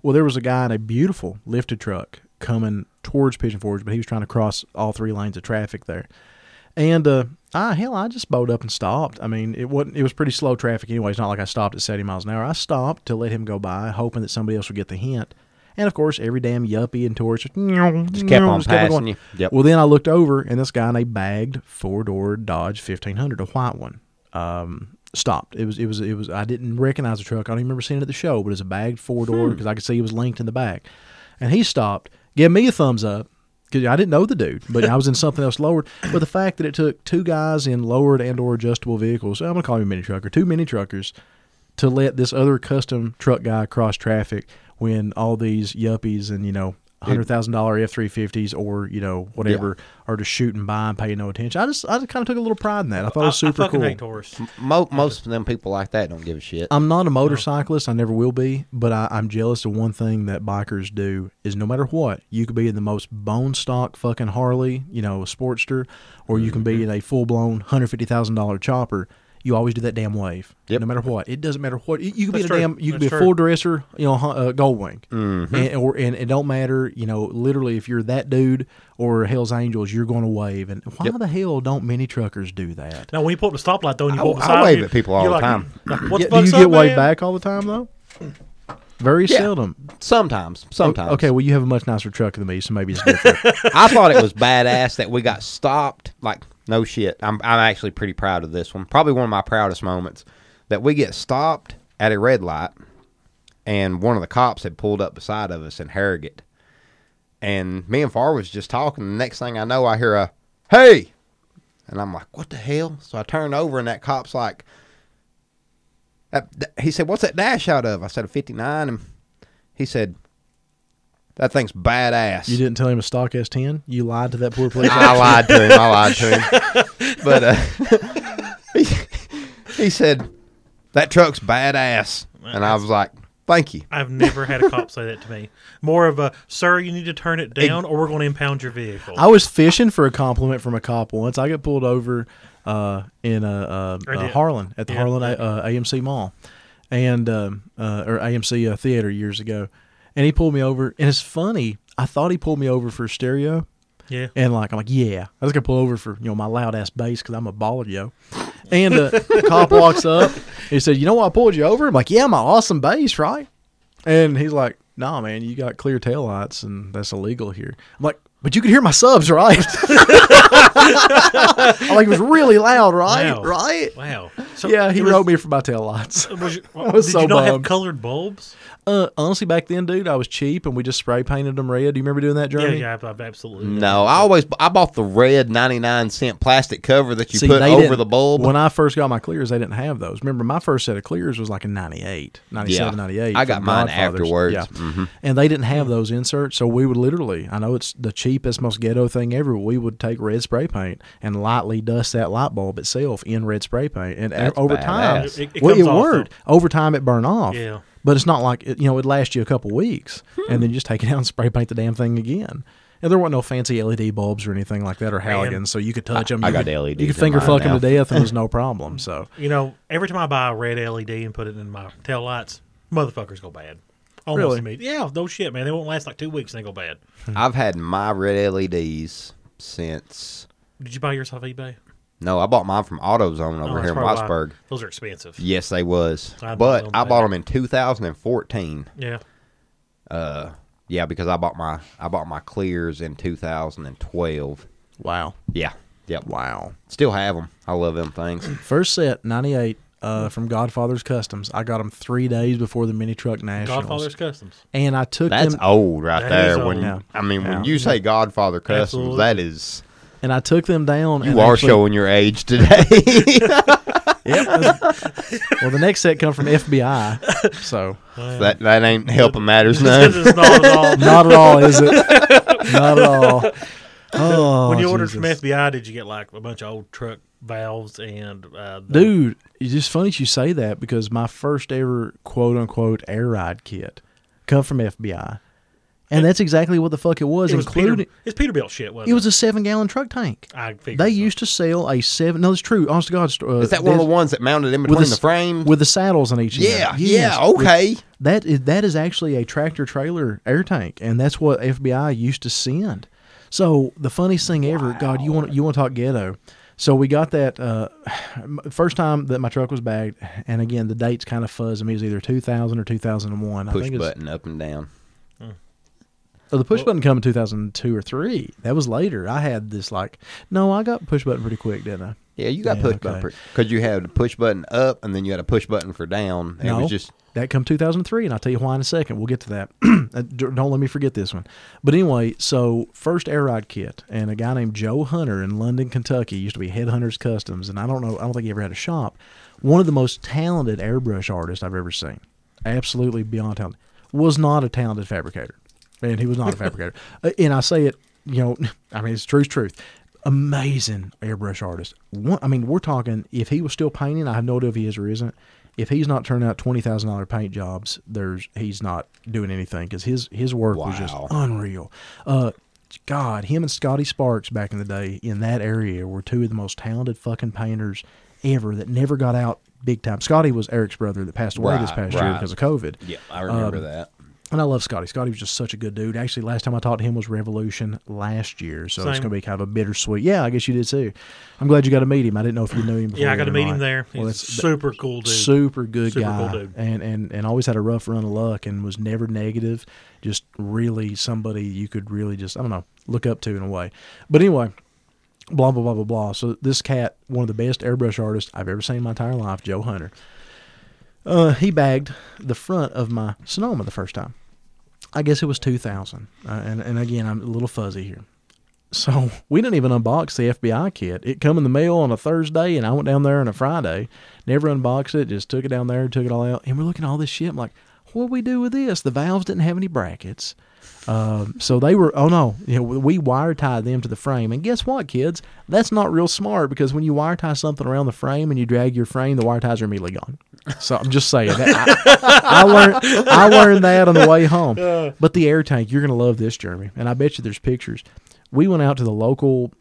[SPEAKER 3] Well, there was a guy in a beautiful lifted truck coming towards Pigeon Forge, but he was trying to cross all three lanes of traffic there. And uh, I hell, I just bowed up and stopped. I mean, it wasn't. It was pretty slow traffic anyway. It's not like I stopped at seventy miles an hour. I stopped to let him go by, hoping that somebody else would get the hint. And of course, every damn yuppie and tourist just, just
[SPEAKER 4] kept on passing you. Yep.
[SPEAKER 3] Well, then I looked over, and this guy in a bagged four door Dodge fifteen hundred, a white one. Um, stopped. It was it was it was I didn't recognize the truck. I don't even remember seeing it at the show, but it's a bagged four door
[SPEAKER 2] Hmm.
[SPEAKER 3] because I could see it was linked in the back. And he stopped, gave me a thumbs up because I didn't know the dude, but I was in something else lowered. But the fact that it took two guys in lowered and or adjustable vehicles, I'm gonna call him a mini trucker, two mini truckers, to let this other custom truck guy cross traffic when all these yuppies and you know. Hundred thousand dollar F three fifties or you know whatever are just shooting by and paying no attention. I just I just kind of took a little pride in that. I thought it was
[SPEAKER 2] I, I
[SPEAKER 3] super
[SPEAKER 2] fucking
[SPEAKER 3] cool.
[SPEAKER 2] hate Taurus.
[SPEAKER 4] Mo- most of them people like that don't give a shit.
[SPEAKER 3] I'm not a motorcyclist. I never will be, but I, I'm jealous of one thing that bikers do is no matter what, you could be in the most bone stock fucking Harley, you know, a Sportster, or you can
[SPEAKER 2] Mm-hmm.
[SPEAKER 3] be in a full blown hundred fifty thousand dollar chopper. You always do that damn wave,
[SPEAKER 4] Yep.
[SPEAKER 3] no matter what. It doesn't matter what you, you could be in
[SPEAKER 2] That's
[SPEAKER 3] a
[SPEAKER 2] true.
[SPEAKER 3] damn, you could be a
[SPEAKER 2] That's
[SPEAKER 3] full
[SPEAKER 2] true. Mm-hmm.
[SPEAKER 3] dresser, you know, hu- uh, gold wing, and, or and it don't matter, you know, literally if you're that dude or Hell's Angels, you're going to wave. And why the hell don't many truckers do that?
[SPEAKER 2] Now, when you pull up the stoplight, though, and you
[SPEAKER 4] I-
[SPEAKER 2] pull up
[SPEAKER 4] I
[SPEAKER 2] beside
[SPEAKER 4] wave
[SPEAKER 2] you,
[SPEAKER 4] at people all
[SPEAKER 2] you're
[SPEAKER 4] the
[SPEAKER 2] like,
[SPEAKER 4] time.
[SPEAKER 2] like, what the
[SPEAKER 3] Yeah, do
[SPEAKER 2] fuck's
[SPEAKER 3] you get
[SPEAKER 2] up,
[SPEAKER 3] waved
[SPEAKER 2] man?
[SPEAKER 3] back all the time though? Very
[SPEAKER 4] Yeah.
[SPEAKER 3] seldom.
[SPEAKER 4] Sometimes,
[SPEAKER 3] O-
[SPEAKER 4] sometimes.
[SPEAKER 3] Okay, well, you have a much nicer truck than me, so maybe it's different.
[SPEAKER 4] I thought it was badass that we got stopped. Like, no shit. I'm I'm actually pretty proud of this one. Probably one of my proudest moments that we get stopped at a red light, and one of the cops had pulled up beside of us in Harrogate, and me and Far was just talking. The next thing I know, I hear a hey, and I'm like, what the hell? So I turn over, and that cop's like. "That- that-" He said, "What's that dash out of?" I said, "A 59." And he said, "That thing's badass."
[SPEAKER 3] you didn't tell him a stock S10. You lied to that poor police.
[SPEAKER 4] I lied to him. I lied to him. But uh, he, he said, that truck's badass. And I was like, thank you.
[SPEAKER 2] I've never had a cop say that to me. More of a, sir, you need to turn it down or we're going to impound your vehicle.
[SPEAKER 3] I was fishing for a compliment from a cop once. I got pulled over uh, in uh, uh,
[SPEAKER 2] I
[SPEAKER 3] uh,
[SPEAKER 2] did.
[SPEAKER 3] Harlan at the
[SPEAKER 2] Yeah.
[SPEAKER 3] Harlan uh, AMC Mall, and um, uh, or AMC uh, Theater years ago, and he pulled me over. And it's funny. I thought he pulled me over for stereo.
[SPEAKER 2] yeah.
[SPEAKER 3] And like I'm like, yeah, I was gonna pull over for you know my loud ass bass because I'm a baller, yo. And uh, the cop walks up. He said, "You know why I pulled you over?" I'm like, "Yeah, my awesome bass, right?" And he's like, "Nah, man, you got clear taillights, and that's illegal here." I'm like, "But you could hear my subs, right?" I'm like, "It was really loud, right?
[SPEAKER 2] Wow.
[SPEAKER 3] Right?"
[SPEAKER 2] Wow. So
[SPEAKER 3] Yeah, he
[SPEAKER 2] it was-
[SPEAKER 3] wrote me for my taillights.
[SPEAKER 2] Was you,
[SPEAKER 3] was
[SPEAKER 2] did
[SPEAKER 3] so
[SPEAKER 2] you not have
[SPEAKER 3] bummed.
[SPEAKER 2] colored bulbs?
[SPEAKER 3] Uh, honestly, back then, dude, I was cheap, and we just spray painted them red. Do you remember doing that,
[SPEAKER 2] Yeah,
[SPEAKER 3] Jeremy?
[SPEAKER 2] yeah, ab- ab- absolutely.
[SPEAKER 4] No, I always I bought the red 99 cent plastic cover that you
[SPEAKER 3] See,
[SPEAKER 4] put
[SPEAKER 3] they
[SPEAKER 4] over
[SPEAKER 3] didn't-
[SPEAKER 4] the bulb.
[SPEAKER 3] When I first got my clears, they didn't have those. Remember, my first set of clears was like in 98, 97,
[SPEAKER 4] Yeah.
[SPEAKER 3] 98.
[SPEAKER 4] I
[SPEAKER 3] from
[SPEAKER 4] got mine
[SPEAKER 3] Godfather's.
[SPEAKER 4] afterwards. Mm-hmm.
[SPEAKER 3] Yeah. And they didn't have those inserts. So we would literally, I know it's the cheapest, most ghetto thing ever, but we would take red spray paint and lightly dust that light bulb itself in red spray paint. And
[SPEAKER 4] That's
[SPEAKER 3] over time,
[SPEAKER 4] badass.
[SPEAKER 2] It- it
[SPEAKER 3] well,
[SPEAKER 2] comes
[SPEAKER 3] it
[SPEAKER 2] off,
[SPEAKER 3] worked. Over time, it burned off.
[SPEAKER 2] Yeah.
[SPEAKER 3] But it's not like, it, you know, it'd last you a couple weeks
[SPEAKER 4] Hmm.
[SPEAKER 3] and then you just take it out and spray paint the damn thing again. And there weren't no fancy LED bulbs or anything like that or halogens, so you could touch them.
[SPEAKER 4] I
[SPEAKER 3] you
[SPEAKER 4] got
[SPEAKER 3] could-
[SPEAKER 4] LEDs
[SPEAKER 3] You
[SPEAKER 4] in
[SPEAKER 3] could finger
[SPEAKER 4] mine
[SPEAKER 3] fuck them
[SPEAKER 4] now.
[SPEAKER 3] to death and it was no problem. So
[SPEAKER 2] You know, every time I buy a red LED and put it in my tail lights, motherfuckers go bad. Almost
[SPEAKER 3] Really?
[SPEAKER 2] immediately. Yeah, no shit, man. They won't last like two weeks and they go bad.
[SPEAKER 4] I've had my red LEDs since.
[SPEAKER 2] Did you buy yours off eBay?
[SPEAKER 4] No, I bought mine from AutoZone
[SPEAKER 2] Oh,
[SPEAKER 4] over
[SPEAKER 2] that's
[SPEAKER 4] here in
[SPEAKER 2] probably why.
[SPEAKER 4] Wattsburg.
[SPEAKER 2] Those are expensive. Yeah.
[SPEAKER 4] Yes, they was.
[SPEAKER 2] I bought
[SPEAKER 4] but
[SPEAKER 2] them
[SPEAKER 4] I
[SPEAKER 2] back.
[SPEAKER 4] bought them in 2014. Yeah, because I bought my I bought my clears in 2012.
[SPEAKER 3] wow,
[SPEAKER 4] Yeah. Yep.
[SPEAKER 3] wow.
[SPEAKER 4] Still have them. I love them things.
[SPEAKER 3] First set '98 uh, from Godfather's Customs. I got them three days before the mini truck nationals,
[SPEAKER 2] Godfather's Customs.
[SPEAKER 3] and I took
[SPEAKER 4] That's
[SPEAKER 3] them
[SPEAKER 4] old right
[SPEAKER 2] That is
[SPEAKER 4] there. When
[SPEAKER 2] old.
[SPEAKER 3] Yeah.
[SPEAKER 4] I mean,
[SPEAKER 3] Yeah.
[SPEAKER 4] when you say Godfather Customs,
[SPEAKER 2] Absolutely.
[SPEAKER 4] that is
[SPEAKER 3] and I took them down.
[SPEAKER 4] you
[SPEAKER 3] and
[SPEAKER 4] are
[SPEAKER 3] actually-
[SPEAKER 4] showing your age today.
[SPEAKER 3] Well, the next set come from FBI, so
[SPEAKER 4] that that ain't helping matters
[SPEAKER 2] This
[SPEAKER 4] none.
[SPEAKER 2] is not at all.
[SPEAKER 3] not at all, is it? Not at all. Oh,
[SPEAKER 2] when you ordered from
[SPEAKER 3] Jesus.
[SPEAKER 2] FBI, did you get like a bunch of old truck valves and uh, the-
[SPEAKER 3] Dude, it's just funny that you say that because my first ever quote unquote air ride kit come from FBI. And that's exactly what the fuck it was,
[SPEAKER 2] It was
[SPEAKER 3] including
[SPEAKER 2] Peter, it's Peterbilt shit, wasn't it?
[SPEAKER 3] it was a seven gallon truck tank.
[SPEAKER 2] I figured
[SPEAKER 3] They
[SPEAKER 2] so.
[SPEAKER 3] used to sell a seven. No, it's true. Honest to God, st- uh,
[SPEAKER 4] Is that one of the
[SPEAKER 3] that's-
[SPEAKER 4] ones that mounted in
[SPEAKER 3] with
[SPEAKER 4] between
[SPEAKER 3] s-
[SPEAKER 4] the frames?
[SPEAKER 3] with the saddles on each? end.
[SPEAKER 4] yeah,
[SPEAKER 3] Yes.
[SPEAKER 4] yeah, okay.
[SPEAKER 3] That is that is actually a tractor trailer air tank, and that's what FBI used to send. So the funniest thing ever, God, you want you want to talk ghetto? So we got that uh, first time that my truck was bagged, and again the dates kind of fuzz. I mean, it was either two thousand or two thousand and one. I
[SPEAKER 4] Push
[SPEAKER 3] think it's
[SPEAKER 4] button up and down.
[SPEAKER 3] Oh, the push button come in 2002 or 3. That was later. I had this like, no, I got push button pretty quick, didn't I?
[SPEAKER 4] Yeah, you got
[SPEAKER 3] Yeah,
[SPEAKER 4] push
[SPEAKER 3] okay.
[SPEAKER 4] button because you had a push button up, and then you had a push button for down. and It
[SPEAKER 3] no,
[SPEAKER 4] was just
[SPEAKER 3] that come 2003, and I'll tell you why in a second. We'll get to that. Uh, d- Don't let me forget this one. But anyway, so first air ride kit, and a guy named Joe Hunter in London, Kentucky, used to be Head Hunters Customs, and I don't know, I don't think he ever had a shop. One of the most talented airbrush artists I've ever seen, absolutely beyond talented, was not a talented fabricator, and he was not a fabricator. Uh, and I say it, you know, I mean it's true's truth. Amazing airbrush artist. One, I mean, we're talking if he was still painting, I have no idea if he is or isn't if he's not turning out twenty thousand dollar paint jobs, there's he's not doing anything because his his work was just
[SPEAKER 4] Wow.
[SPEAKER 3] unreal. Uh, God, him and Scotty Sparks back in the day in that area were two of the most talented fucking painters ever that never got out big time. Scotty was Eric's brother that passed away this
[SPEAKER 4] Right,
[SPEAKER 3] past year
[SPEAKER 4] right.
[SPEAKER 3] because of COVID.
[SPEAKER 4] yeah, I remember that.
[SPEAKER 3] And I love Scotty. Scotty was just such a good dude. Actually, last time I talked to him was Revolution last year, so it's
[SPEAKER 2] Same.
[SPEAKER 3] going to be kind of a bittersweet. Yeah, I guess you did too. I'm glad you got to meet him. I didn't know if you knew him. Before
[SPEAKER 2] Yeah, I got to
[SPEAKER 3] or
[SPEAKER 2] meet
[SPEAKER 3] not.
[SPEAKER 2] him there. He's
[SPEAKER 3] Well,
[SPEAKER 2] a
[SPEAKER 3] that's
[SPEAKER 2] super cool dude.
[SPEAKER 3] super good
[SPEAKER 2] Super cool
[SPEAKER 3] guy
[SPEAKER 2] dude.
[SPEAKER 3] and, and and always had a rough run of luck and was never negative just really somebody you could really just i don't know look up to in a way but anyway blah blah blah blah blah so this cat one of the best airbrush artists i've ever seen in my entire life joe hunter uh, he bagged the front of my sonoma the first time i guess it was 2000 uh, and, and again i'm a little fuzzy here so we didn't even unbox the FBI kit. It come in the mail on a Thursday, and I went down there on a Friday. Never unboxed it. Just took it down there, took it all out, and we're looking at all this shit. I'm like, what do we do with this? The valves didn't have any brackets, um, so they were. Oh no, you know, we wire tied them to the frame. And guess what, kids? That's not real smart because when you wire tie something around the frame and you drag your frame, the wire ties are immediately gone. So I'm just saying that I, I learned I learned that on the way home. But the air tank, you're gonna love this, Jeremy, and I bet you there's pictures we went out to the local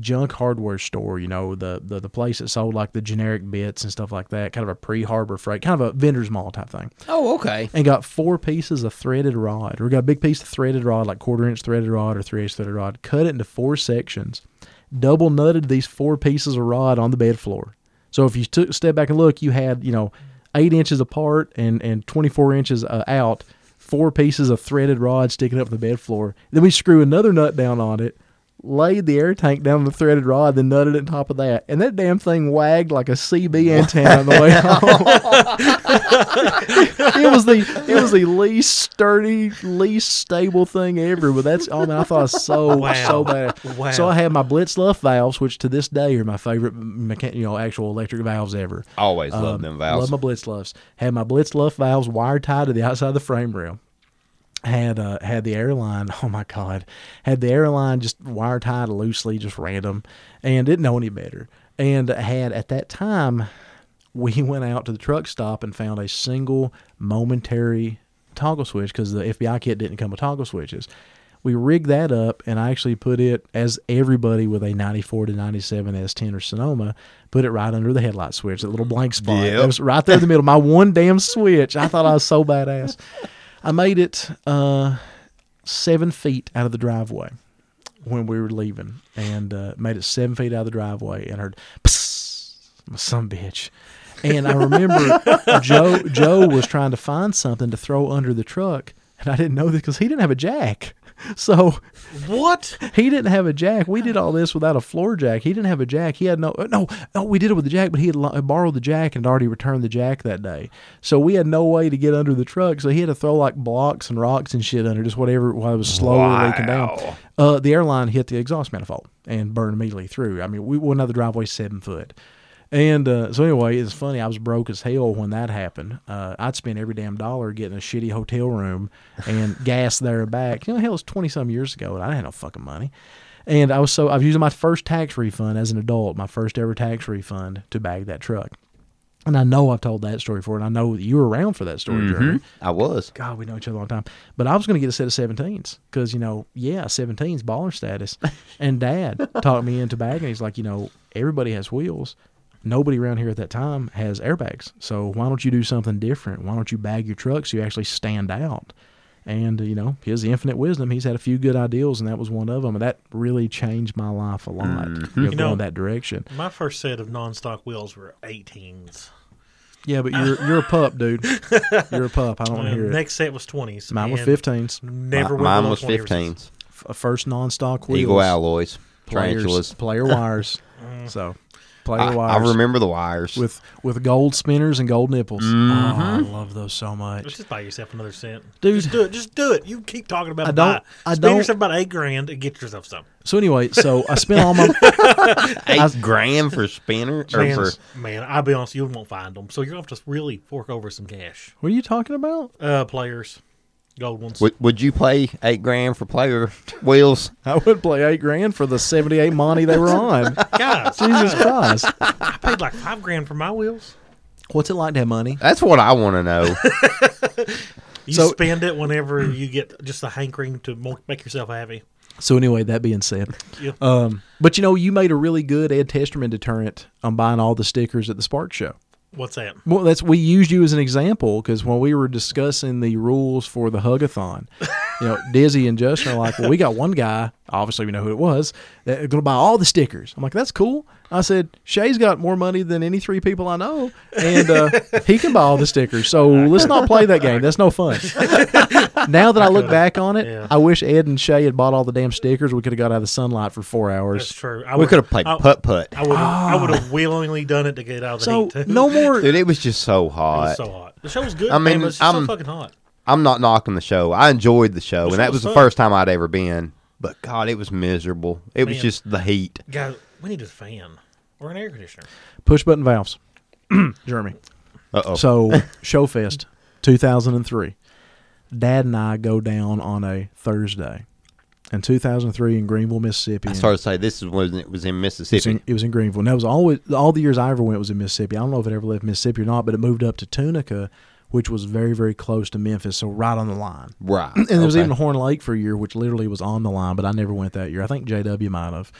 [SPEAKER 3] junk hardware store, you know, the, the the place that sold like the generic bits and stuff like that, kind of a pre-harbor freight, kind of a vendor's mall type thing,
[SPEAKER 4] Oh, okay.
[SPEAKER 3] and got four pieces of threaded rod. We got a big piece of threaded rod, like quarter inch threaded rod or three inch threaded rod, cut it into four sections, double nutted these four pieces of rod on the bed floor. So if you took step back and look, you had you know eight inches apart and and 24 inches uh, out. Four pieces of threaded rod sticking up the bed floor. Then we screw another nut down on it, laid the air tank down on the threaded rod, then nutted it on top of that. And that damn thing wagged like a CB antenna on the way home. it was the it was the least sturdy, least stable thing ever. But that's oh man, I thought it was so
[SPEAKER 2] Wow.
[SPEAKER 3] so bad.
[SPEAKER 2] Wow.
[SPEAKER 3] So I had my Blitzluff valves, which to this day are my favorite mechan- you know actual electric valves ever.
[SPEAKER 4] Always
[SPEAKER 3] Um,
[SPEAKER 4] love them valves.
[SPEAKER 3] Love my blitz luffs. Had my blitz luff valves wire tied to the outside of the frame rail. Had uh, had the airline. Oh my god. Had the airline just wire tied loosely, just random, and didn't know any better. And had at that time, we went out to the truck stop and found a single momentary toggle switch because the FBI kit didn't come with toggle switches. We rigged that up, and I actually put it as everybody with a 94 to 97 S10 or Sonoma, put it right under the headlight switch, that little blank spot.
[SPEAKER 4] Yep.
[SPEAKER 3] That was right there in the middle. My one damn switch. I thought I was so badass. I made it uh, seven feet out of the driveway when we were leaving, and uh, made it seven feet out of the driveway, and heard, "Psst, I'm a son of a bitch. And I remember Joe Joe was trying to find something to throw under the truck, and I didn't know this because he didn't have a jack. So
[SPEAKER 2] What?
[SPEAKER 3] he didn't have a jack. We did all this without a floor jack. He didn't have a jack. He had no uh, no no. We did it with the jack, but he had lo- uh, borrowed the jack and had already returned the jack that day. So we had no way to get under the truck. So he had to throw like blocks and rocks and shit under just whatever while it was slowly leaking down.
[SPEAKER 4] Wow.
[SPEAKER 3] Uh, the airline hit the exhaust manifold and burned immediately through. I mean, we went out the driveway seven foot. And uh, so anyway, it's funny. I was broke as hell when that happened. Uh, I'd spend every damn dollar getting a shitty hotel room and gas there and back. You know, hell, it was twenty some years ago, and I had no fucking money. And I was so I was using my first tax refund as an adult, my first ever tax refund to bag that truck. And I know I've told that story before, and I know that you were around for that story, Jeremy.
[SPEAKER 4] I was.
[SPEAKER 3] God, we know each other a long time. But I was going to get a set of 17s because, you know, yeah, 17s baller status. And dad talked me into bagging. He's like, you know, everybody has wheels. Nobody around here at that time has airbags. So why don't you do something different? Why don't you bag your truck so you actually stand out? And, you know, his infinite wisdom, he's had a few good ideals, and that was one of them. And that really changed my life a
[SPEAKER 2] Mm-hmm.
[SPEAKER 3] lot, you know,
[SPEAKER 2] You know-
[SPEAKER 3] going that direction.
[SPEAKER 2] My first set of non-stock wheels were 18s.
[SPEAKER 3] Yeah, but you're you're a pup, dude. You're a pup. I don't want
[SPEAKER 2] Well,
[SPEAKER 3] to hear it.
[SPEAKER 2] next set was 20s.
[SPEAKER 3] Mine was
[SPEAKER 2] and
[SPEAKER 3] 15s.
[SPEAKER 2] Never went
[SPEAKER 4] Mine
[SPEAKER 2] below
[SPEAKER 4] was
[SPEAKER 2] 20 ever since.
[SPEAKER 4] 15.
[SPEAKER 3] F- First non-stock wheels.
[SPEAKER 4] Eagle alloys,
[SPEAKER 3] players-
[SPEAKER 4] tarantulas.
[SPEAKER 3] player wires. so player
[SPEAKER 4] I, I
[SPEAKER 3] wires
[SPEAKER 4] remember the wires.
[SPEAKER 3] with with gold spinners and gold nipples.
[SPEAKER 4] Mm-hmm.
[SPEAKER 3] Oh, I love those so
[SPEAKER 2] Let's
[SPEAKER 3] much.
[SPEAKER 2] just buy yourself another cent.
[SPEAKER 3] Dude.
[SPEAKER 2] Just do it. Just do it. You keep talking about
[SPEAKER 3] I
[SPEAKER 2] it.
[SPEAKER 3] don't-
[SPEAKER 2] Buy.
[SPEAKER 3] I
[SPEAKER 2] Spend
[SPEAKER 3] don't-
[SPEAKER 2] yourself about eight grand and get yourself some.
[SPEAKER 3] So anyway, so I spent all my
[SPEAKER 4] eight
[SPEAKER 3] I-
[SPEAKER 4] grand for spinner or
[SPEAKER 2] Man,
[SPEAKER 4] for
[SPEAKER 2] man, I'll be honest, you won't find them. So you're going to have to really fork over some cash.
[SPEAKER 3] What are you talking about?
[SPEAKER 2] Uh, players, gold ones.
[SPEAKER 4] Would, would you play eight grand for player wheels?
[SPEAKER 3] I would play eight grand for the seventy-eight Monty they were on.
[SPEAKER 2] Guys,
[SPEAKER 3] Jesus Christ!
[SPEAKER 2] I paid like five grand for my wheels.
[SPEAKER 3] What's it like to have money?
[SPEAKER 4] That's what I want to know.
[SPEAKER 2] You
[SPEAKER 3] So-
[SPEAKER 2] spend it whenever you get just a hankering to mo- make yourself happy.
[SPEAKER 3] So anyway, that being said,
[SPEAKER 2] Yeah.
[SPEAKER 3] um, but you know, you made a really good Ed Testerman deterrent on buying all the stickers at the Spark Show.
[SPEAKER 2] What's that?
[SPEAKER 3] Well, that's we used you as an example because when we were discussing the rules for the hugathon, you know, Dizzy and Justin are like, "Well, we got one guy. Obviously, we know who it was. That's going to buy all the stickers." I'm like, "That's cool." I said, "Shay's got more money than any three people I know, and uh, he can buy all the stickers." So let's not play that game. That's no fun. now that I look back on it,
[SPEAKER 2] Yeah.
[SPEAKER 3] I wish Ed and Shay had bought all the damn stickers. We could have got out of the sunlight for four hours.
[SPEAKER 2] That's true. I
[SPEAKER 4] we
[SPEAKER 2] would-
[SPEAKER 4] could have played Ah.
[SPEAKER 2] I-
[SPEAKER 4] putt putt.
[SPEAKER 2] I would. I would have willingly done it to get out of the
[SPEAKER 3] So
[SPEAKER 2] heat. too.
[SPEAKER 3] no more.
[SPEAKER 4] Dude, it was just so
[SPEAKER 2] It
[SPEAKER 4] hot.
[SPEAKER 2] was so hot. The show was good.
[SPEAKER 4] I
[SPEAKER 2] I
[SPEAKER 4] mean,
[SPEAKER 2] mean, it was just so
[SPEAKER 4] I'm-
[SPEAKER 2] fucking hot.
[SPEAKER 4] I'm not knocking the show. I enjoyed the show,
[SPEAKER 2] The
[SPEAKER 4] and
[SPEAKER 2] show
[SPEAKER 4] that was
[SPEAKER 2] was
[SPEAKER 4] the
[SPEAKER 2] fun.
[SPEAKER 4] first time I'd ever been. But God, it was miserable. It was
[SPEAKER 2] Man.
[SPEAKER 4] just the heat.
[SPEAKER 2] Guys, we need a fan or an air conditioner.
[SPEAKER 3] Push button valves. Jeremy.
[SPEAKER 4] Uh oh.
[SPEAKER 3] So Showfest, 2003. Dad and I go down on a Thursday, in 2003 in Greenville, Mississippi.
[SPEAKER 4] I started to say this is when it was in
[SPEAKER 3] It was
[SPEAKER 4] Mississippi.
[SPEAKER 3] in, it was in Greenville. And that was always all the years I ever went was in Mississippi. I don't know if it ever left Mississippi or not, but it moved up to Tunica, which was very very close to Memphis, so right on the line.
[SPEAKER 4] Right.
[SPEAKER 3] And there was
[SPEAKER 4] Okay.
[SPEAKER 3] even Horn Lake for a year, which literally was on the line, but I never went that year. I think JW might have.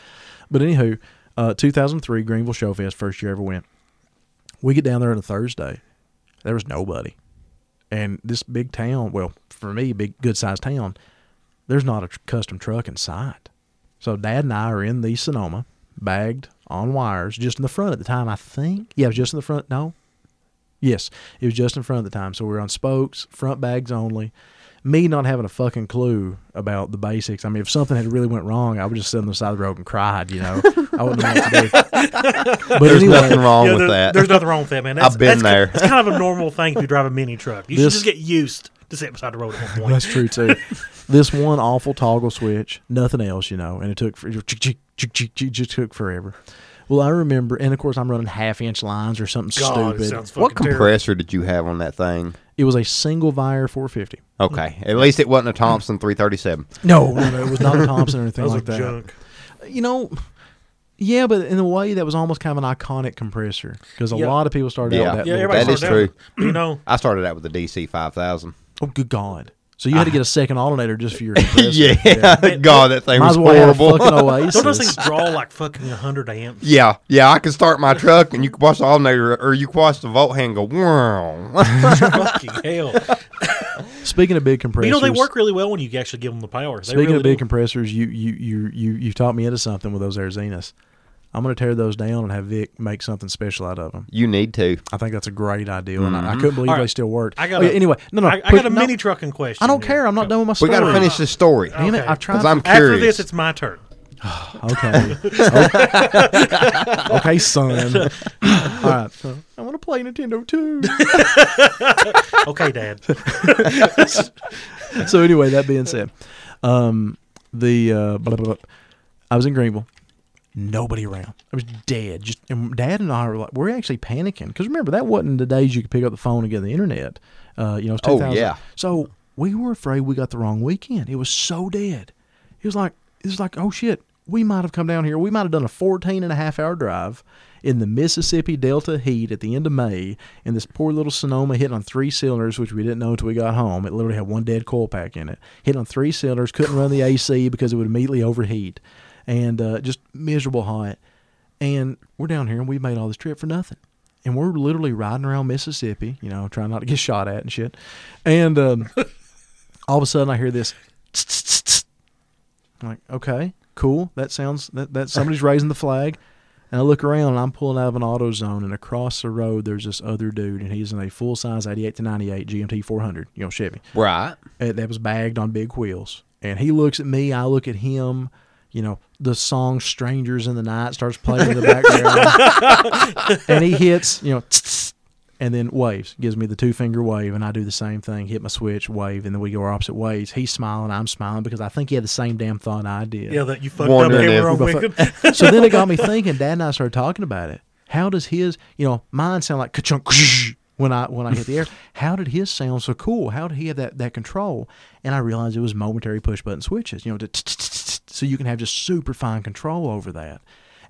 [SPEAKER 3] But anywho, uh, 2003 Greenville Showfest, first year I ever went. We get down there on a Thursday. There was nobody, and this big town. Well, for me, big good sized town. There's not a tr- custom truck in sight. So Dad and I are in the Sonoma, bagged on wires, just in the front at the time. I think. Yeah, it was just in the front. No, Yes, it was just in front of the time. So we were on spokes, front bags only. Me not having a fucking clue about the basics. I mean, if something had really went wrong, I would just sit on the side of the road and cried. You know, I wouldn't know what to do. But
[SPEAKER 4] There's
[SPEAKER 3] anyway,
[SPEAKER 4] nothing wrong
[SPEAKER 2] Yeah,
[SPEAKER 4] with
[SPEAKER 2] there-
[SPEAKER 4] that.
[SPEAKER 2] There's nothing wrong with that, man.
[SPEAKER 4] I've been
[SPEAKER 2] that's,
[SPEAKER 4] there.
[SPEAKER 2] It's kind of a normal thing if you drive a mini truck. You
[SPEAKER 3] This-
[SPEAKER 2] should just get used to sitting beside the road at one point.
[SPEAKER 3] that's true too. this one awful toggle switch, nothing else, you know, and it took for, just took forever. Well, I remember, and of course, I'm running half inch lines or something
[SPEAKER 2] God, it
[SPEAKER 3] stupid.
[SPEAKER 2] sounds fucking
[SPEAKER 4] what
[SPEAKER 2] terrible.
[SPEAKER 4] compressor did you have on that thing?
[SPEAKER 3] it was a single vire 450. Mm.
[SPEAKER 4] Okay. At least it wasn't a Thompson 337.
[SPEAKER 3] No, no, no, it was not a Thompson or anything
[SPEAKER 2] Those
[SPEAKER 3] like
[SPEAKER 2] are
[SPEAKER 3] that.
[SPEAKER 2] junk.
[SPEAKER 3] you know, yeah, but in a way, that was almost kind of an iconic compressor because a
[SPEAKER 2] Yeah.
[SPEAKER 3] lot of people started
[SPEAKER 4] Yeah.
[SPEAKER 3] out with that.
[SPEAKER 2] Yeah,
[SPEAKER 3] little
[SPEAKER 2] everybody
[SPEAKER 4] That is
[SPEAKER 3] compressor.
[SPEAKER 2] started out- You know,
[SPEAKER 4] I started out with the DC 5000.
[SPEAKER 3] Oh, good God! So you had to get a second alternator just for your compressor.
[SPEAKER 4] Ah. Yeah. God, that thing
[SPEAKER 3] Might
[SPEAKER 4] was
[SPEAKER 3] as well have a
[SPEAKER 4] horrible.
[SPEAKER 3] fucking Oasis.
[SPEAKER 2] don't those things draw like fucking 100 amps?
[SPEAKER 4] Yeah, yeah, I can start my truck and you can watch the alternator or you can watch the volt hand go wow.
[SPEAKER 2] fucking hell.
[SPEAKER 3] Speaking of big compressors,
[SPEAKER 2] You know, they work really well when you actually give them the power. They
[SPEAKER 3] Speaking
[SPEAKER 2] really
[SPEAKER 3] of big
[SPEAKER 2] do.
[SPEAKER 3] compressors, you you you you you taught me into something with those Arizinas. I'm going to tear those down and have Vic make something special out of them.
[SPEAKER 4] You need to.
[SPEAKER 3] I think that's a great idea, and
[SPEAKER 4] Mm-hmm.
[SPEAKER 3] I, I couldn't believe
[SPEAKER 2] All right.
[SPEAKER 3] they still work.
[SPEAKER 2] I
[SPEAKER 3] oh,
[SPEAKER 2] got
[SPEAKER 3] yeah,
[SPEAKER 2] a-
[SPEAKER 3] anyway. No, no,
[SPEAKER 2] I, I
[SPEAKER 3] put-
[SPEAKER 2] got a
[SPEAKER 3] no,
[SPEAKER 2] mini truck in question.
[SPEAKER 3] I don't
[SPEAKER 2] here.
[SPEAKER 3] care. I'm not done with my
[SPEAKER 4] We
[SPEAKER 3] story.
[SPEAKER 4] got to finish this story
[SPEAKER 3] Damn it!
[SPEAKER 2] Okay.
[SPEAKER 3] I've tried.
[SPEAKER 4] because I'm
[SPEAKER 2] After
[SPEAKER 4] curious.
[SPEAKER 2] this, it's my turn.
[SPEAKER 3] Okay. okay, son. All right. I want to play Nintendo too.
[SPEAKER 2] Okay, Dad.
[SPEAKER 3] so anyway, that being said, um, the uh, blah, blah, blah. I was in Greenville. Nobody around. I was dead. Just and Dad and I were like, we're actually panicking because remember that wasn't the days you could pick up the phone and get the internet. Uh, you know, it was
[SPEAKER 4] Oh,
[SPEAKER 3] 2000.
[SPEAKER 4] yeah.
[SPEAKER 3] So we were afraid we got the wrong weekend. It was so dead. It was like it was like oh shit, we might have come down here. We might have done a 14 and a half hour drive in the Mississippi Delta heat at the end of May, and this poor little Sonoma hit on three cylinders, which we didn't know until we got home. It literally had one dead coil pack in it. Hit on three cylinders, couldn't run the AC because it would immediately overheat, and uh, just miserable hot. And we're down here, and we made all this trip for nothing. And we're literally riding around Mississippi, you know, trying not to get shot at and shit. And um, all of a sudden, I hear this. I'm like, okay, cool. That sounds that that somebody's raising the flag. And I look around and I'm pulling out of an auto zone and across the road there's this other dude and he's in a full size 88 to 98 GMT 400, you know, Chevy.
[SPEAKER 4] Right.
[SPEAKER 3] uh, that was bagged on big wheels. And he looks at me, I look at him. You know, the song Strangers in the Night starts playing in the background. and he hits, you know, and then waves, gives me the two finger wave. And I do the same thing, hit my switch, wave, and then we go our opposite ways. He's smiling, I'm smiling because I think he had the same damn thought I did.
[SPEAKER 2] Yeah, that you fucked up
[SPEAKER 4] Wondering
[SPEAKER 2] here
[SPEAKER 4] if-
[SPEAKER 2] on Wickham.
[SPEAKER 3] so then it got me thinking, Dad and I started talking about it. How does his, you know, mine sound like ka-chunk when I when I hit the air? How did his sound so cool? How did he have that that control? And I realized it was momentary push button switches, you know, to so you can have just super fine control over that.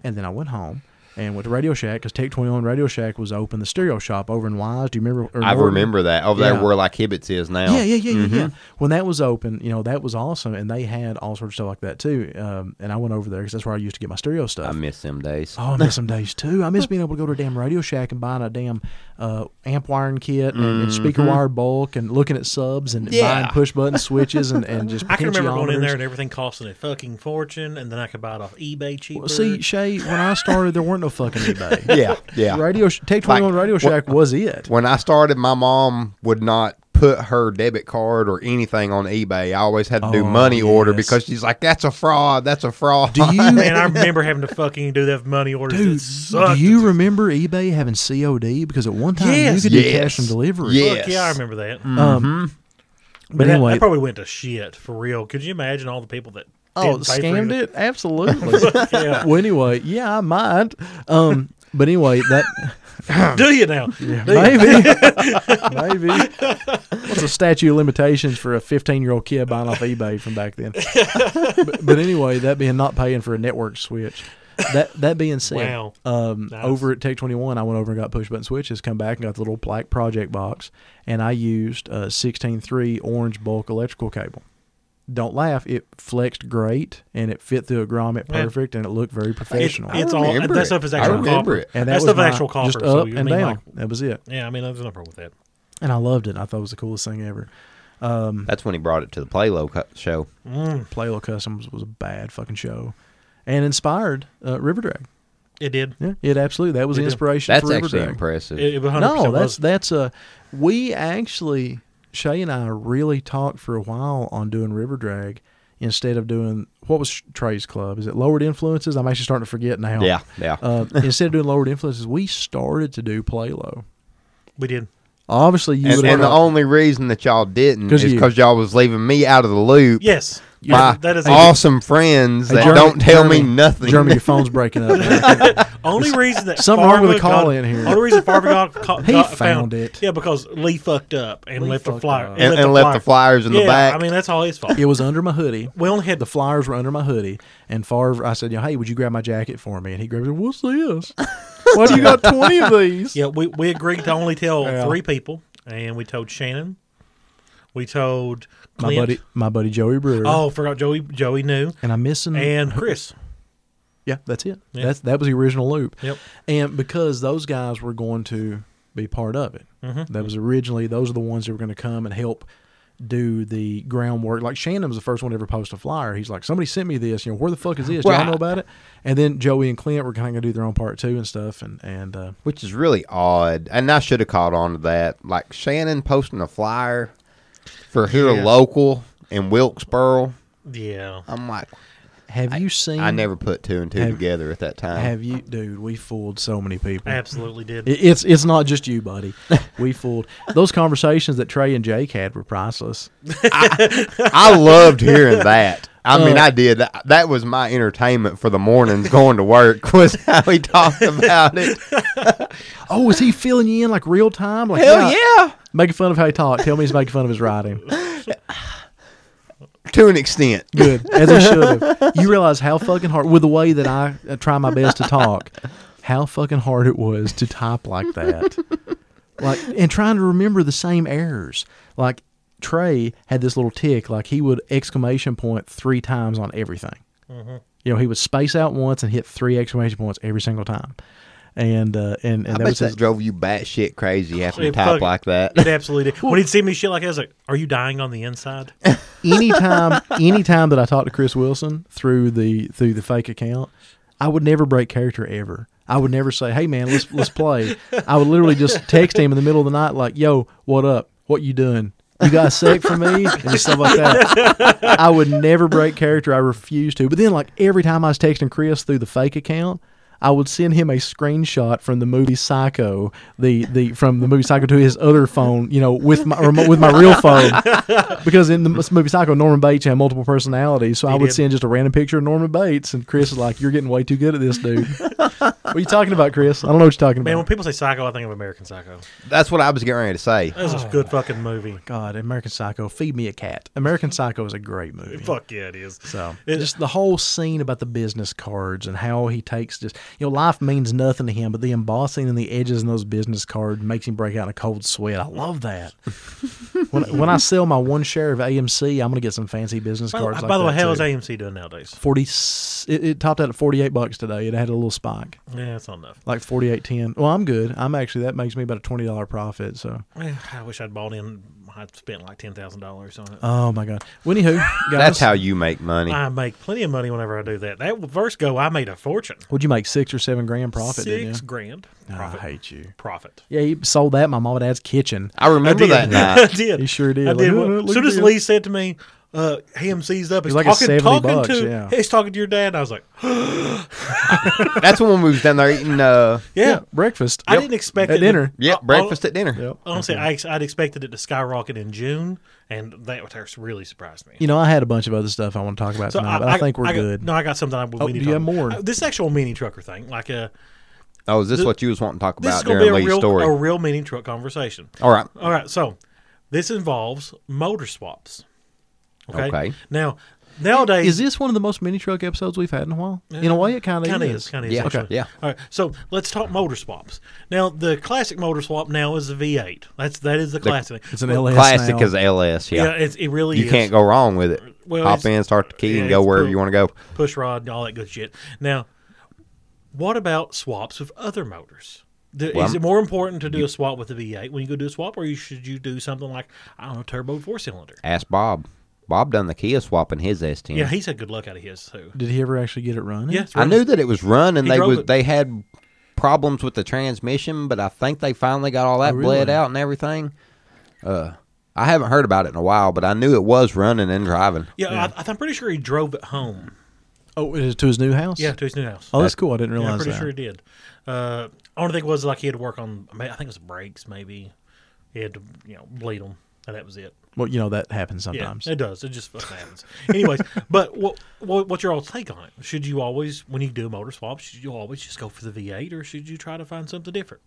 [SPEAKER 3] And then I went home and went to Radio Shack because Tech Twenty One Radio Shack was open, the stereo shop over in Wise. Do you remember? or
[SPEAKER 4] I
[SPEAKER 3] Norton?
[SPEAKER 4] remember that over
[SPEAKER 3] Yeah.
[SPEAKER 4] there where like Hibbets is now.
[SPEAKER 3] Yeah, yeah, yeah, yeah, yeah. When that was open, you know, that was awesome, and they had all sorts of stuff like that too. Um, and I went over there because that's where I used to get my stereo stuff.
[SPEAKER 4] I miss them days.
[SPEAKER 3] Oh, I miss some days too. I miss being able to go to a damn Radio Shack and buying a damn uh, amp wiring kit and, and speaker wire bulk and looking at subs and
[SPEAKER 4] Mm-hmm. Yeah.
[SPEAKER 3] buying push button switches and, and just
[SPEAKER 2] I can remember going in
[SPEAKER 3] potentiometers.
[SPEAKER 2] there and everything costing a fucking fortune, and then I could buy it off eBay cheaper.
[SPEAKER 3] Well, see, Shay, when I started, there weren't no fucking eBay.
[SPEAKER 4] yeah, yeah.
[SPEAKER 3] Radio Sh- Tech Twenty One
[SPEAKER 4] Like,
[SPEAKER 3] Radio
[SPEAKER 4] what-
[SPEAKER 3] Shack was it.
[SPEAKER 4] When I started, my mom would not put her debit card or anything on eBay. I always had to do
[SPEAKER 3] Oh,
[SPEAKER 4] money order
[SPEAKER 3] yes.
[SPEAKER 4] because she's like, "That's a fraud. That's a fraud."
[SPEAKER 3] Do you
[SPEAKER 2] Man, I remember having to fucking do that money order.
[SPEAKER 3] dude? Do you remember eBay having COD? Because at one time
[SPEAKER 2] Yes.
[SPEAKER 3] you could do
[SPEAKER 4] Yes.
[SPEAKER 3] cash and delivery.
[SPEAKER 4] Yeah.
[SPEAKER 2] Fuck yeah, I
[SPEAKER 4] Yes.
[SPEAKER 2] remember that.
[SPEAKER 3] Um,
[SPEAKER 2] Mm-hmm. But
[SPEAKER 3] but
[SPEAKER 2] that,
[SPEAKER 3] anyway,
[SPEAKER 2] that probably went to shit for real. Could you imagine all the people that
[SPEAKER 3] oh,
[SPEAKER 2] didn't pay for
[SPEAKER 3] scammed it absolutely.
[SPEAKER 2] Yeah.
[SPEAKER 3] well, anyway, yeah, I might. Um, but anyway, that
[SPEAKER 2] Do you now? Do you?
[SPEAKER 3] maybe, maybe. What's a statute of limitations for a 15 year old kid buying off eBay from back then? but, but anyway, that being not paying for a network switch. That that being said,
[SPEAKER 2] Wow.
[SPEAKER 3] um,
[SPEAKER 2] Nice.
[SPEAKER 3] over at Tech 21, I went over and got push button switches, come back and got the little black project box, and I used uh, 16.3 orange bulk electrical cable. Don't laugh, it flexed great and it fit through a grommet
[SPEAKER 2] Yeah.
[SPEAKER 3] perfect and it looked very
[SPEAKER 2] It's,
[SPEAKER 3] professional.
[SPEAKER 2] it's
[SPEAKER 4] I
[SPEAKER 2] all
[SPEAKER 4] remember
[SPEAKER 2] that
[SPEAKER 4] it.
[SPEAKER 2] stuff is
[SPEAKER 4] I
[SPEAKER 2] actual
[SPEAKER 4] remember
[SPEAKER 2] copper.
[SPEAKER 4] it.
[SPEAKER 3] and that
[SPEAKER 2] that
[SPEAKER 3] was
[SPEAKER 2] stuff is
[SPEAKER 3] my-
[SPEAKER 2] actual copper.
[SPEAKER 3] Just up
[SPEAKER 2] so you
[SPEAKER 3] and
[SPEAKER 2] mean
[SPEAKER 3] down.
[SPEAKER 2] like,
[SPEAKER 3] that was it.
[SPEAKER 2] yeah, I mean, there's no problem with that.
[SPEAKER 3] And I loved it. I thought it was the coolest thing ever.
[SPEAKER 4] That's when he brought it to the Play Low co- show.
[SPEAKER 3] Playlo Customs was a bad fucking show, and inspired uh, River Drag.
[SPEAKER 2] It did.
[SPEAKER 3] Yeah, it absolutely that was
[SPEAKER 2] It
[SPEAKER 3] the
[SPEAKER 2] did.
[SPEAKER 3] inspiration
[SPEAKER 4] That's
[SPEAKER 3] for River
[SPEAKER 4] actually
[SPEAKER 3] Drag.
[SPEAKER 4] impressive.
[SPEAKER 2] It, it 100%
[SPEAKER 3] No, that's
[SPEAKER 2] was.
[SPEAKER 3] that's a we actually Shay and I really talked for a while on doing River Drag instead of doing what was Trey's Club. Is it Lowered Influences? I'm actually starting to forget now.
[SPEAKER 4] yeah, yeah.
[SPEAKER 3] Uh, instead of doing Lowered Influences, we started to do Playlo.
[SPEAKER 2] we did.
[SPEAKER 3] Obviously, you
[SPEAKER 4] and
[SPEAKER 3] would
[SPEAKER 4] and
[SPEAKER 3] have
[SPEAKER 4] the only reason that y'all didn't
[SPEAKER 3] 'Cause
[SPEAKER 4] is
[SPEAKER 3] you-
[SPEAKER 4] because y'all was leaving me out of the loop.
[SPEAKER 2] Yes.
[SPEAKER 4] My
[SPEAKER 2] that is
[SPEAKER 4] awesome friends
[SPEAKER 3] Hey,
[SPEAKER 4] that
[SPEAKER 3] Jeremy-
[SPEAKER 4] don't tell
[SPEAKER 3] Jeremy-
[SPEAKER 4] me nothing.
[SPEAKER 3] Jeremy, your phone's breaking up. man.
[SPEAKER 2] Only reason that
[SPEAKER 3] Something wrong with the
[SPEAKER 2] Farva
[SPEAKER 3] call
[SPEAKER 2] got-
[SPEAKER 3] in here.
[SPEAKER 2] Only reason Farva got, caught,
[SPEAKER 3] He
[SPEAKER 2] got
[SPEAKER 3] found it.
[SPEAKER 2] Yeah, because Lee fucked up and
[SPEAKER 3] Lee
[SPEAKER 2] left the
[SPEAKER 3] fucked
[SPEAKER 2] flyer
[SPEAKER 3] up.
[SPEAKER 4] and, and left the flyers in
[SPEAKER 2] yeah,
[SPEAKER 4] the back.
[SPEAKER 2] I mean that's all his fault.
[SPEAKER 3] It was under my hoodie.
[SPEAKER 2] We only had
[SPEAKER 3] The flyers were under my hoodie, and Favre, I said, "You know, hey, would you grab my jacket for me?" And he grabbed it. What's this? Why do you got twenty of these?
[SPEAKER 2] yeah. We we agreed to only tell
[SPEAKER 3] Yeah.
[SPEAKER 2] three people, and we told Shannon. We told
[SPEAKER 3] My
[SPEAKER 2] Clint.
[SPEAKER 3] buddy, my buddy Joey Brewer.
[SPEAKER 2] Oh, forgot Joey. Joey knew
[SPEAKER 3] and I'm missing.
[SPEAKER 2] and Chris.
[SPEAKER 3] yeah, that's it.
[SPEAKER 2] Yeah.
[SPEAKER 3] That's that was the original loop.
[SPEAKER 2] Yep.
[SPEAKER 3] And because those guys were going to be part of it,
[SPEAKER 2] Mm-hmm.
[SPEAKER 3] that was originally those are the ones that were going to come and help do the groundwork. Like Shannon was the first one to ever post a flyer. He's like, somebody sent me this. You know, where the fuck is this? Do y'all
[SPEAKER 4] Right.
[SPEAKER 3] know about it? And then Joey and Clint were kind of going to do their own part too and stuff. And and uh,
[SPEAKER 4] which is really odd. And I should have caught on to that. Like Shannon posting a flyer for here
[SPEAKER 2] Yeah.
[SPEAKER 4] local in Wilkesboro.
[SPEAKER 2] Yeah.
[SPEAKER 4] I'm like,
[SPEAKER 3] have you seen?
[SPEAKER 4] I never put two and two
[SPEAKER 3] Have-
[SPEAKER 4] together at that time.
[SPEAKER 3] Have you, dude? We fooled so many people.
[SPEAKER 2] Absolutely did.
[SPEAKER 3] It- It's it's not just you, buddy. We fooled those conversations that Trey and Jake had were priceless.
[SPEAKER 4] I loved hearing that. I mean, I did. That- That was my entertainment for the mornings going to work was how he talked about it.
[SPEAKER 3] Oh, is he filling you in like real time? Like
[SPEAKER 4] Hell yeah.
[SPEAKER 3] making fun of how he talked. Tell me he's making fun of his writing.
[SPEAKER 4] To an extent.
[SPEAKER 3] Good as he should have. You realize how fucking hard with the way that I uh, try my best to talk, how fucking hard it was to type like that. like and trying to remember the same errors. Like Trey had this little tick, like he would exclamation point three times on everything.
[SPEAKER 4] Mm-hmm.
[SPEAKER 3] You know, he would space out once and hit three exclamation points every single time. And uh, and, and that
[SPEAKER 4] I bet
[SPEAKER 3] was
[SPEAKER 4] that
[SPEAKER 3] his,
[SPEAKER 4] drove you batshit crazy having to
[SPEAKER 2] It
[SPEAKER 4] type
[SPEAKER 2] fucking-
[SPEAKER 4] like that.
[SPEAKER 2] It absolutely did. When he'd see me shit like that, I was like, "Are you dying on the inside?"
[SPEAKER 3] anytime anytime that I talked to Chris Wilson through the through the fake account, I would never break character ever. I would never say, "Hey man, let's let's play." I would literally just text him in the middle of the night, like, "Yo, what up? What you doing? You got sick for me?" and stuff like that. I would never break character. I refuse to. But then, like every time I was texting Chris through the fake account, I would send him a screenshot from the movie Psycho, the the from the movie Psycho to his other phone, you know, with my remote, with my real phone, because in the movie Psycho, Norman Bates had multiple personalities. So I would
[SPEAKER 2] did.
[SPEAKER 3] send just a random picture of Norman Bates, and Chris is like, "You're getting way too good at this, dude." what are you talking about, Chris? I don't know what you're talking
[SPEAKER 2] Man, when
[SPEAKER 3] about.
[SPEAKER 2] people say psycho, I think of American Psycho.
[SPEAKER 4] That's what I was getting ready to say.
[SPEAKER 2] That was a good fucking movie.
[SPEAKER 3] Oh, God, American Psycho, feed me a cat. American Psycho is a great movie.
[SPEAKER 2] Fuck yeah, it is.
[SPEAKER 3] So
[SPEAKER 2] It-
[SPEAKER 3] just the whole scene about the business cards and how he takes just you know life means nothing to him, but the embossing and the edges in those business cards makes him break out in a cold sweat. I love that. when when I sell my one share of AMC, I'm gonna get some fancy business
[SPEAKER 2] By,
[SPEAKER 3] cards.
[SPEAKER 2] by
[SPEAKER 3] like
[SPEAKER 2] the way,
[SPEAKER 3] that
[SPEAKER 2] how is
[SPEAKER 3] too.
[SPEAKER 2] AMC doing nowadays?
[SPEAKER 3] Forty. s- It, it topped out at forty eight bucks today. It had a little spike,
[SPEAKER 2] Yeah, that's not enough.
[SPEAKER 3] like forty eight ten. Well, I'm good. I'm actually that makes me about a twenty dollar profit. So
[SPEAKER 2] Eh, I wish I'd bought in. I spent like ten thousand dollars on it.
[SPEAKER 3] oh my god. Well, anywho, guys,
[SPEAKER 4] That's how you make money.
[SPEAKER 2] I make plenty of money whenever I do that. That first go, I made a fortune.
[SPEAKER 3] Would you make six or seven grand profit? didn't
[SPEAKER 2] Six
[SPEAKER 3] you?
[SPEAKER 2] grand
[SPEAKER 3] I
[SPEAKER 2] profit.
[SPEAKER 3] hate you.
[SPEAKER 2] profit.
[SPEAKER 3] Yeah, he sold that in my mom and dad's kitchen.
[SPEAKER 4] I remember
[SPEAKER 2] I
[SPEAKER 4] that
[SPEAKER 2] did.
[SPEAKER 4] night.
[SPEAKER 2] I did.
[SPEAKER 3] He sure did.
[SPEAKER 2] I
[SPEAKER 3] Like,
[SPEAKER 2] did.
[SPEAKER 3] "No, no,
[SPEAKER 2] as
[SPEAKER 3] look
[SPEAKER 2] soon
[SPEAKER 3] at
[SPEAKER 2] as
[SPEAKER 3] this."
[SPEAKER 2] Lee said to me, uh, "Ham seized up," he's
[SPEAKER 3] like a
[SPEAKER 2] talking,
[SPEAKER 3] 70
[SPEAKER 2] talking
[SPEAKER 3] bucks,
[SPEAKER 2] to,
[SPEAKER 3] yeah.
[SPEAKER 2] he's talking to your dad. I was like, yeah.
[SPEAKER 4] That's when we was down there eating. Uh,
[SPEAKER 3] breakfast.
[SPEAKER 2] I didn't expect
[SPEAKER 3] At
[SPEAKER 2] it to-
[SPEAKER 3] dinner.
[SPEAKER 4] yeah,
[SPEAKER 2] Uh,
[SPEAKER 4] breakfast at dinner.
[SPEAKER 3] Yep.
[SPEAKER 2] Honestly, I, I'd expected it to skyrocket in June, and that was- really surprised me.
[SPEAKER 3] You know, I had a bunch of other stuff I want to talk about tonight, but I, think we're
[SPEAKER 2] got-
[SPEAKER 3] good.
[SPEAKER 2] No, I got something. I, we
[SPEAKER 3] Oh,
[SPEAKER 2] need
[SPEAKER 3] do
[SPEAKER 2] to
[SPEAKER 3] you
[SPEAKER 2] talk
[SPEAKER 3] have
[SPEAKER 2] about.
[SPEAKER 3] more?
[SPEAKER 2] Uh, this actual mini trucker thing, like uh,
[SPEAKER 4] Oh, is this
[SPEAKER 2] Th-
[SPEAKER 4] what you was wanting to talk
[SPEAKER 2] this
[SPEAKER 4] about
[SPEAKER 2] is going to be
[SPEAKER 4] during
[SPEAKER 2] a
[SPEAKER 4] Lee's
[SPEAKER 2] real,
[SPEAKER 4] story?
[SPEAKER 2] a real mini truck conversation.
[SPEAKER 4] All right.
[SPEAKER 2] All right, so this involves motor swaps. Okay.
[SPEAKER 4] Okay.
[SPEAKER 2] Now, nowadays,
[SPEAKER 3] Is this one of the most mini truck episodes we've had in a while? In a way, it kind of
[SPEAKER 2] Kind of
[SPEAKER 3] is.
[SPEAKER 2] is. Kind of
[SPEAKER 4] Yeah,
[SPEAKER 2] is.
[SPEAKER 4] okay,
[SPEAKER 2] actually.
[SPEAKER 4] yeah.
[SPEAKER 2] All right. So let's talk motor swaps. Now, the classic motor swap now is a V8. That's that is the classic.
[SPEAKER 3] It's an LS
[SPEAKER 4] Classic
[SPEAKER 3] now.
[SPEAKER 4] as LS.
[SPEAKER 2] yeah,
[SPEAKER 4] Yeah,
[SPEAKER 2] it's, it really
[SPEAKER 4] you
[SPEAKER 2] is.
[SPEAKER 4] can't go wrong with it.
[SPEAKER 2] Well,
[SPEAKER 4] Hop
[SPEAKER 2] it's-
[SPEAKER 4] in, start the key,
[SPEAKER 2] yeah,
[SPEAKER 4] and go
[SPEAKER 2] it's
[SPEAKER 4] wherever
[SPEAKER 2] cool.
[SPEAKER 4] you want to go.
[SPEAKER 2] push rod and all that good shit. Now, what about swaps with other motors? The,
[SPEAKER 4] Well,
[SPEAKER 2] is
[SPEAKER 4] I'm-
[SPEAKER 2] it more important to do a swap with the V8 when you go do a swap, or you, should you do something like I don't know, turbo four cylinder?
[SPEAKER 4] Ask Bob. Bob done the Kia swap in his S10.
[SPEAKER 2] Yeah, he's had good luck out of his too.
[SPEAKER 3] Did he ever actually get it running?
[SPEAKER 2] Yes,
[SPEAKER 4] I knew that it was running.
[SPEAKER 2] He
[SPEAKER 4] They
[SPEAKER 2] drove
[SPEAKER 4] was
[SPEAKER 2] it.
[SPEAKER 4] they had problems with the transmission, but I think they finally got all that
[SPEAKER 3] Oh,
[SPEAKER 4] bled
[SPEAKER 3] really?
[SPEAKER 4] out and everything. Uh, I haven't heard about it in a while, but I knew it was running and driving.
[SPEAKER 2] Yeah, I, I'm pretty sure he drove it home.
[SPEAKER 3] Oh, is it to his new house.
[SPEAKER 2] Yeah, to his new house.
[SPEAKER 3] Oh, that's cool. I didn't
[SPEAKER 2] Yeah, I'm
[SPEAKER 3] realize
[SPEAKER 2] pretty
[SPEAKER 3] that.
[SPEAKER 2] sure he did. Uh, only thing was like he had to work on. I mean, I think it was brakes. Maybe he had to, you know, bleed them, and that was it.
[SPEAKER 3] Well, you know that happens
[SPEAKER 2] Yeah,
[SPEAKER 3] sometimes.
[SPEAKER 2] it does. It just fucking happens. Anyways, but what, what what's your all take on it? Should you always, when you do a motor swap, should you always just go for the V8, or should you try to find something different?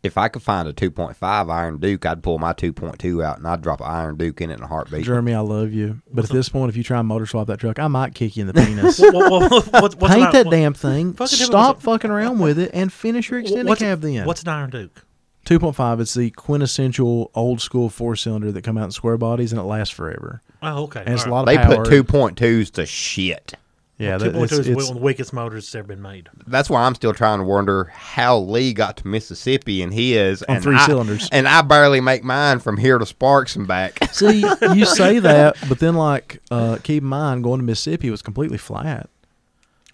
[SPEAKER 4] If I could find a 2.5 Iron Duke, I'd pull my 2.2 out and I'd drop an Iron Duke in it in a heartbeat.
[SPEAKER 3] Jeremy, I love you, but at this point, if you try and motor swap that truck, I might kick you in the penis.
[SPEAKER 2] What, what, what, what's- what's
[SPEAKER 3] Paint
[SPEAKER 2] an-
[SPEAKER 3] that
[SPEAKER 2] what-
[SPEAKER 3] damn thing.
[SPEAKER 2] Fucking hell,
[SPEAKER 3] Stop
[SPEAKER 2] what's-
[SPEAKER 3] fucking around with it and finish your extended
[SPEAKER 2] what's-
[SPEAKER 3] cab. Then
[SPEAKER 2] What's an Iron Duke?
[SPEAKER 3] 2.5 it's the quintessential old school four cylinder that come out in square bodies and it lasts forever
[SPEAKER 2] Oh, okay.
[SPEAKER 3] and it's
[SPEAKER 2] all
[SPEAKER 3] a lot of
[SPEAKER 4] They
[SPEAKER 3] power.
[SPEAKER 4] put 2.2s to shit.
[SPEAKER 3] yeah
[SPEAKER 2] right.
[SPEAKER 3] that,
[SPEAKER 2] 2.2
[SPEAKER 3] it's,
[SPEAKER 2] is
[SPEAKER 3] it's-
[SPEAKER 2] one of the weakest motors that's ever been made.
[SPEAKER 4] That's why I'm still trying to wonder how Lee got to Mississippi and his
[SPEAKER 3] On
[SPEAKER 4] and
[SPEAKER 3] three
[SPEAKER 4] I-
[SPEAKER 3] cylinders.
[SPEAKER 4] and I barely make mine from here to Sparks and back.
[SPEAKER 3] see you say that but then like uh, keep in mind going to mississippi was completely flat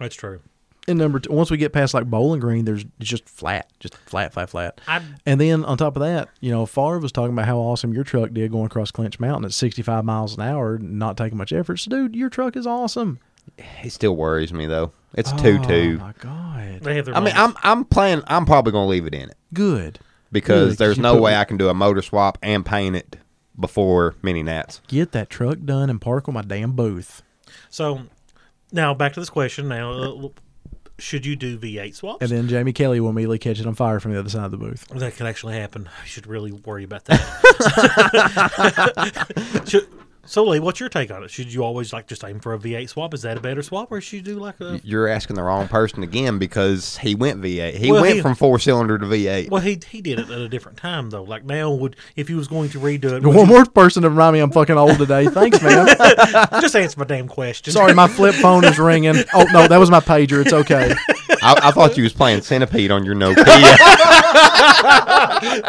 [SPEAKER 2] That's true.
[SPEAKER 3] and number two once we get past like bowling green there's it's just flat just flat flat flat
[SPEAKER 2] I-
[SPEAKER 3] and then on top of that you know favre was talking about how awesome your truck did going across clinch mountain at 65 miles an hour not taking much effort so dude your truck is awesome
[SPEAKER 4] It still worries me though. It's two
[SPEAKER 3] oh
[SPEAKER 4] two.
[SPEAKER 3] my god
[SPEAKER 2] They have their
[SPEAKER 4] I mean,
[SPEAKER 2] moments.
[SPEAKER 4] I'm I'm playing. I'm probably gonna leave it in it
[SPEAKER 3] good
[SPEAKER 4] because
[SPEAKER 3] Good, 'cause
[SPEAKER 4] there's
[SPEAKER 3] you
[SPEAKER 4] no
[SPEAKER 3] put-
[SPEAKER 4] way I can do a motor swap and paint it before mini nats.
[SPEAKER 3] get that truck done and park on my damn booth.
[SPEAKER 2] So now back to this question. Now, uh, should you do V8 swaps?
[SPEAKER 3] And then Jamie Kelly will immediately catch it on fire from the other side of the booth.
[SPEAKER 2] that could actually happen. I should really worry about that. should, so, Lee, what's your take on it? Should you always like just aim for a V8 swap? Is that a better swap, or should you do like
[SPEAKER 3] Mm.
[SPEAKER 2] a?
[SPEAKER 4] You're asking the wrong person again because he went V8. He
[SPEAKER 2] Well,
[SPEAKER 4] went
[SPEAKER 2] he-
[SPEAKER 4] from four cylinder to V8.
[SPEAKER 2] Well, he he did it at a different time though. Like now, would if he was going to redo it, would
[SPEAKER 3] One more person to remind me I'm fucking old today. Thanks, man.
[SPEAKER 2] you- just answer my damn question.
[SPEAKER 3] Sorry, my flip phone is ringing. Oh no, that was my pager. It's okay.
[SPEAKER 4] I, I thought you was playing centipede on your Nokia.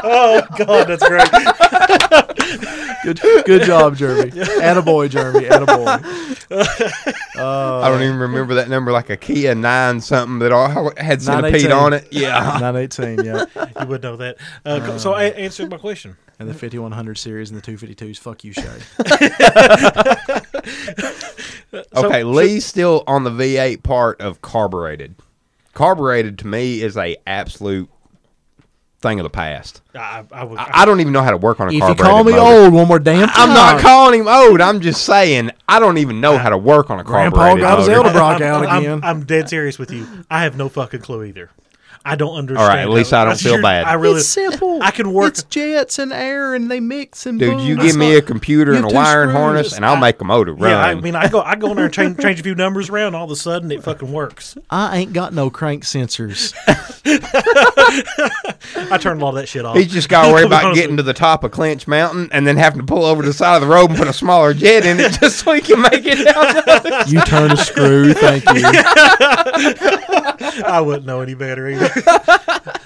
[SPEAKER 2] Oh God, that's great.
[SPEAKER 3] Good, good job, Jeremy. Attaboy, Jeremy. Attaboy. Uh,
[SPEAKER 4] I don't even remember that number, like a Kia nine something that all had
[SPEAKER 3] 918.
[SPEAKER 4] centipede on it. Yeah.
[SPEAKER 3] 918, yeah.
[SPEAKER 2] You would know that. Uh, co- so I answered my question.
[SPEAKER 3] And the 5100 series and the 252s. Fuck you, Shay.
[SPEAKER 4] Okay, Lee's still on the V8 part of carbureted. Carbureted to me is a absolute thing of the past.
[SPEAKER 2] I, I would.
[SPEAKER 4] I, I don't even know how to work on a
[SPEAKER 3] if you
[SPEAKER 4] carbureted
[SPEAKER 3] call me
[SPEAKER 4] motor.
[SPEAKER 3] old one more damn time.
[SPEAKER 4] I'm not calling him old. I'm just saying I don't even know how to work on a carbureted
[SPEAKER 3] Grandpa got his
[SPEAKER 4] motor.
[SPEAKER 3] elder Brock out
[SPEAKER 2] I'm-
[SPEAKER 3] again.
[SPEAKER 2] I'm dead serious with you. I have no fucking clue either. I don't understand.
[SPEAKER 4] right, at least
[SPEAKER 2] how-
[SPEAKER 4] I don't feel
[SPEAKER 2] you're-
[SPEAKER 4] bad.
[SPEAKER 2] I really.
[SPEAKER 3] it's simple.
[SPEAKER 2] I can work-
[SPEAKER 3] It's jets and air, and they mix and
[SPEAKER 4] Dude,
[SPEAKER 3] boom.
[SPEAKER 4] you
[SPEAKER 3] It's
[SPEAKER 4] give me
[SPEAKER 3] Mm, not-
[SPEAKER 4] a computer
[SPEAKER 3] you
[SPEAKER 4] and a
[SPEAKER 3] have two
[SPEAKER 4] wiring
[SPEAKER 3] screws.
[SPEAKER 4] harness, and I'll make a motor run.
[SPEAKER 2] Yeah, I mean, I go, I go in there and change, change a few numbers around. All of a sudden, it fucking works.
[SPEAKER 3] I ain't got no crank sensors.
[SPEAKER 2] I turned a lot of that shit off.
[SPEAKER 4] He's just got to worry
[SPEAKER 2] To be
[SPEAKER 4] about
[SPEAKER 2] honest
[SPEAKER 4] getting
[SPEAKER 2] with
[SPEAKER 4] to the top of Clinch Mountain and then having to pull over to the side of the road and put a smaller jet in it just so he can make it down. the-
[SPEAKER 3] you turn a screw, thank you.
[SPEAKER 2] you. I wouldn't know any better either.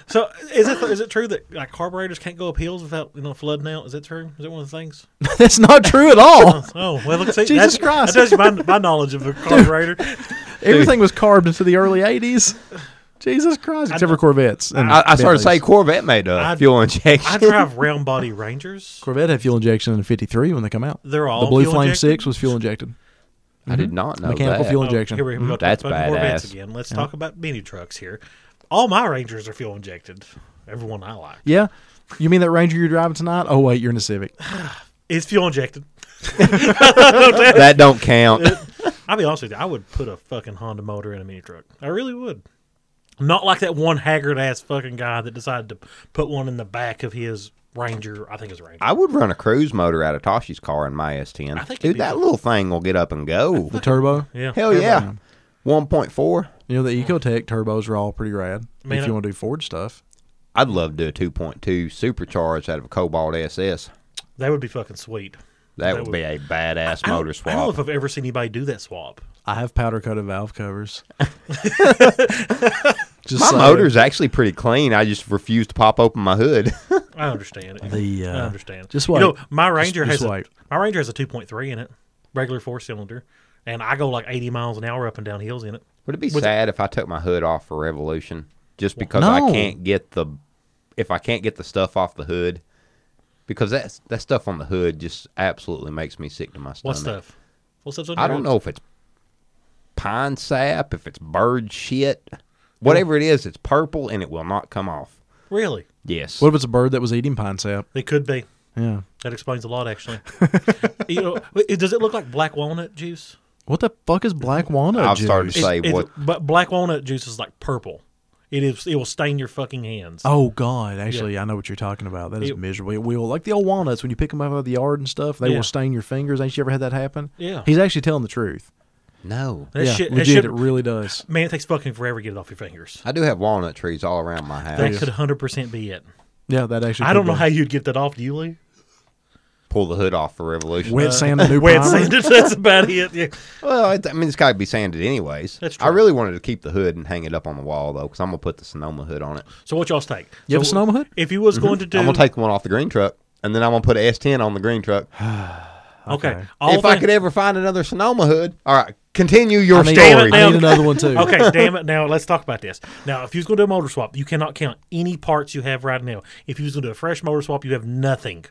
[SPEAKER 2] so, is it is it true that like carburetors can't go up hills without you know flooding out? Is that true? Is that one of the things?
[SPEAKER 3] That's not true at all.
[SPEAKER 2] Oh well, look, see,
[SPEAKER 3] Jesus
[SPEAKER 2] that's,
[SPEAKER 3] Christ.
[SPEAKER 2] That tells you my, my knowledge of a carburetor.
[SPEAKER 3] Everything was carved into the early '80s. Jesus Christ! Except for Corvettes. And
[SPEAKER 4] I, I started to say
[SPEAKER 3] Bentleys.
[SPEAKER 4] Corvette made a
[SPEAKER 2] I-
[SPEAKER 4] fuel injection.
[SPEAKER 2] I drive round body Rangers.
[SPEAKER 3] Corvette had fuel injection in '53 when they come out.
[SPEAKER 2] They're all
[SPEAKER 3] the Blue
[SPEAKER 2] fuel
[SPEAKER 3] Flame
[SPEAKER 2] injected?
[SPEAKER 3] Six was fuel injected.
[SPEAKER 4] I did not know
[SPEAKER 3] Mechanical
[SPEAKER 4] that.
[SPEAKER 3] fuel
[SPEAKER 2] Oh,
[SPEAKER 3] injection.
[SPEAKER 2] Here we go. That's
[SPEAKER 4] That's
[SPEAKER 2] Corvettes
[SPEAKER 4] badass.
[SPEAKER 2] again. Let's talk about mini trucks here. All my Rangers are fuel injected. Everyone I like
[SPEAKER 3] yeah. You mean that Ranger you're driving tonight? Oh wait, you're in a Civic.
[SPEAKER 2] is fuel injected.
[SPEAKER 4] That don't count.
[SPEAKER 2] I'll be honest with you. I would put a fucking Honda motor in a mini truck. I really would. Not like that one haggard ass fucking guy that decided to put one in the back of his Ranger. I think it's a Ranger.
[SPEAKER 4] I would run a cruise motor out of Toshi's car in my S10.
[SPEAKER 2] I think it'd
[SPEAKER 4] Dude,
[SPEAKER 2] be
[SPEAKER 4] that
[SPEAKER 2] cool.
[SPEAKER 4] little thing will get up and go.
[SPEAKER 3] The turbo.
[SPEAKER 2] yeah.
[SPEAKER 4] Hell yeah. 1.4.
[SPEAKER 3] You know the EcoTech turbos are all pretty rad.
[SPEAKER 2] Man,
[SPEAKER 3] if you
[SPEAKER 2] I-
[SPEAKER 3] want to do Ford stuff,
[SPEAKER 4] I'd love to do a 2.2 supercharged out of a Cobalt SS.
[SPEAKER 2] That would be fucking sweet.
[SPEAKER 4] That,
[SPEAKER 2] That
[SPEAKER 4] would,
[SPEAKER 2] would-
[SPEAKER 4] be a badass
[SPEAKER 2] I don't-
[SPEAKER 4] motor
[SPEAKER 2] I don't know
[SPEAKER 4] swap.
[SPEAKER 2] if I've ever seen anybody do that swap.
[SPEAKER 3] I have powder coated valve covers. Just
[SPEAKER 4] My
[SPEAKER 3] saying.
[SPEAKER 4] motor's actually pretty clean. I just refuse to pop open my hood.
[SPEAKER 2] I understand it.
[SPEAKER 3] The,
[SPEAKER 2] I
[SPEAKER 3] uh,
[SPEAKER 2] understand.
[SPEAKER 3] just
[SPEAKER 2] You know,
[SPEAKER 3] wait.
[SPEAKER 2] my Ranger
[SPEAKER 3] just
[SPEAKER 2] has
[SPEAKER 3] wait.
[SPEAKER 2] a, my Ranger has a 2.3 in it, regular four cylinder, and I go like 80 miles an hour up and down hills in it.
[SPEAKER 4] Would it be sad if I took my hood off for Revolution just because
[SPEAKER 3] No.
[SPEAKER 4] I can't get the if I can't get the stuff off the hood? Because that's that stuff on the hood just absolutely makes me sick to my stomach.
[SPEAKER 2] What stuff? What stuff's on
[SPEAKER 4] I
[SPEAKER 2] your
[SPEAKER 4] don't
[SPEAKER 2] hood?
[SPEAKER 4] know if it's pine sap, if it's bird shit, whatever it is, it's purple and it will not come off.
[SPEAKER 2] Really?
[SPEAKER 4] Yes.
[SPEAKER 3] What if it's a bird that was eating pine sap?
[SPEAKER 2] It could be.
[SPEAKER 3] Yeah.
[SPEAKER 2] That explains a lot, actually. you know, it- does it look like black walnut juice?
[SPEAKER 3] What the fuck is black walnut
[SPEAKER 4] I've
[SPEAKER 3] juice?
[SPEAKER 4] started to say what
[SPEAKER 2] But black walnut juice is like purple. It is. It will stain your fucking hands.
[SPEAKER 3] Oh God! Actually, I know what you're talking about. That is
[SPEAKER 2] It-
[SPEAKER 3] miserable. It will, like the old walnuts when you pick them up out of the yard and stuff, they
[SPEAKER 2] Yeah.
[SPEAKER 3] will stain your fingers. Ain't you ever had that happen?
[SPEAKER 2] Yeah.
[SPEAKER 3] He's actually telling the truth.
[SPEAKER 4] no.
[SPEAKER 2] that
[SPEAKER 3] yeah,
[SPEAKER 2] shit. That
[SPEAKER 3] legit,
[SPEAKER 2] shit
[SPEAKER 3] it really does.
[SPEAKER 2] man, it takes fucking forever to get it off your fingers.
[SPEAKER 4] I do have walnut trees all around my house.
[SPEAKER 2] That could 100 percent be it.
[SPEAKER 3] Yeah, that actually.
[SPEAKER 2] I
[SPEAKER 3] could
[SPEAKER 2] don't know
[SPEAKER 3] be.
[SPEAKER 2] how you'd get that off, do you, Lee?
[SPEAKER 4] Pull the hood off for revolution.
[SPEAKER 3] wet sand and new
[SPEAKER 2] uh, Wet
[SPEAKER 3] primer.
[SPEAKER 2] sanded. That's about it. Yeah.
[SPEAKER 4] Well, it, I mean, it's got to be sanded anyways.
[SPEAKER 2] That's
[SPEAKER 4] I
[SPEAKER 2] true.
[SPEAKER 4] really wanted to keep the hood and hang it up on the wall though, because I'm gonna put the Sonoma hood on it.
[SPEAKER 2] So what y'all's take?
[SPEAKER 3] You have a Mm-hmm.
[SPEAKER 2] So
[SPEAKER 3] Sonoma hood?
[SPEAKER 2] If you was going to do,
[SPEAKER 4] I'm gonna take the one off the green truck, and then I'm gonna put an S10 on the green truck.
[SPEAKER 2] okay.
[SPEAKER 3] okay.
[SPEAKER 2] all
[SPEAKER 4] if I
[SPEAKER 2] thing-
[SPEAKER 4] could ever find another Sonoma hood. All right, continue your
[SPEAKER 3] I need,
[SPEAKER 2] Damn
[SPEAKER 4] story.
[SPEAKER 2] it, now-
[SPEAKER 3] I need another one too.
[SPEAKER 2] okay, damn it. Now let's talk about this. Now, if you was going to do a motor swap, you cannot count any parts you have right now. If you was going to do a fresh motor swap, you have nothing.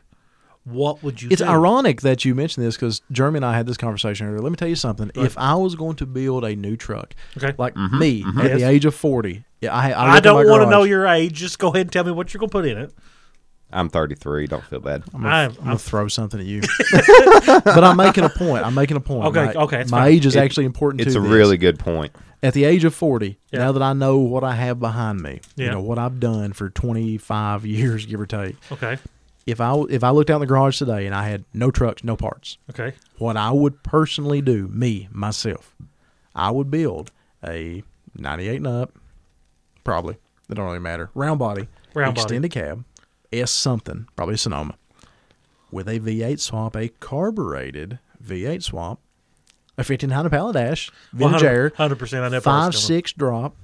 [SPEAKER 2] What would you?
[SPEAKER 3] It's
[SPEAKER 2] do?
[SPEAKER 3] ironic that you mentioned this because Jeremy and I had this conversation earlier. Let me tell you something. If I was going to build a new truck,
[SPEAKER 2] Okay.
[SPEAKER 3] like
[SPEAKER 4] Mm-hmm.
[SPEAKER 3] me at the
[SPEAKER 2] Yes.
[SPEAKER 3] age of forty, yeah, I, I,
[SPEAKER 2] I don't
[SPEAKER 3] want to
[SPEAKER 2] know your age. Just go ahead and tell me what you're going to put in it.
[SPEAKER 4] I'm 33. Don't feel bad.
[SPEAKER 2] I'm,
[SPEAKER 3] I'm
[SPEAKER 2] I'm,
[SPEAKER 3] gonna throw something at you, but I'm making a point. I'm making a point.
[SPEAKER 2] Okay,
[SPEAKER 3] my,
[SPEAKER 2] okay, it's
[SPEAKER 3] My
[SPEAKER 2] fine.
[SPEAKER 3] age is
[SPEAKER 4] It-
[SPEAKER 3] actually important.
[SPEAKER 4] It's
[SPEAKER 3] to
[SPEAKER 4] a
[SPEAKER 3] this.
[SPEAKER 4] really good point.
[SPEAKER 3] at the age of 40
[SPEAKER 2] Yeah.
[SPEAKER 3] now that i know what i have behind me you
[SPEAKER 2] Yeah.
[SPEAKER 3] know what i've done for 25 years give or take
[SPEAKER 2] okay.
[SPEAKER 3] if i if i looked out in the garage today and i had no trucks no parts
[SPEAKER 2] Okay.
[SPEAKER 3] what i would personally do me myself i would build a 98 and up probably it don't really matter round body
[SPEAKER 2] Round body.
[SPEAKER 3] extended cab s something probably a sonoma with a v8 swap a carbureted v8 swap a 1500 pallet dash vintage air
[SPEAKER 2] 100 percent. I know.
[SPEAKER 3] five six drop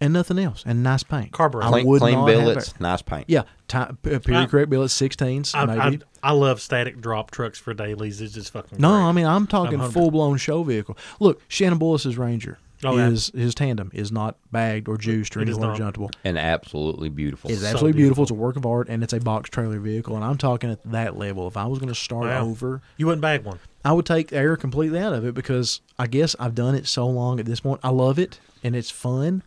[SPEAKER 3] and nothing else, and nice paint.
[SPEAKER 2] Carburetor.
[SPEAKER 3] I
[SPEAKER 4] Clean,
[SPEAKER 3] would
[SPEAKER 4] clean
[SPEAKER 3] not have
[SPEAKER 4] billets,
[SPEAKER 3] it.
[SPEAKER 4] nice paint.
[SPEAKER 3] Yeah, ti- p- period
[SPEAKER 2] I'm-
[SPEAKER 3] correct billets, sixteens
[SPEAKER 2] I,
[SPEAKER 3] maybe.
[SPEAKER 2] I, I love static drop trucks for dailies. It's just fucking.
[SPEAKER 3] no,
[SPEAKER 2] great.
[SPEAKER 3] I mean I'm talking
[SPEAKER 2] hungry.
[SPEAKER 3] full blown show vehicle. Look, Shannon Bullis's Ranger
[SPEAKER 2] Oh, yeah.
[SPEAKER 3] is his tandem is not bagged or juiced or
[SPEAKER 2] It is
[SPEAKER 3] anything
[SPEAKER 2] not.
[SPEAKER 3] adjuntable.
[SPEAKER 4] And absolutely beautiful.
[SPEAKER 3] It's
[SPEAKER 2] So
[SPEAKER 3] absolutely beautiful. It's a work of art, and it's a box trailer vehicle. And I'm talking at that level. If I was going to start
[SPEAKER 2] Wow.
[SPEAKER 3] over,
[SPEAKER 2] you wouldn't bag one.
[SPEAKER 3] I would take air completely out of it because I guess I've done it so long at this point. I love it and it's fun,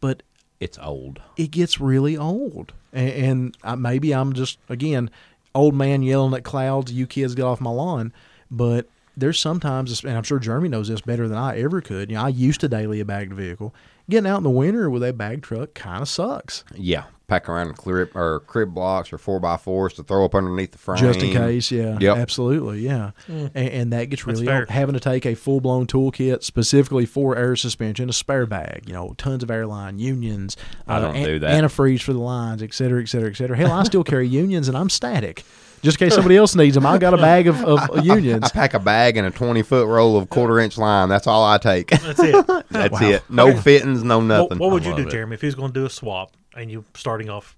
[SPEAKER 3] but
[SPEAKER 4] It's old.
[SPEAKER 3] it gets really old. And, and I, maybe I'm just again old man yelling at clouds. You kids get off my lawn. But there's sometimes, and I'm sure Jeremy knows this better than I ever could. You know, I used to daily a bagged vehicle. Getting out in the winter with a bag truck kind of sucks.
[SPEAKER 4] Yeah, pack around crib or crib blocks or four by fours to throw up underneath the frame.
[SPEAKER 3] just in case. Yeah,
[SPEAKER 4] Yep.
[SPEAKER 3] absolutely. Yeah, and, and that gets really
[SPEAKER 2] fair.
[SPEAKER 3] old. having to take a full blown toolkit specifically for air suspension, a spare bag, you know, tons of airline unions. uh,
[SPEAKER 4] I don't
[SPEAKER 3] an-
[SPEAKER 4] do that.
[SPEAKER 3] Antifreeze for the lines, et cetera, et cetera, et cetera. Hell, I still carry unions, and I'm static. Just in case somebody else needs them, I got a bag of, of
[SPEAKER 4] I
[SPEAKER 3] unions.
[SPEAKER 4] pack a bag and a twenty foot roll of quarter inch line. That's all I take.
[SPEAKER 2] That's it. What-
[SPEAKER 4] That's it. No fittings, no
[SPEAKER 2] what,
[SPEAKER 4] nothing.
[SPEAKER 2] would
[SPEAKER 4] I
[SPEAKER 2] you do,
[SPEAKER 4] love it.
[SPEAKER 2] Jeremy, if he was going to do a swap and you starting off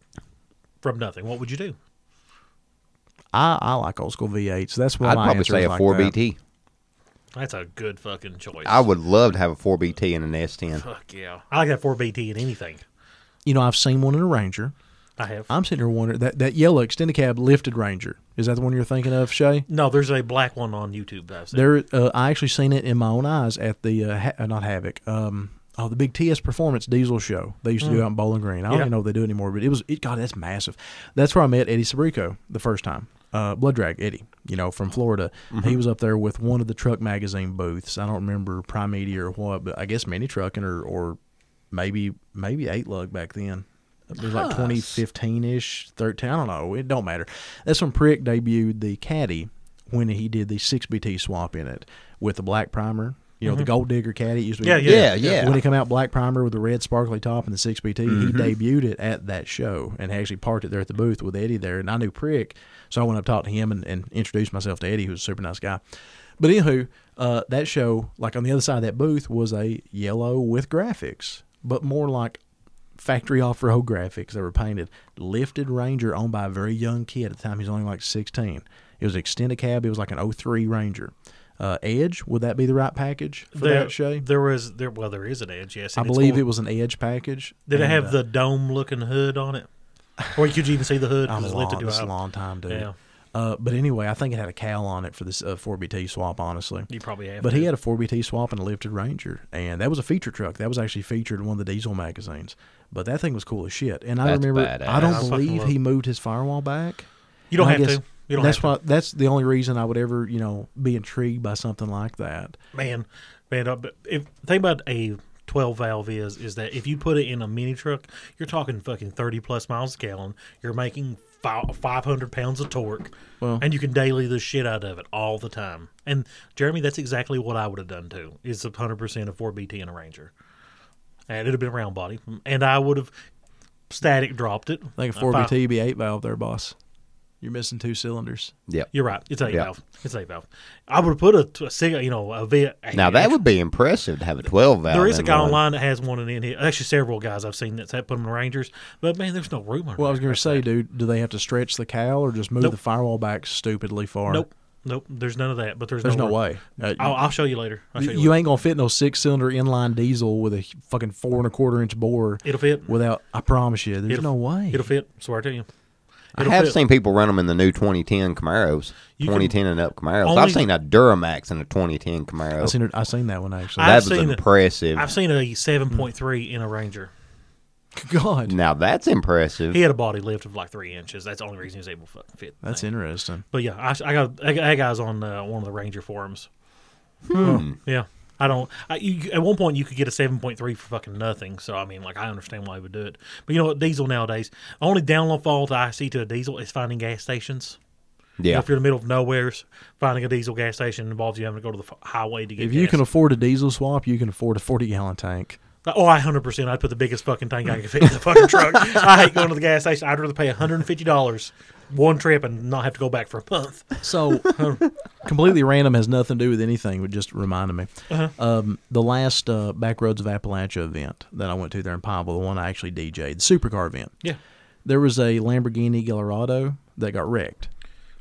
[SPEAKER 2] from nothing? What would you do?
[SPEAKER 3] I, I like old school V8s. That's what
[SPEAKER 4] I'd
[SPEAKER 3] my
[SPEAKER 4] probably
[SPEAKER 3] answer
[SPEAKER 4] say
[SPEAKER 3] is
[SPEAKER 4] a
[SPEAKER 3] like
[SPEAKER 4] four
[SPEAKER 3] that.
[SPEAKER 4] BT.
[SPEAKER 2] That's a good fucking choice.
[SPEAKER 4] I would love to have a four BT and an S ten.
[SPEAKER 2] Fuck yeah. I like that 4BT in anything.
[SPEAKER 3] You know, I've seen one in a Ranger.
[SPEAKER 2] I have.
[SPEAKER 3] I'm sitting here wondering that that yellow extended cab lifted Ranger is that the one you're thinking of, Shay?
[SPEAKER 2] no, there's a black one on YouTube that I've seen.
[SPEAKER 3] There, uh, I actually seen it in my own eyes at the uh, ha- uh, not Havoc. Um, oh, the big TS Performance Diesel show they used to do out in Bowling Green. I
[SPEAKER 2] Mm.
[SPEAKER 3] don't
[SPEAKER 2] Yeah.
[SPEAKER 3] even know if they do anymore, but it was it. God, that's massive. That's where I met Eddie Sabrico the first time. Uh, Blood Drag Eddie, you know, from Florida.
[SPEAKER 2] Mm-hmm.
[SPEAKER 3] He was up there with one of the truck magazine booths. I don't remember Prime Media or what, but I guess Mini Trucking or or maybe maybe Eight Lug back then. It was like 2015 ish, 13. I don't know. It don't matter. That's when Prick debuted the Caddy when he did the 6BT swap in it with the black primer. You know, the Gold Digger Caddy. It used to be
[SPEAKER 2] Mm-hmm. Yeah, yeah.
[SPEAKER 4] Yeah, yeah.
[SPEAKER 3] When it come out black primer with the red sparkly top and the 6BT, he debuted it at that show and actually parked it there at the booth with Eddie there. And I knew Prick. So I went up, talked to him, and, and introduced myself to Eddie, who was a super nice guy. But anywho, uh, that show, like on the other side of that booth, was a yellow with graphics, but more like factory off road graphics that were painted. Lifted Ranger owned by a very young kid at the time. He was only like 16. It was an extended cab. It was like an 03 Ranger. Uh, Edge, would that be the right package for
[SPEAKER 2] there,
[SPEAKER 3] that, Shay?
[SPEAKER 2] there was there well there is an edge yes
[SPEAKER 3] I
[SPEAKER 2] and it's
[SPEAKER 3] believe
[SPEAKER 2] on-
[SPEAKER 3] it was an Edge package.
[SPEAKER 2] did it
[SPEAKER 3] and,
[SPEAKER 2] have
[SPEAKER 3] uh,
[SPEAKER 2] the dome looking hood on it or could you even see the hood
[SPEAKER 3] I'm
[SPEAKER 2] because it's
[SPEAKER 3] long,
[SPEAKER 2] lifted to
[SPEAKER 3] uh, this is a
[SPEAKER 2] out.
[SPEAKER 3] long time, dude.
[SPEAKER 2] Yeah.
[SPEAKER 3] Uh, but anyway, I think it had a cowl on it for this uh, 4BT swap, honestly.
[SPEAKER 2] you probably have
[SPEAKER 3] But
[SPEAKER 2] to.
[SPEAKER 3] he had a 4BT swap and a lifted Ranger, and that was a feature truck. That was actually featured in one of the diesel magazines. But that thing was cool as shit. And I
[SPEAKER 4] That's
[SPEAKER 3] remember, I
[SPEAKER 4] badass. I
[SPEAKER 3] don't
[SPEAKER 2] fucking
[SPEAKER 3] believe
[SPEAKER 2] love
[SPEAKER 3] he moved his firewall back.
[SPEAKER 2] you don't
[SPEAKER 3] And I
[SPEAKER 2] have
[SPEAKER 3] guess
[SPEAKER 2] to you don't
[SPEAKER 3] that's
[SPEAKER 2] have
[SPEAKER 3] why. That's the only reason I would ever, you know, be intrigued by something like that.
[SPEAKER 2] to man man uh, but if think about a 12 valve is is that if you put it in a mini truck you're talking fucking 30 plus miles a gallon you're making fi- 500 pounds of torque
[SPEAKER 3] Well-
[SPEAKER 2] and you can daily the shit out of it all the time and jeremy that's exactly what i would have done too is 100% of 4bt in a ranger and it'd have been round body and i would have static dropped it
[SPEAKER 3] I think a
[SPEAKER 2] Uh,
[SPEAKER 3] 4BT
[SPEAKER 2] fi-
[SPEAKER 3] be eight valve there, boss. You're missing two cylinders.
[SPEAKER 4] Yep.
[SPEAKER 2] you're right it's eight
[SPEAKER 4] Yeah.
[SPEAKER 2] valve it's eight valve i would have put a, a sig- you know a v
[SPEAKER 4] Now that would be impressive to have a twelve valve.
[SPEAKER 2] There is a
[SPEAKER 4] in
[SPEAKER 2] guy
[SPEAKER 4] one.
[SPEAKER 2] online that has one in here. Actually, several guys I've seen that's had put them in Rangers. But man, there's no room.
[SPEAKER 3] Well, I was going to say, dude, do they have to stretch the cowl or just move
[SPEAKER 2] Nope.
[SPEAKER 3] the firewall back stupidly far?
[SPEAKER 2] nope, Oh, nope. There's none of that. But there's
[SPEAKER 3] There's no,
[SPEAKER 2] room.
[SPEAKER 3] way. Uh,
[SPEAKER 2] I'll, I'll show you later. I'll
[SPEAKER 3] you,
[SPEAKER 2] show you.
[SPEAKER 3] you
[SPEAKER 2] later.
[SPEAKER 3] ain't going to fit no six cylinder inline diesel with a fucking four and a quarter inch bore
[SPEAKER 2] It'll fit.
[SPEAKER 3] without, I promise you, there's
[SPEAKER 2] It'll-
[SPEAKER 3] no way.
[SPEAKER 2] It'll fit. Swear to you.
[SPEAKER 4] I
[SPEAKER 2] It'll
[SPEAKER 4] have
[SPEAKER 2] fit.
[SPEAKER 4] seen people run them in the new 2010 Camaros,
[SPEAKER 2] You can
[SPEAKER 4] 2010 and up Camaros.
[SPEAKER 2] only-
[SPEAKER 4] I've seen a Duramax in a 2010 Camaro.
[SPEAKER 3] I've seen, it, i seen that one actually.
[SPEAKER 2] I-
[SPEAKER 4] that
[SPEAKER 2] I've
[SPEAKER 4] was
[SPEAKER 2] seen it.
[SPEAKER 4] impressive.
[SPEAKER 2] I've seen a 7.3 in a Ranger.
[SPEAKER 3] God,
[SPEAKER 4] now that's impressive.
[SPEAKER 2] He had a body lift of like three inches. That's the only reason he was able to fucking fit. the
[SPEAKER 3] that's
[SPEAKER 2] thing.
[SPEAKER 3] interesting.
[SPEAKER 2] But yeah, I, I got I got that guys on uh, one of the Ranger forums.
[SPEAKER 3] Hmm.
[SPEAKER 2] Yeah, I don't. I, you, at one point, you could get a seven point three for fucking nothing. So I mean, like, I understand why he would do it. But you know what? Diesel nowadays, the only downfall that I see to a diesel is finding gas stations. You know,
[SPEAKER 4] yeah.
[SPEAKER 2] if you're in the middle of nowhere, finding a diesel gas station involves you having to go to the f- highway to get.
[SPEAKER 3] If you
[SPEAKER 2] gas.
[SPEAKER 3] can afford a diesel swap, you can afford a 40 gallon tank.
[SPEAKER 2] Oh, I hundred percent. I'd put the biggest fucking tank I could fit in the fucking truck. I hate going to the gas station. I'd rather pay one hundred and fifty dollars one trip and not have to go back for a month.
[SPEAKER 3] So,
[SPEAKER 2] Uh-huh.
[SPEAKER 3] completely random has nothing to do with anything, but just reminded me.
[SPEAKER 2] Uh-huh.
[SPEAKER 3] Um, the last uh, Backroads of Appalachia event that I went to there in Pineville, the one I actually DJ'd, the supercar event,
[SPEAKER 2] Yeah.
[SPEAKER 3] there was a Lamborghini Gallardo that got wrecked.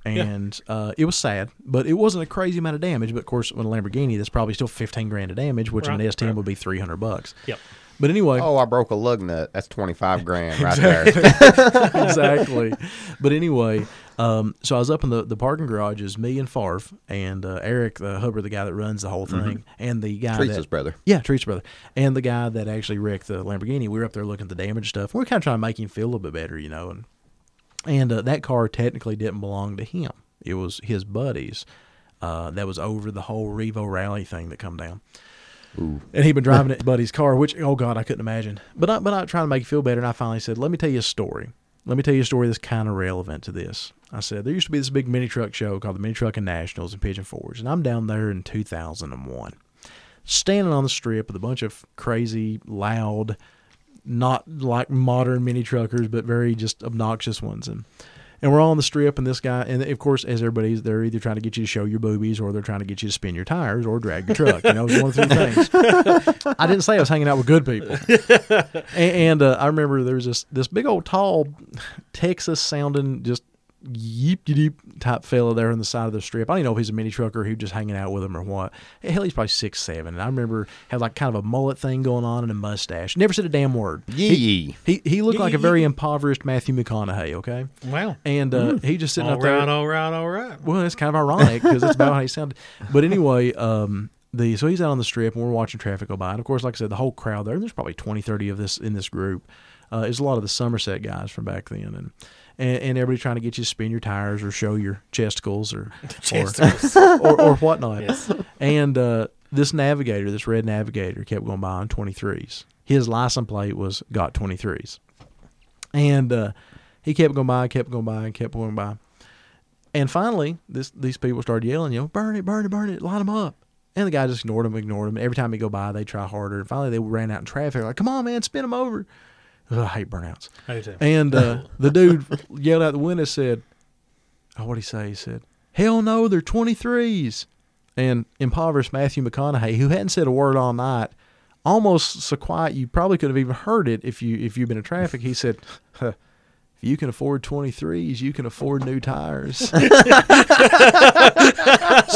[SPEAKER 3] And uh, it was sad, but it wasn't a crazy amount of damage. But of course, with a Lamborghini, that's probably still 15 grand of damage, which in
[SPEAKER 2] Right,
[SPEAKER 3] an S10
[SPEAKER 2] right.
[SPEAKER 3] would be 300 bucks.
[SPEAKER 2] Yep.
[SPEAKER 3] But anyway,
[SPEAKER 4] Oh, I broke a lug nut. That's twenty five grand right there.
[SPEAKER 3] exactly. But anyway, um, so I was up in the, the parking garage. Is me and Farf and uh, Eric the Hubbard, the guy that runs the whole thing, and the guy
[SPEAKER 4] Treats
[SPEAKER 3] that,
[SPEAKER 4] his brother.
[SPEAKER 3] Yeah, Treats brother, and the guy that actually wrecked the Lamborghini. We were up there looking at the damage stuff. We are kind of trying to make him feel a little bit better, you know. And and uh, that car technically didn't belong to him. It was his buddies. Uh, that was over the whole Revo rally thing that come down. And he'd been driving it buddy's car, which oh god, I couldn't imagine. But I, but I tried to make you feel better, and I finally said, "Let me tell you a story. Let me tell you a story that's kind of relevant to this." I said, "There used to be this big mini truck show called the Mini Trucking Nationals in Pigeon Forge, and I'm down there in 2001, standing on the strip with a bunch of crazy, loud, not like modern mini truckers, but very just obnoxious ones. And and we're all on the strip, and this guy, and of course, as everybody's, they're either trying to get you to show your boobies, or they're trying to get you to spin your tires, or drag your truck. You know, it's one of the three things. I didn't say I was hanging out with good people. And, and uh, I remember there was this this big old tall Texas sounding just yeep deep type fella there on the side of the strip. I don't even know if he's a mini trucker who just hanging out with him or what. Hell, he's probably six seven. And I remember had like kind of a mullet thing going on and a mustache. Never said a damn word.
[SPEAKER 4] Yee yee.
[SPEAKER 3] He he looked like a
[SPEAKER 2] Yee.
[SPEAKER 3] very impoverished Matthew McConaughey. Okay,
[SPEAKER 2] Wow.
[SPEAKER 3] and uh, he just sitting
[SPEAKER 2] All
[SPEAKER 3] up there.
[SPEAKER 2] right, all right, all right.
[SPEAKER 3] Well, that's kind of ironic because that's about how he sounded. But anyway, um, the so he's out on the strip and we're watching traffic go by. And of course, like I said, the whole crowd there, and there's probably 20, 30 of this in this group, uh, is a lot of the Somerset guys from back then. And, and, and everybody trying to get you to spin your tires or show your chesticles or
[SPEAKER 2] Chesticles.
[SPEAKER 3] or, or, or whatnot. And uh, this navigator, this red navigator, kept going by on 23s. His license plate was got 23s. And uh, he kept going by, kept going by, and kept going by. And finally, this these people started yelling, you know, burn it, burn it, burn it, line them up. And the guy just ignored them, ignored them. Every time he go by, they try harder. And finally, they ran out in traffic, like, come on, man, spin them over. Ugh, I hate burnouts.
[SPEAKER 2] I do too.
[SPEAKER 3] And uh, the dude yelled out the window, said, oh, what'd he say? He said, hell no, they're 23s. And impoverished Matthew McConaughey, who hadn't said a word all night, almost so quiet you probably could have even heard it if you if you'd been in traffic. He said, "Huh, "If you can afford 23s, you can afford new tires." so,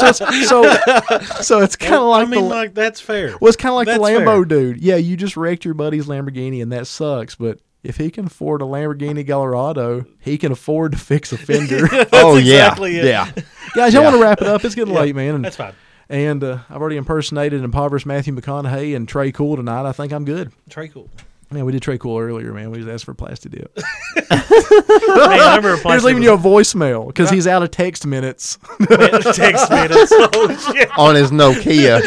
[SPEAKER 3] it's, so, so it's kind of like
[SPEAKER 2] I mean,
[SPEAKER 3] the,
[SPEAKER 2] like that's fair.
[SPEAKER 3] well, it's kind of like the
[SPEAKER 2] That's
[SPEAKER 3] Lambo
[SPEAKER 2] fair.
[SPEAKER 3] dude. Yeah, you just wrecked your buddy's Lamborghini, and that sucks. But if he can afford a Lamborghini Gallardo, he can afford to fix a fender.
[SPEAKER 4] oh
[SPEAKER 2] exactly
[SPEAKER 4] yeah,
[SPEAKER 2] it.
[SPEAKER 4] yeah.
[SPEAKER 3] Guys, y'all want to wrap it up? It's getting late, man. And,
[SPEAKER 2] That's fine.
[SPEAKER 3] And uh, I've already impersonated impoverished Matthew McConaughey and Trey Cool tonight. I think I'm good.
[SPEAKER 2] Trey cool.
[SPEAKER 3] Yeah, we did Trey Cool earlier, man. We just asked for a plastic dip.
[SPEAKER 2] Hey, I remember
[SPEAKER 3] He was
[SPEAKER 2] Plastic
[SPEAKER 3] leaving you a voicemail because he's out of text minutes.
[SPEAKER 2] was- text me. and it's- Oh shit!
[SPEAKER 4] On his Nokia.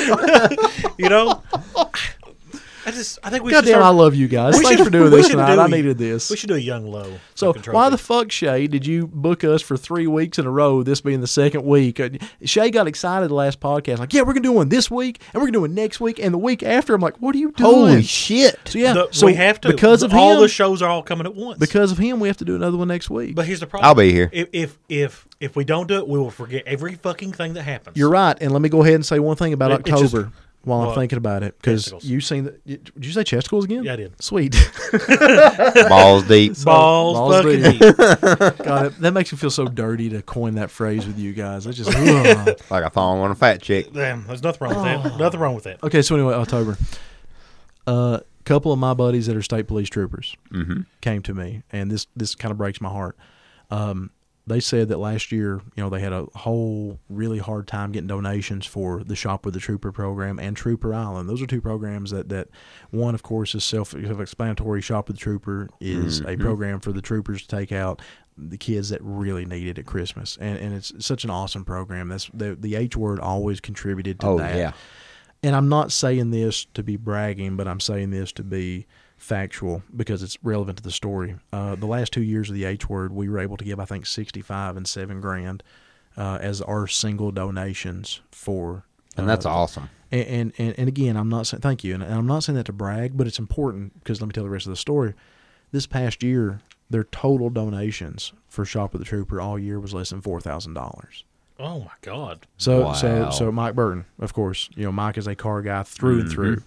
[SPEAKER 2] You know, I just I think we should.
[SPEAKER 3] Goddamn, I
[SPEAKER 2] start-
[SPEAKER 3] love you guys.
[SPEAKER 2] we
[SPEAKER 3] Thanks
[SPEAKER 2] should-
[SPEAKER 3] for doing
[SPEAKER 2] we
[SPEAKER 3] this
[SPEAKER 2] should
[SPEAKER 3] tonight.
[SPEAKER 2] do-
[SPEAKER 3] I needed this.
[SPEAKER 2] we should do a young low.
[SPEAKER 3] So
[SPEAKER 2] fucking
[SPEAKER 3] why the
[SPEAKER 2] trophy.
[SPEAKER 3] fuck, Shay, did you book us for three weeks in a row? This being the second week. Uh, Shay got excited the last podcast, like, yeah, we're gonna do one this week, and we're gonna do one next week, and the week after. I'm like, what are you doing?
[SPEAKER 4] Holy shit.
[SPEAKER 3] So yeah,
[SPEAKER 2] The-
[SPEAKER 3] so
[SPEAKER 2] we have to
[SPEAKER 3] because of
[SPEAKER 2] all
[SPEAKER 3] him.
[SPEAKER 2] the shows are all coming at once.
[SPEAKER 3] because of him, we have to do another one next week.
[SPEAKER 2] but here's the problem.
[SPEAKER 4] I'll be here.
[SPEAKER 2] If if if, if we don't do it, we will forget every fucking thing that happens.
[SPEAKER 3] You're right, and let me go ahead and say one thing about
[SPEAKER 2] It- it just-
[SPEAKER 3] October while I'm
[SPEAKER 2] What?
[SPEAKER 3] thinking about it because
[SPEAKER 2] Chesticles.
[SPEAKER 3] you seen the, did you say chesticles again?
[SPEAKER 2] Yeah, I did.
[SPEAKER 3] Sweet.
[SPEAKER 4] Balls deep.
[SPEAKER 2] balls,
[SPEAKER 3] Balls
[SPEAKER 2] fucking
[SPEAKER 3] deep.
[SPEAKER 2] deep.
[SPEAKER 3] God, that, that makes me feel so dirty to coin that phrase with you guys. I just. ugh.
[SPEAKER 4] Like I thought I want a fat chick.
[SPEAKER 2] Damn, there's nothing wrong with that. Nothing wrong with that.
[SPEAKER 3] Okay, so anyway, October. A uh, couple of my buddies that are state police troopers
[SPEAKER 4] Mm-hmm.
[SPEAKER 3] came to me, and this this kind of breaks my heart. Um, they said that last year, you know, they had a whole really hard time getting donations for the Shop with the Trooper program and Trooper Island. Those are two programs that, that one, of course, is self explanatory. Shop with the Trooper is
[SPEAKER 4] Mm-hmm.
[SPEAKER 3] a program for the troopers to take out the kids that really need it at Christmas. And, and it's such an awesome program. That's the, the H word always contributed to
[SPEAKER 4] Oh,
[SPEAKER 3] that
[SPEAKER 4] yeah.
[SPEAKER 3] and I'm not saying this to be bragging, but I'm saying this to be factual because it's relevant to the story. Uh, the last two years of the H word, we were able to give, I think, 65 and seven grand uh, as our single donations for.
[SPEAKER 4] And that's
[SPEAKER 3] uh,
[SPEAKER 4] awesome.
[SPEAKER 3] and, and, and, and again, I'm not saying thank you, and I'm not saying that to brag, but it's important because let me tell the rest of the story. This past year, Their total donations for Shop with the Trooper all year was less than four thousand dollars.
[SPEAKER 2] Oh my God.
[SPEAKER 3] So
[SPEAKER 4] Wow.
[SPEAKER 3] so so Mike Burton, of course, you know Mike is a car guy through and through.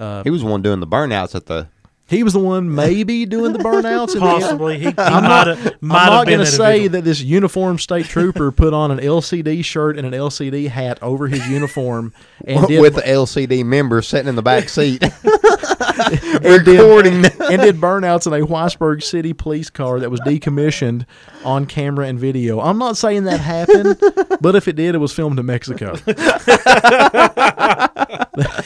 [SPEAKER 2] uh,
[SPEAKER 4] he was the one doing the burnouts at the.
[SPEAKER 3] He was the one maybe doing the burnouts. in the end.
[SPEAKER 2] Possibly. He, he might have
[SPEAKER 3] I'm
[SPEAKER 2] might have
[SPEAKER 3] not
[SPEAKER 2] been
[SPEAKER 3] going to
[SPEAKER 2] that
[SPEAKER 3] say
[SPEAKER 2] individual.
[SPEAKER 3] that this uniformed state trooper put on an LCD shirt and an LCD hat over his uniform and did
[SPEAKER 4] with the LCD member sitting in the back seat,
[SPEAKER 3] and did-
[SPEAKER 4] recording.
[SPEAKER 3] and did burnouts in a Whitesburg City police car that was decommissioned on camera and video. I'm not saying that happened, but if it did, it was filmed in Mexico.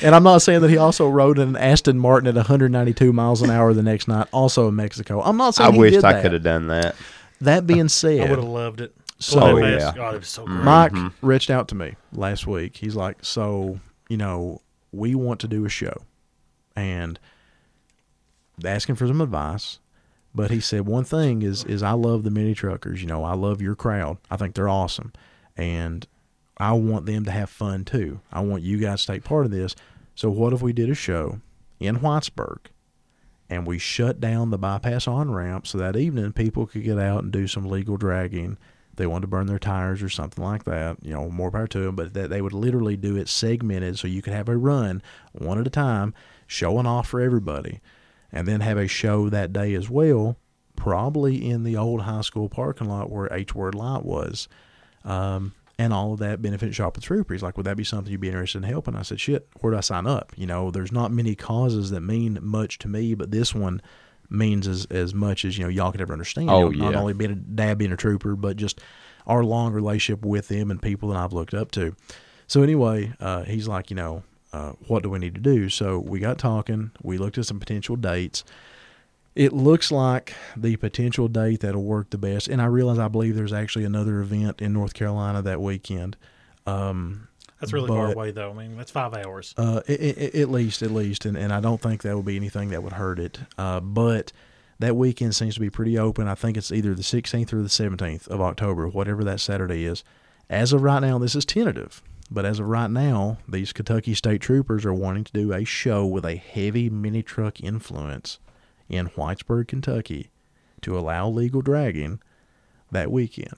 [SPEAKER 3] and I'm not saying that he also rode in an Aston Martin at 192 miles an hour the next night, also in Mexico. I'm not
[SPEAKER 4] I
[SPEAKER 3] saying he
[SPEAKER 4] wish
[SPEAKER 3] did
[SPEAKER 4] I
[SPEAKER 3] that.
[SPEAKER 4] could have done that.
[SPEAKER 3] That being
[SPEAKER 2] I would
[SPEAKER 3] said,
[SPEAKER 2] have loved it.
[SPEAKER 3] So-
[SPEAKER 2] Play
[SPEAKER 4] Oh,
[SPEAKER 2] fast.
[SPEAKER 4] yeah.
[SPEAKER 2] God, it was so great.
[SPEAKER 3] Mike reached out to me last week. He's like, "So, you know, we want to do a show, and asking for some advice." But he said one thing is is I love the mini truckers. You know, I love your crowd. I think they're awesome, and I want them to have fun too. I want you guys to take part of this. So, what if we did a show in Whitesburg? And we shut down the bypass on ramp so that evening people could get out and do some legal dragging they wanted to burn their tires or something like that, you know, more power to them. But that they would literally do it segmented so you could have a run one at a time, showing off for everybody, and then have a show that day as well, probably in the old high school parking lot where H Word Light was. Um, and all of that benefit shop with trooper. He's like, would that be something you'd be interested in helping? I said, shit, where do I sign up? You know, there's not many causes that mean much to me, but this one means as, as much as, you know, y'all could ever understand.
[SPEAKER 4] Oh,
[SPEAKER 3] You know,
[SPEAKER 4] yeah.
[SPEAKER 3] Not only being a dad, being a trooper, but just our long relationship with them and people that I've looked up to. So anyway, uh, he's like, you know, uh, what do we need to do? So we got talking. We looked at some potential dates it looks like the potential date that'll work the best. And I realize I believe there's actually another event in North Carolina that weekend.
[SPEAKER 2] That's really far
[SPEAKER 3] but-
[SPEAKER 2] away, though. I mean, that's five hours.
[SPEAKER 3] Uh, i i at least, at least, and, and I don't think that would be anything that would hurt it. Uh, but that weekend seems to be pretty open. I think it's either the 16th or the 17th of October, whatever that Saturday is. As of right now, this is tentative. But as of right now, these Kentucky State Troopers are wanting to do a show with a heavy mini truck influence in Whitesburg, Kentucky, to allow legal dragging that weekend.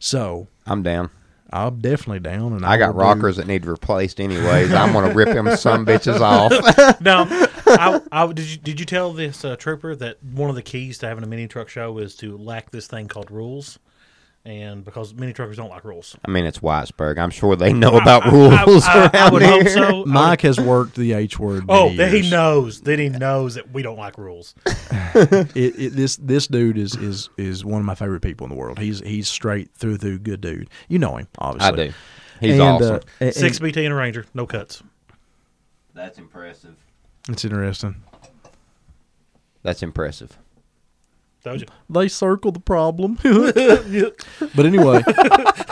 [SPEAKER 3] So
[SPEAKER 4] I'm down.
[SPEAKER 3] I'm definitely down, and I,
[SPEAKER 4] I got
[SPEAKER 3] will do-
[SPEAKER 4] rockers that need replaced anyways. I'm gonna rip them some bitches off.
[SPEAKER 2] No, I, I, did you did you tell this uh, trooper that one of the keys to having a mini truck show is to lack this thing called rules, and because mini truckers don't like rules.
[SPEAKER 4] I mean, it's Whitesburg. I'm sure they know about rules
[SPEAKER 2] I, I
[SPEAKER 4] around
[SPEAKER 2] would
[SPEAKER 4] here.
[SPEAKER 2] hope so. I would-
[SPEAKER 3] Mike has worked the H word.
[SPEAKER 2] oh,
[SPEAKER 3] many
[SPEAKER 2] that he
[SPEAKER 3] years.
[SPEAKER 2] knows. That he knows that we don't like rules.
[SPEAKER 3] it, it, this this dude is is is one of my favorite people in the world. He's he's straight through through good dude. You know him,
[SPEAKER 4] I
[SPEAKER 3] obviously.
[SPEAKER 4] do. He's
[SPEAKER 3] And, uh,
[SPEAKER 4] awesome.
[SPEAKER 3] and-
[SPEAKER 2] Six BT and a Ranger, no cuts.
[SPEAKER 6] That's impressive.
[SPEAKER 3] It's interesting.
[SPEAKER 4] That's impressive.
[SPEAKER 2] Doja.
[SPEAKER 3] They circle the problem. but anyway,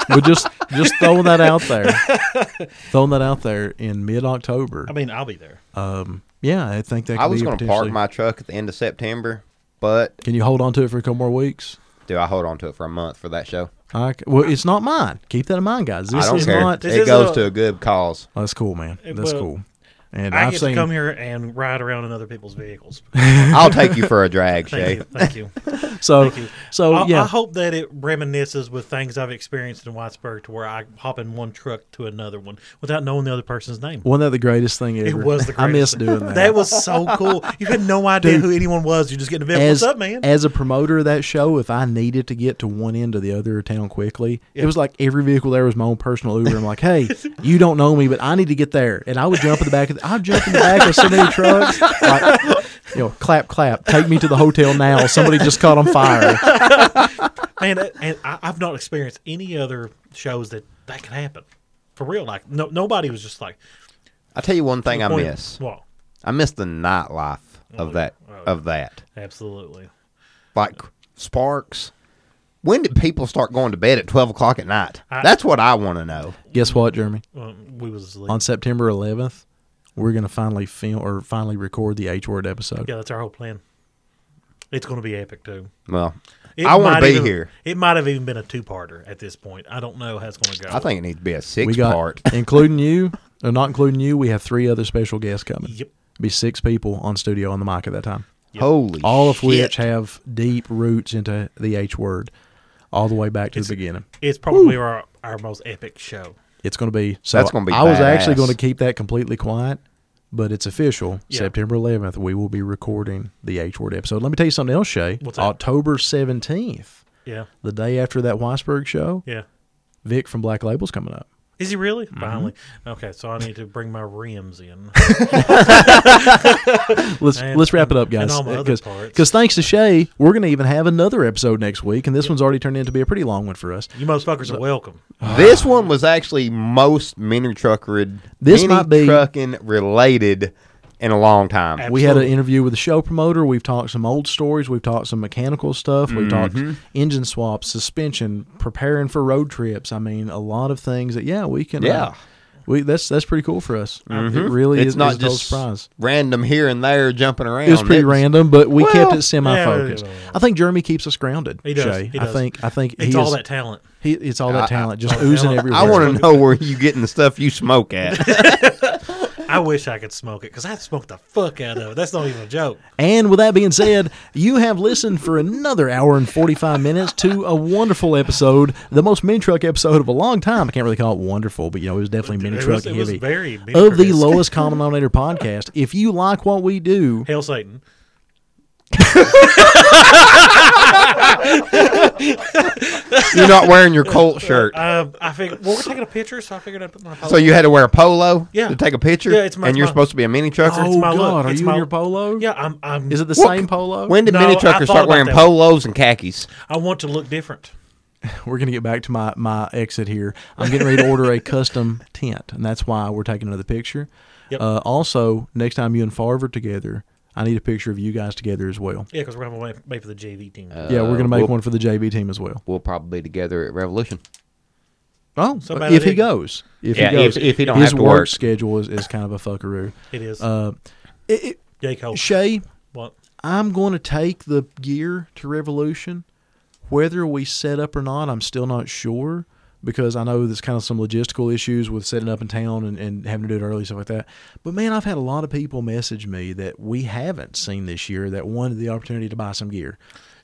[SPEAKER 3] but just just throwing that out there, throwing that out there in mid October.
[SPEAKER 2] I mean, I'll be there.
[SPEAKER 3] yeah, I think that. Could
[SPEAKER 4] I was
[SPEAKER 3] be
[SPEAKER 4] going to park
[SPEAKER 3] potentially-
[SPEAKER 4] my truck at the end of September, but
[SPEAKER 3] Can you hold on to it for a couple more weeks?
[SPEAKER 4] do I hold on to it for a month for that show?
[SPEAKER 3] I c well, it's not mine. Keep that in mind, guys. This
[SPEAKER 4] I don't
[SPEAKER 3] is
[SPEAKER 4] care.
[SPEAKER 3] not.
[SPEAKER 2] This
[SPEAKER 4] it
[SPEAKER 2] is
[SPEAKER 4] goes
[SPEAKER 2] a-
[SPEAKER 4] to a good cause.
[SPEAKER 3] Oh, that's cool, man. That's
[SPEAKER 2] Well,
[SPEAKER 3] cool. And
[SPEAKER 2] I
[SPEAKER 3] I've
[SPEAKER 2] get
[SPEAKER 3] seen
[SPEAKER 2] to come here and ride around in other people's vehicles.
[SPEAKER 4] I'll take you for a drag,
[SPEAKER 2] Thank
[SPEAKER 4] Shay.
[SPEAKER 2] you. Thank you.
[SPEAKER 3] so
[SPEAKER 2] Thank you.
[SPEAKER 3] so
[SPEAKER 2] I,
[SPEAKER 3] Oh, yeah.
[SPEAKER 2] I hope that it reminisces with things I've experienced in Whitesburg to where I hop in one truck to another one without knowing the other person's name.
[SPEAKER 3] Wasn't that the greatest thing ever?
[SPEAKER 2] It was the greatest.
[SPEAKER 3] I miss
[SPEAKER 2] thing.
[SPEAKER 3] doing that.
[SPEAKER 2] That was so cool. You had no idea
[SPEAKER 3] Dude.
[SPEAKER 2] who anyone was. You just get in the vehicle.
[SPEAKER 3] as,
[SPEAKER 2] What's up, man?
[SPEAKER 3] as a promoter of that show, if I needed to get to one end to the other town quickly, it was like every vehicle there was my own personal Uber. I'm like, hey, you don't know me, but I need to get there, and I would jump in the back of. The, I'd jump in the back of so many trucks, like, you know, clap, clap, take me to the hotel now. Somebody just caught on fire.
[SPEAKER 2] man, uh, and I, I've not experienced any other shows that that could happen. For real, like no, nobody was just like.
[SPEAKER 4] I'll tell you one thing I
[SPEAKER 2] point- Oh,
[SPEAKER 4] miss.
[SPEAKER 2] Well,
[SPEAKER 4] I miss the nightlife of that of that.
[SPEAKER 2] absolutely.
[SPEAKER 4] Like sparks. When did people start going to bed at twelve o'clock at night?
[SPEAKER 2] I-
[SPEAKER 4] That's what I want to know.
[SPEAKER 3] Guess what, Jeremy?
[SPEAKER 2] Um, we was asleep.
[SPEAKER 3] On September 11th, we're gonna finally film or finally record the H word episode.
[SPEAKER 2] yeah, that's our whole plan. It's going to be epic too.
[SPEAKER 4] Well,
[SPEAKER 2] It
[SPEAKER 4] I want
[SPEAKER 2] might
[SPEAKER 4] to be
[SPEAKER 2] even-
[SPEAKER 4] here.
[SPEAKER 2] It might have even been a two-parter at this point. I don't know how it's going to go.
[SPEAKER 4] I think it needs to be a
[SPEAKER 3] we
[SPEAKER 4] six
[SPEAKER 3] got
[SPEAKER 4] part.
[SPEAKER 3] including you or not including you. We have three other special guests coming.
[SPEAKER 2] Yep.
[SPEAKER 3] be six people on studio on the mic at that time.
[SPEAKER 4] Holy
[SPEAKER 3] all of
[SPEAKER 4] shit.
[SPEAKER 3] which have deep roots into the H word, all the way back to the beginning.
[SPEAKER 2] It's probably our, our most epic show.
[SPEAKER 3] It's going to be. So
[SPEAKER 4] That's gonna be
[SPEAKER 3] I was actually
[SPEAKER 4] badass.
[SPEAKER 3] going to keep that completely quiet, but it's official.
[SPEAKER 2] Yeah.
[SPEAKER 3] September 11th, we will be recording the H word episode. Let me tell you something else, Shay.
[SPEAKER 2] What's that?
[SPEAKER 3] October 17th,
[SPEAKER 2] Yeah,
[SPEAKER 3] the day after that Weisberg show,
[SPEAKER 2] yeah.
[SPEAKER 3] Vic from Black Label's coming up.
[SPEAKER 2] Is he really? Finally. Okay, so I need to bring my rims in.
[SPEAKER 3] Let's
[SPEAKER 2] And-
[SPEAKER 3] let's wrap it up,
[SPEAKER 2] and
[SPEAKER 3] guys.
[SPEAKER 2] all my other parts.
[SPEAKER 3] Because thanks to Shay, we're going to even have another episode next week, and this one's already turned into be a pretty long one for us.
[SPEAKER 2] You motherfuckers are welcome.
[SPEAKER 4] This one was actually most mini truckered,
[SPEAKER 3] This
[SPEAKER 4] mini
[SPEAKER 3] might be-
[SPEAKER 4] trucking related in a long time.
[SPEAKER 2] Ab-
[SPEAKER 3] We had an
[SPEAKER 2] Absolutely.
[SPEAKER 3] interview with the show promoter. We've talked some old stories. We've talked some mechanical stuff. We've
[SPEAKER 2] Mm-hmm.
[SPEAKER 3] talked engine swaps, suspension, preparing for road trips. I mean, a lot of things that yeah, we can. uh,
[SPEAKER 4] Yeah.
[SPEAKER 3] we that's that's pretty cool for us.
[SPEAKER 2] Mm-hmm.
[SPEAKER 3] It really
[SPEAKER 4] it's
[SPEAKER 3] is
[SPEAKER 4] not
[SPEAKER 3] is a total
[SPEAKER 4] just
[SPEAKER 3] surprise.
[SPEAKER 4] random here and there jumping around.
[SPEAKER 3] It was pretty
[SPEAKER 4] It's-
[SPEAKER 3] random, but we kept
[SPEAKER 4] Well,
[SPEAKER 3] it semi-focused.
[SPEAKER 2] yeah.
[SPEAKER 3] I think Jeremy keeps us grounded.
[SPEAKER 2] He does.
[SPEAKER 3] Shay.
[SPEAKER 2] He
[SPEAKER 3] I
[SPEAKER 2] does.
[SPEAKER 3] think. I think
[SPEAKER 2] It's
[SPEAKER 3] he
[SPEAKER 2] all
[SPEAKER 3] is-
[SPEAKER 2] that talent.
[SPEAKER 3] He, it's all that
[SPEAKER 4] I-
[SPEAKER 3] talent just
[SPEAKER 2] all that
[SPEAKER 3] oozing
[SPEAKER 2] talent.
[SPEAKER 3] everywhere.
[SPEAKER 4] I want to know where you getting the stuff you smoke at.
[SPEAKER 2] I wish I could smoke it because I smoked the fuck out of it. That's not even a joke.
[SPEAKER 3] And with that being said, you have listened for another hour and 45 minutes to a wonderful episode, the most mini truck episode of a long time. I can't really call it wonderful, but you know, it was definitely mini
[SPEAKER 2] It
[SPEAKER 3] truck
[SPEAKER 2] was- it
[SPEAKER 3] heavy.
[SPEAKER 2] was very mini
[SPEAKER 3] of the
[SPEAKER 2] truck-esque.
[SPEAKER 3] lowest common denominator podcast. If you like what we do,
[SPEAKER 2] Hail Satan.
[SPEAKER 4] You're not wearing your Colt shirt,
[SPEAKER 2] Um, I figured, well, we're taking a picture, so I figured I'd put my
[SPEAKER 4] so you had to wear a polo
[SPEAKER 2] Yeah.
[SPEAKER 4] to take a picture.
[SPEAKER 2] Yeah, it's my-
[SPEAKER 4] and you're
[SPEAKER 2] my-
[SPEAKER 4] supposed to be a mini trucker.
[SPEAKER 2] it's
[SPEAKER 3] oh
[SPEAKER 2] my
[SPEAKER 3] God,
[SPEAKER 2] look.
[SPEAKER 3] are
[SPEAKER 2] It's
[SPEAKER 3] you
[SPEAKER 2] my-
[SPEAKER 3] in your polo?
[SPEAKER 2] Yeah, I'm. I'm
[SPEAKER 3] Is it the
[SPEAKER 4] What-
[SPEAKER 3] same polo?
[SPEAKER 4] When did
[SPEAKER 2] No,
[SPEAKER 4] mini
[SPEAKER 2] I
[SPEAKER 4] truckers
[SPEAKER 2] thought
[SPEAKER 4] start wearing
[SPEAKER 2] about that.
[SPEAKER 4] polos and khakis?
[SPEAKER 2] I want to look different.
[SPEAKER 3] we're gonna get back to my my exit here. I'm getting ready to order a custom tent, and that's why we're taking another picture.
[SPEAKER 2] Yep.
[SPEAKER 3] Uh, also, next time you and Farver together, I need a picture of you guys together as well.
[SPEAKER 2] Yeah, because we're having to wait for the JV team.
[SPEAKER 3] yeah, we're gonna make
[SPEAKER 4] Uh, we'll-
[SPEAKER 3] one for the JV team as well.
[SPEAKER 4] We'll probably be together at Revolution.
[SPEAKER 3] Oh,
[SPEAKER 2] Somebody
[SPEAKER 3] if he
[SPEAKER 2] did.
[SPEAKER 3] goes, if
[SPEAKER 4] Yeah,
[SPEAKER 3] he goes,
[SPEAKER 4] if- if he don't
[SPEAKER 3] his
[SPEAKER 4] have to
[SPEAKER 3] work,
[SPEAKER 4] work.
[SPEAKER 3] schedule is, is kind of a fuckaroo.
[SPEAKER 2] it is.
[SPEAKER 3] Uh, it,
[SPEAKER 2] Jake Holt.
[SPEAKER 3] it, Shay,
[SPEAKER 2] what?
[SPEAKER 3] I'm going to take the gear to Revolution, whether we set up or not. I'm still not sure because I know there's kind of some logistical issues with setting up in town and, and having to do it early stuff like that. But man, I've had a lot of people message me that we haven't seen this year that wanted the opportunity to buy some gear.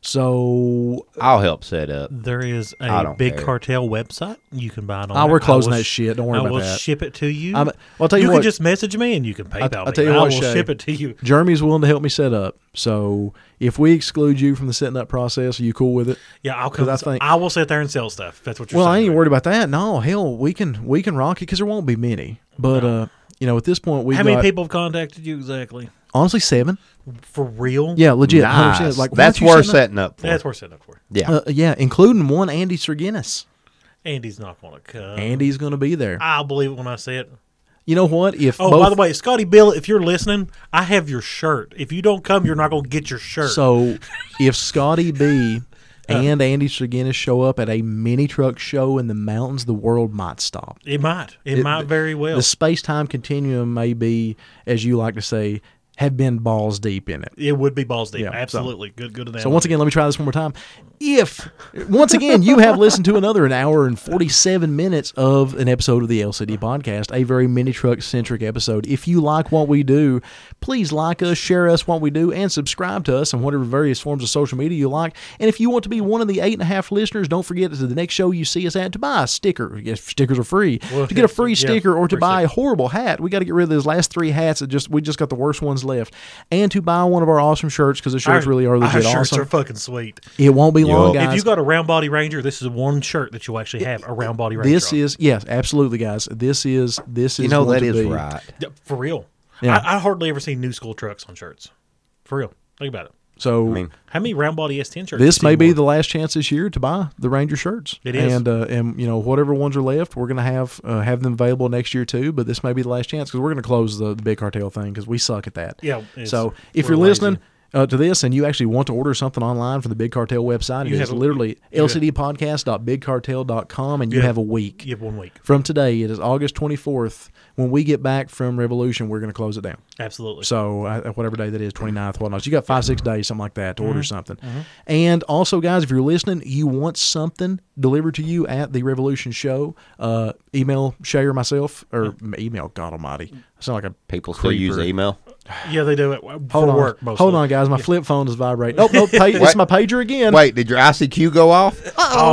[SPEAKER 3] So
[SPEAKER 4] I'll help set up.
[SPEAKER 2] There is
[SPEAKER 4] I
[SPEAKER 2] a
[SPEAKER 4] don't
[SPEAKER 2] big
[SPEAKER 4] care.
[SPEAKER 2] cartel website you can buy it on.
[SPEAKER 3] Oh,
[SPEAKER 2] there.
[SPEAKER 3] we're
[SPEAKER 2] I
[SPEAKER 3] closing
[SPEAKER 2] will
[SPEAKER 3] that
[SPEAKER 2] sh-
[SPEAKER 3] shit. Don't worry
[SPEAKER 2] I
[SPEAKER 3] about
[SPEAKER 2] will
[SPEAKER 3] that.
[SPEAKER 2] ship it to you.
[SPEAKER 3] I'm- I'll tell you what.
[SPEAKER 2] can just message me and you can PayPal
[SPEAKER 3] I'll
[SPEAKER 2] me.
[SPEAKER 3] tell you
[SPEAKER 2] I
[SPEAKER 3] what,
[SPEAKER 2] will
[SPEAKER 3] Shay.
[SPEAKER 2] ship it to you.
[SPEAKER 3] Jeremy's willing to help me set up. So if we exclude you from the setting up process, are you cool with it?
[SPEAKER 2] Yeah, I'll come.
[SPEAKER 3] I
[SPEAKER 2] I,
[SPEAKER 3] think-
[SPEAKER 2] will sit there and sell stuff. if That's what you're
[SPEAKER 3] Well, I
[SPEAKER 2] saying.
[SPEAKER 3] ain't worried about that. No, hell, we can we can rock it because there won't be many. But uh, you know, at this point, we
[SPEAKER 2] How
[SPEAKER 3] got
[SPEAKER 2] many people have contacted you exactly?
[SPEAKER 3] honestly seven.
[SPEAKER 2] For real?
[SPEAKER 3] Yeah, legit. 100%.
[SPEAKER 4] Nice.
[SPEAKER 3] Like why
[SPEAKER 4] That's
[SPEAKER 3] don't you
[SPEAKER 4] worth
[SPEAKER 3] send
[SPEAKER 4] setting up for.
[SPEAKER 2] That's worth setting up for.
[SPEAKER 4] yeah.
[SPEAKER 3] a- Uh, yeah, including one Andy Serginis.
[SPEAKER 2] Andy's not going to come.
[SPEAKER 3] Andy's going to be there.
[SPEAKER 2] I'll believe it when I see it.
[SPEAKER 3] You know what? If
[SPEAKER 2] Oh,
[SPEAKER 3] both,
[SPEAKER 2] by the way, Scotty Bill, if you're listening, I have your shirt. If you don't come, you're not going to get your shirt.
[SPEAKER 3] so if Scotty B and Andy Serginis show up at a mini truck show in the mountains, the world might stop.
[SPEAKER 2] it might. It, might very well.
[SPEAKER 3] The space time continuum may be, as you like to say, have been balls deep in it.
[SPEAKER 2] it would be balls deep.
[SPEAKER 3] Yeah, so-
[SPEAKER 2] Absolutely. Good. Good.
[SPEAKER 3] So once again, let me try this one more time. If once again you have listened to another an hour and forty-seven minutes of an episode of the LCD podcast, a very mini truck centric episode. If you like what we do, please like us, share us what we do, and subscribe to us on whatever various forms of social media you like. And if you want to be one of the eight and a half listeners, don't forget to the next show you see us at to buy a sticker. Yes, stickers are free.
[SPEAKER 2] Well,
[SPEAKER 3] to get a free
[SPEAKER 2] yeah,
[SPEAKER 3] sticker or to
[SPEAKER 2] free
[SPEAKER 3] buy
[SPEAKER 2] sticker.
[SPEAKER 3] a horrible hat. We got to get rid of those last three hats. That just we just got the worst ones left, and to buy one of our awesome shirts because the shirts really are
[SPEAKER 2] Our
[SPEAKER 3] legit
[SPEAKER 2] shirts
[SPEAKER 3] awesome.
[SPEAKER 2] are fucking sweet.
[SPEAKER 3] It won't be long,
[SPEAKER 4] Yup.
[SPEAKER 3] guys.
[SPEAKER 2] If you got a round body ranger, this is one shirt that you actually have a round body ranger.
[SPEAKER 3] this
[SPEAKER 2] on.
[SPEAKER 3] is yes, absolutely, guys. This is this is
[SPEAKER 4] You know
[SPEAKER 3] going
[SPEAKER 4] that
[SPEAKER 3] to
[SPEAKER 4] is
[SPEAKER 3] be-
[SPEAKER 4] right.
[SPEAKER 2] Yeah, for real.
[SPEAKER 3] Yeah.
[SPEAKER 2] I, I hardly ever see new school trucks on shirts. For real. Think about it.
[SPEAKER 3] So
[SPEAKER 4] mean,
[SPEAKER 2] How many round body S10 shirts?
[SPEAKER 3] this
[SPEAKER 2] you
[SPEAKER 3] may
[SPEAKER 2] see
[SPEAKER 3] be
[SPEAKER 2] more?
[SPEAKER 3] the last chance this year to buy the Ranger shirts.
[SPEAKER 2] It is.
[SPEAKER 3] and uh, and you know whatever ones are left, we're gonna have uh, have them available next year too. But this may be the last chance because we're gonna close the, the big cartel thing because we suck at that.
[SPEAKER 2] Yeah, it's-
[SPEAKER 3] So if
[SPEAKER 2] we're
[SPEAKER 3] you're
[SPEAKER 2] lazy.
[SPEAKER 3] listening. Uh, to this, and you actually want to order something online from the Big Cartel website, it
[SPEAKER 2] You
[SPEAKER 3] is
[SPEAKER 2] have a-
[SPEAKER 3] literally
[SPEAKER 2] you have-
[SPEAKER 3] lcdpodcast.bigcartel.com, and you
[SPEAKER 2] have-
[SPEAKER 3] have a week.
[SPEAKER 2] You have one week.
[SPEAKER 3] from today. It is August 24th. When we get back from Revolution, we're going to close it down.
[SPEAKER 2] Absolutely.
[SPEAKER 3] So uh, whatever day that is, 29th, whatnot. So you got five, six days, something like that, to
[SPEAKER 2] Mm-hmm.
[SPEAKER 3] order something. And also, guys, if you're listening, you want something delivered to you at the Revolution Show, uh,
[SPEAKER 2] Mm-hmm.
[SPEAKER 3] email Shay or myself, or m- email God Almighty. I sound like a
[SPEAKER 4] people still use
[SPEAKER 3] creeper.
[SPEAKER 4] email.
[SPEAKER 2] Yeah, they do it w- for
[SPEAKER 3] Hold on,
[SPEAKER 2] work mostly.
[SPEAKER 3] hold on, guys. My flip phone is vibrating. Oh, no, pa- it's
[SPEAKER 4] Wait.
[SPEAKER 3] my pager again.
[SPEAKER 4] Wait, did your ICQ go off?
[SPEAKER 2] man, I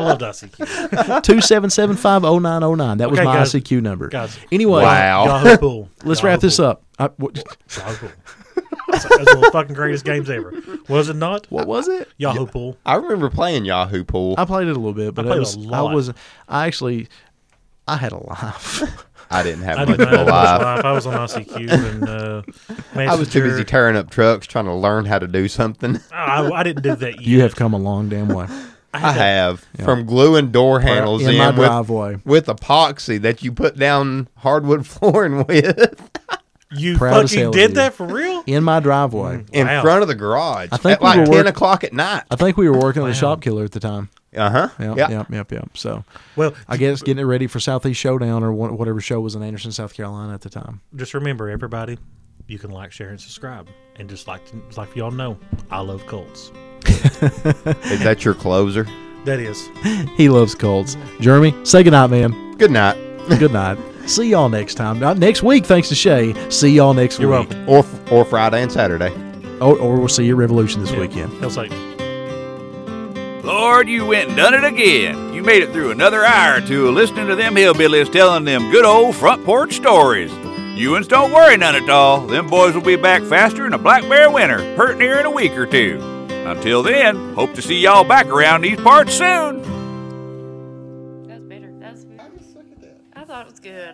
[SPEAKER 2] love ICQ.
[SPEAKER 3] two seven seven five zero nine zero nine. That was
[SPEAKER 2] Okay,
[SPEAKER 3] my
[SPEAKER 2] guys.
[SPEAKER 3] ICQ number.
[SPEAKER 2] Guys.
[SPEAKER 3] Anyway,
[SPEAKER 4] Wow.
[SPEAKER 2] Yahoo pool.
[SPEAKER 3] let's
[SPEAKER 2] Yahoo
[SPEAKER 3] wrap this
[SPEAKER 2] pool.
[SPEAKER 3] up. I, what,
[SPEAKER 2] Yahoo pool. That's, that's one of the fucking greatest games ever. Was it not?
[SPEAKER 3] what was it?
[SPEAKER 2] Yahoo pool.
[SPEAKER 4] I remember playing Yahoo Pool.
[SPEAKER 3] I played it a little bit, but I,
[SPEAKER 2] played a
[SPEAKER 3] was, I
[SPEAKER 2] lot.
[SPEAKER 3] was I actually I had a life.
[SPEAKER 4] I didn't have
[SPEAKER 2] I
[SPEAKER 4] much
[SPEAKER 2] didn't
[SPEAKER 4] of a
[SPEAKER 2] know that
[SPEAKER 4] life.
[SPEAKER 2] was live. I was on ICQ and uh,
[SPEAKER 4] I was too busy
[SPEAKER 2] Messenger.
[SPEAKER 4] tearing up trucks trying to learn how to do something.
[SPEAKER 2] Oh, I, I didn't do that yet.
[SPEAKER 3] you have come a long damn way.
[SPEAKER 4] I have from gluing door handles
[SPEAKER 3] in
[SPEAKER 4] in,
[SPEAKER 3] my
[SPEAKER 4] with,
[SPEAKER 3] driveway.
[SPEAKER 4] with epoxy that you put down hardwood flooring with
[SPEAKER 2] You
[SPEAKER 3] Proud as
[SPEAKER 2] fucking
[SPEAKER 3] hell of
[SPEAKER 2] did
[SPEAKER 3] you.
[SPEAKER 2] that for real?
[SPEAKER 3] In my driveway.
[SPEAKER 4] in
[SPEAKER 2] Wow.
[SPEAKER 4] front of the garage
[SPEAKER 3] I think
[SPEAKER 4] at
[SPEAKER 3] we
[SPEAKER 4] like
[SPEAKER 3] were
[SPEAKER 4] ten
[SPEAKER 3] work-
[SPEAKER 4] o'clock at night.
[SPEAKER 3] I think we were working on the shop killer at the time.
[SPEAKER 4] Uh huh.
[SPEAKER 3] Yep, yep, yep, yep. So
[SPEAKER 2] Well,
[SPEAKER 3] I guess getting it ready for Southeast Showdown or wha- whatever show was in Anderson, South Carolina at the time.
[SPEAKER 2] just remember, everybody, you can like, share, and subscribe. And just like, just like y'all know, I love Colts.
[SPEAKER 4] Is that your closer?
[SPEAKER 2] That is.
[SPEAKER 3] He loves Colts. Jeremy, say goodnight, man.
[SPEAKER 4] Good night.
[SPEAKER 3] Good night. See y'all next time. Not next week, thanks to Shay. See y'all next
[SPEAKER 2] You're
[SPEAKER 3] week.
[SPEAKER 2] welcome.
[SPEAKER 4] Or or Friday and Saturday.
[SPEAKER 3] Or, or we'll see you at Revolution this weekend.
[SPEAKER 2] He'll say,
[SPEAKER 1] Lord, you went and done it again. You made it through another hour or two of listening to them hillbillies telling them good old front porch stories. You uns don't worry none at all. Them boys will be back faster than a black bear winter, hurting here in a week or two. Until then, hope to see y'all back around these parts soon.
[SPEAKER 7] That's better. That's. I just look at that. I thought it was good.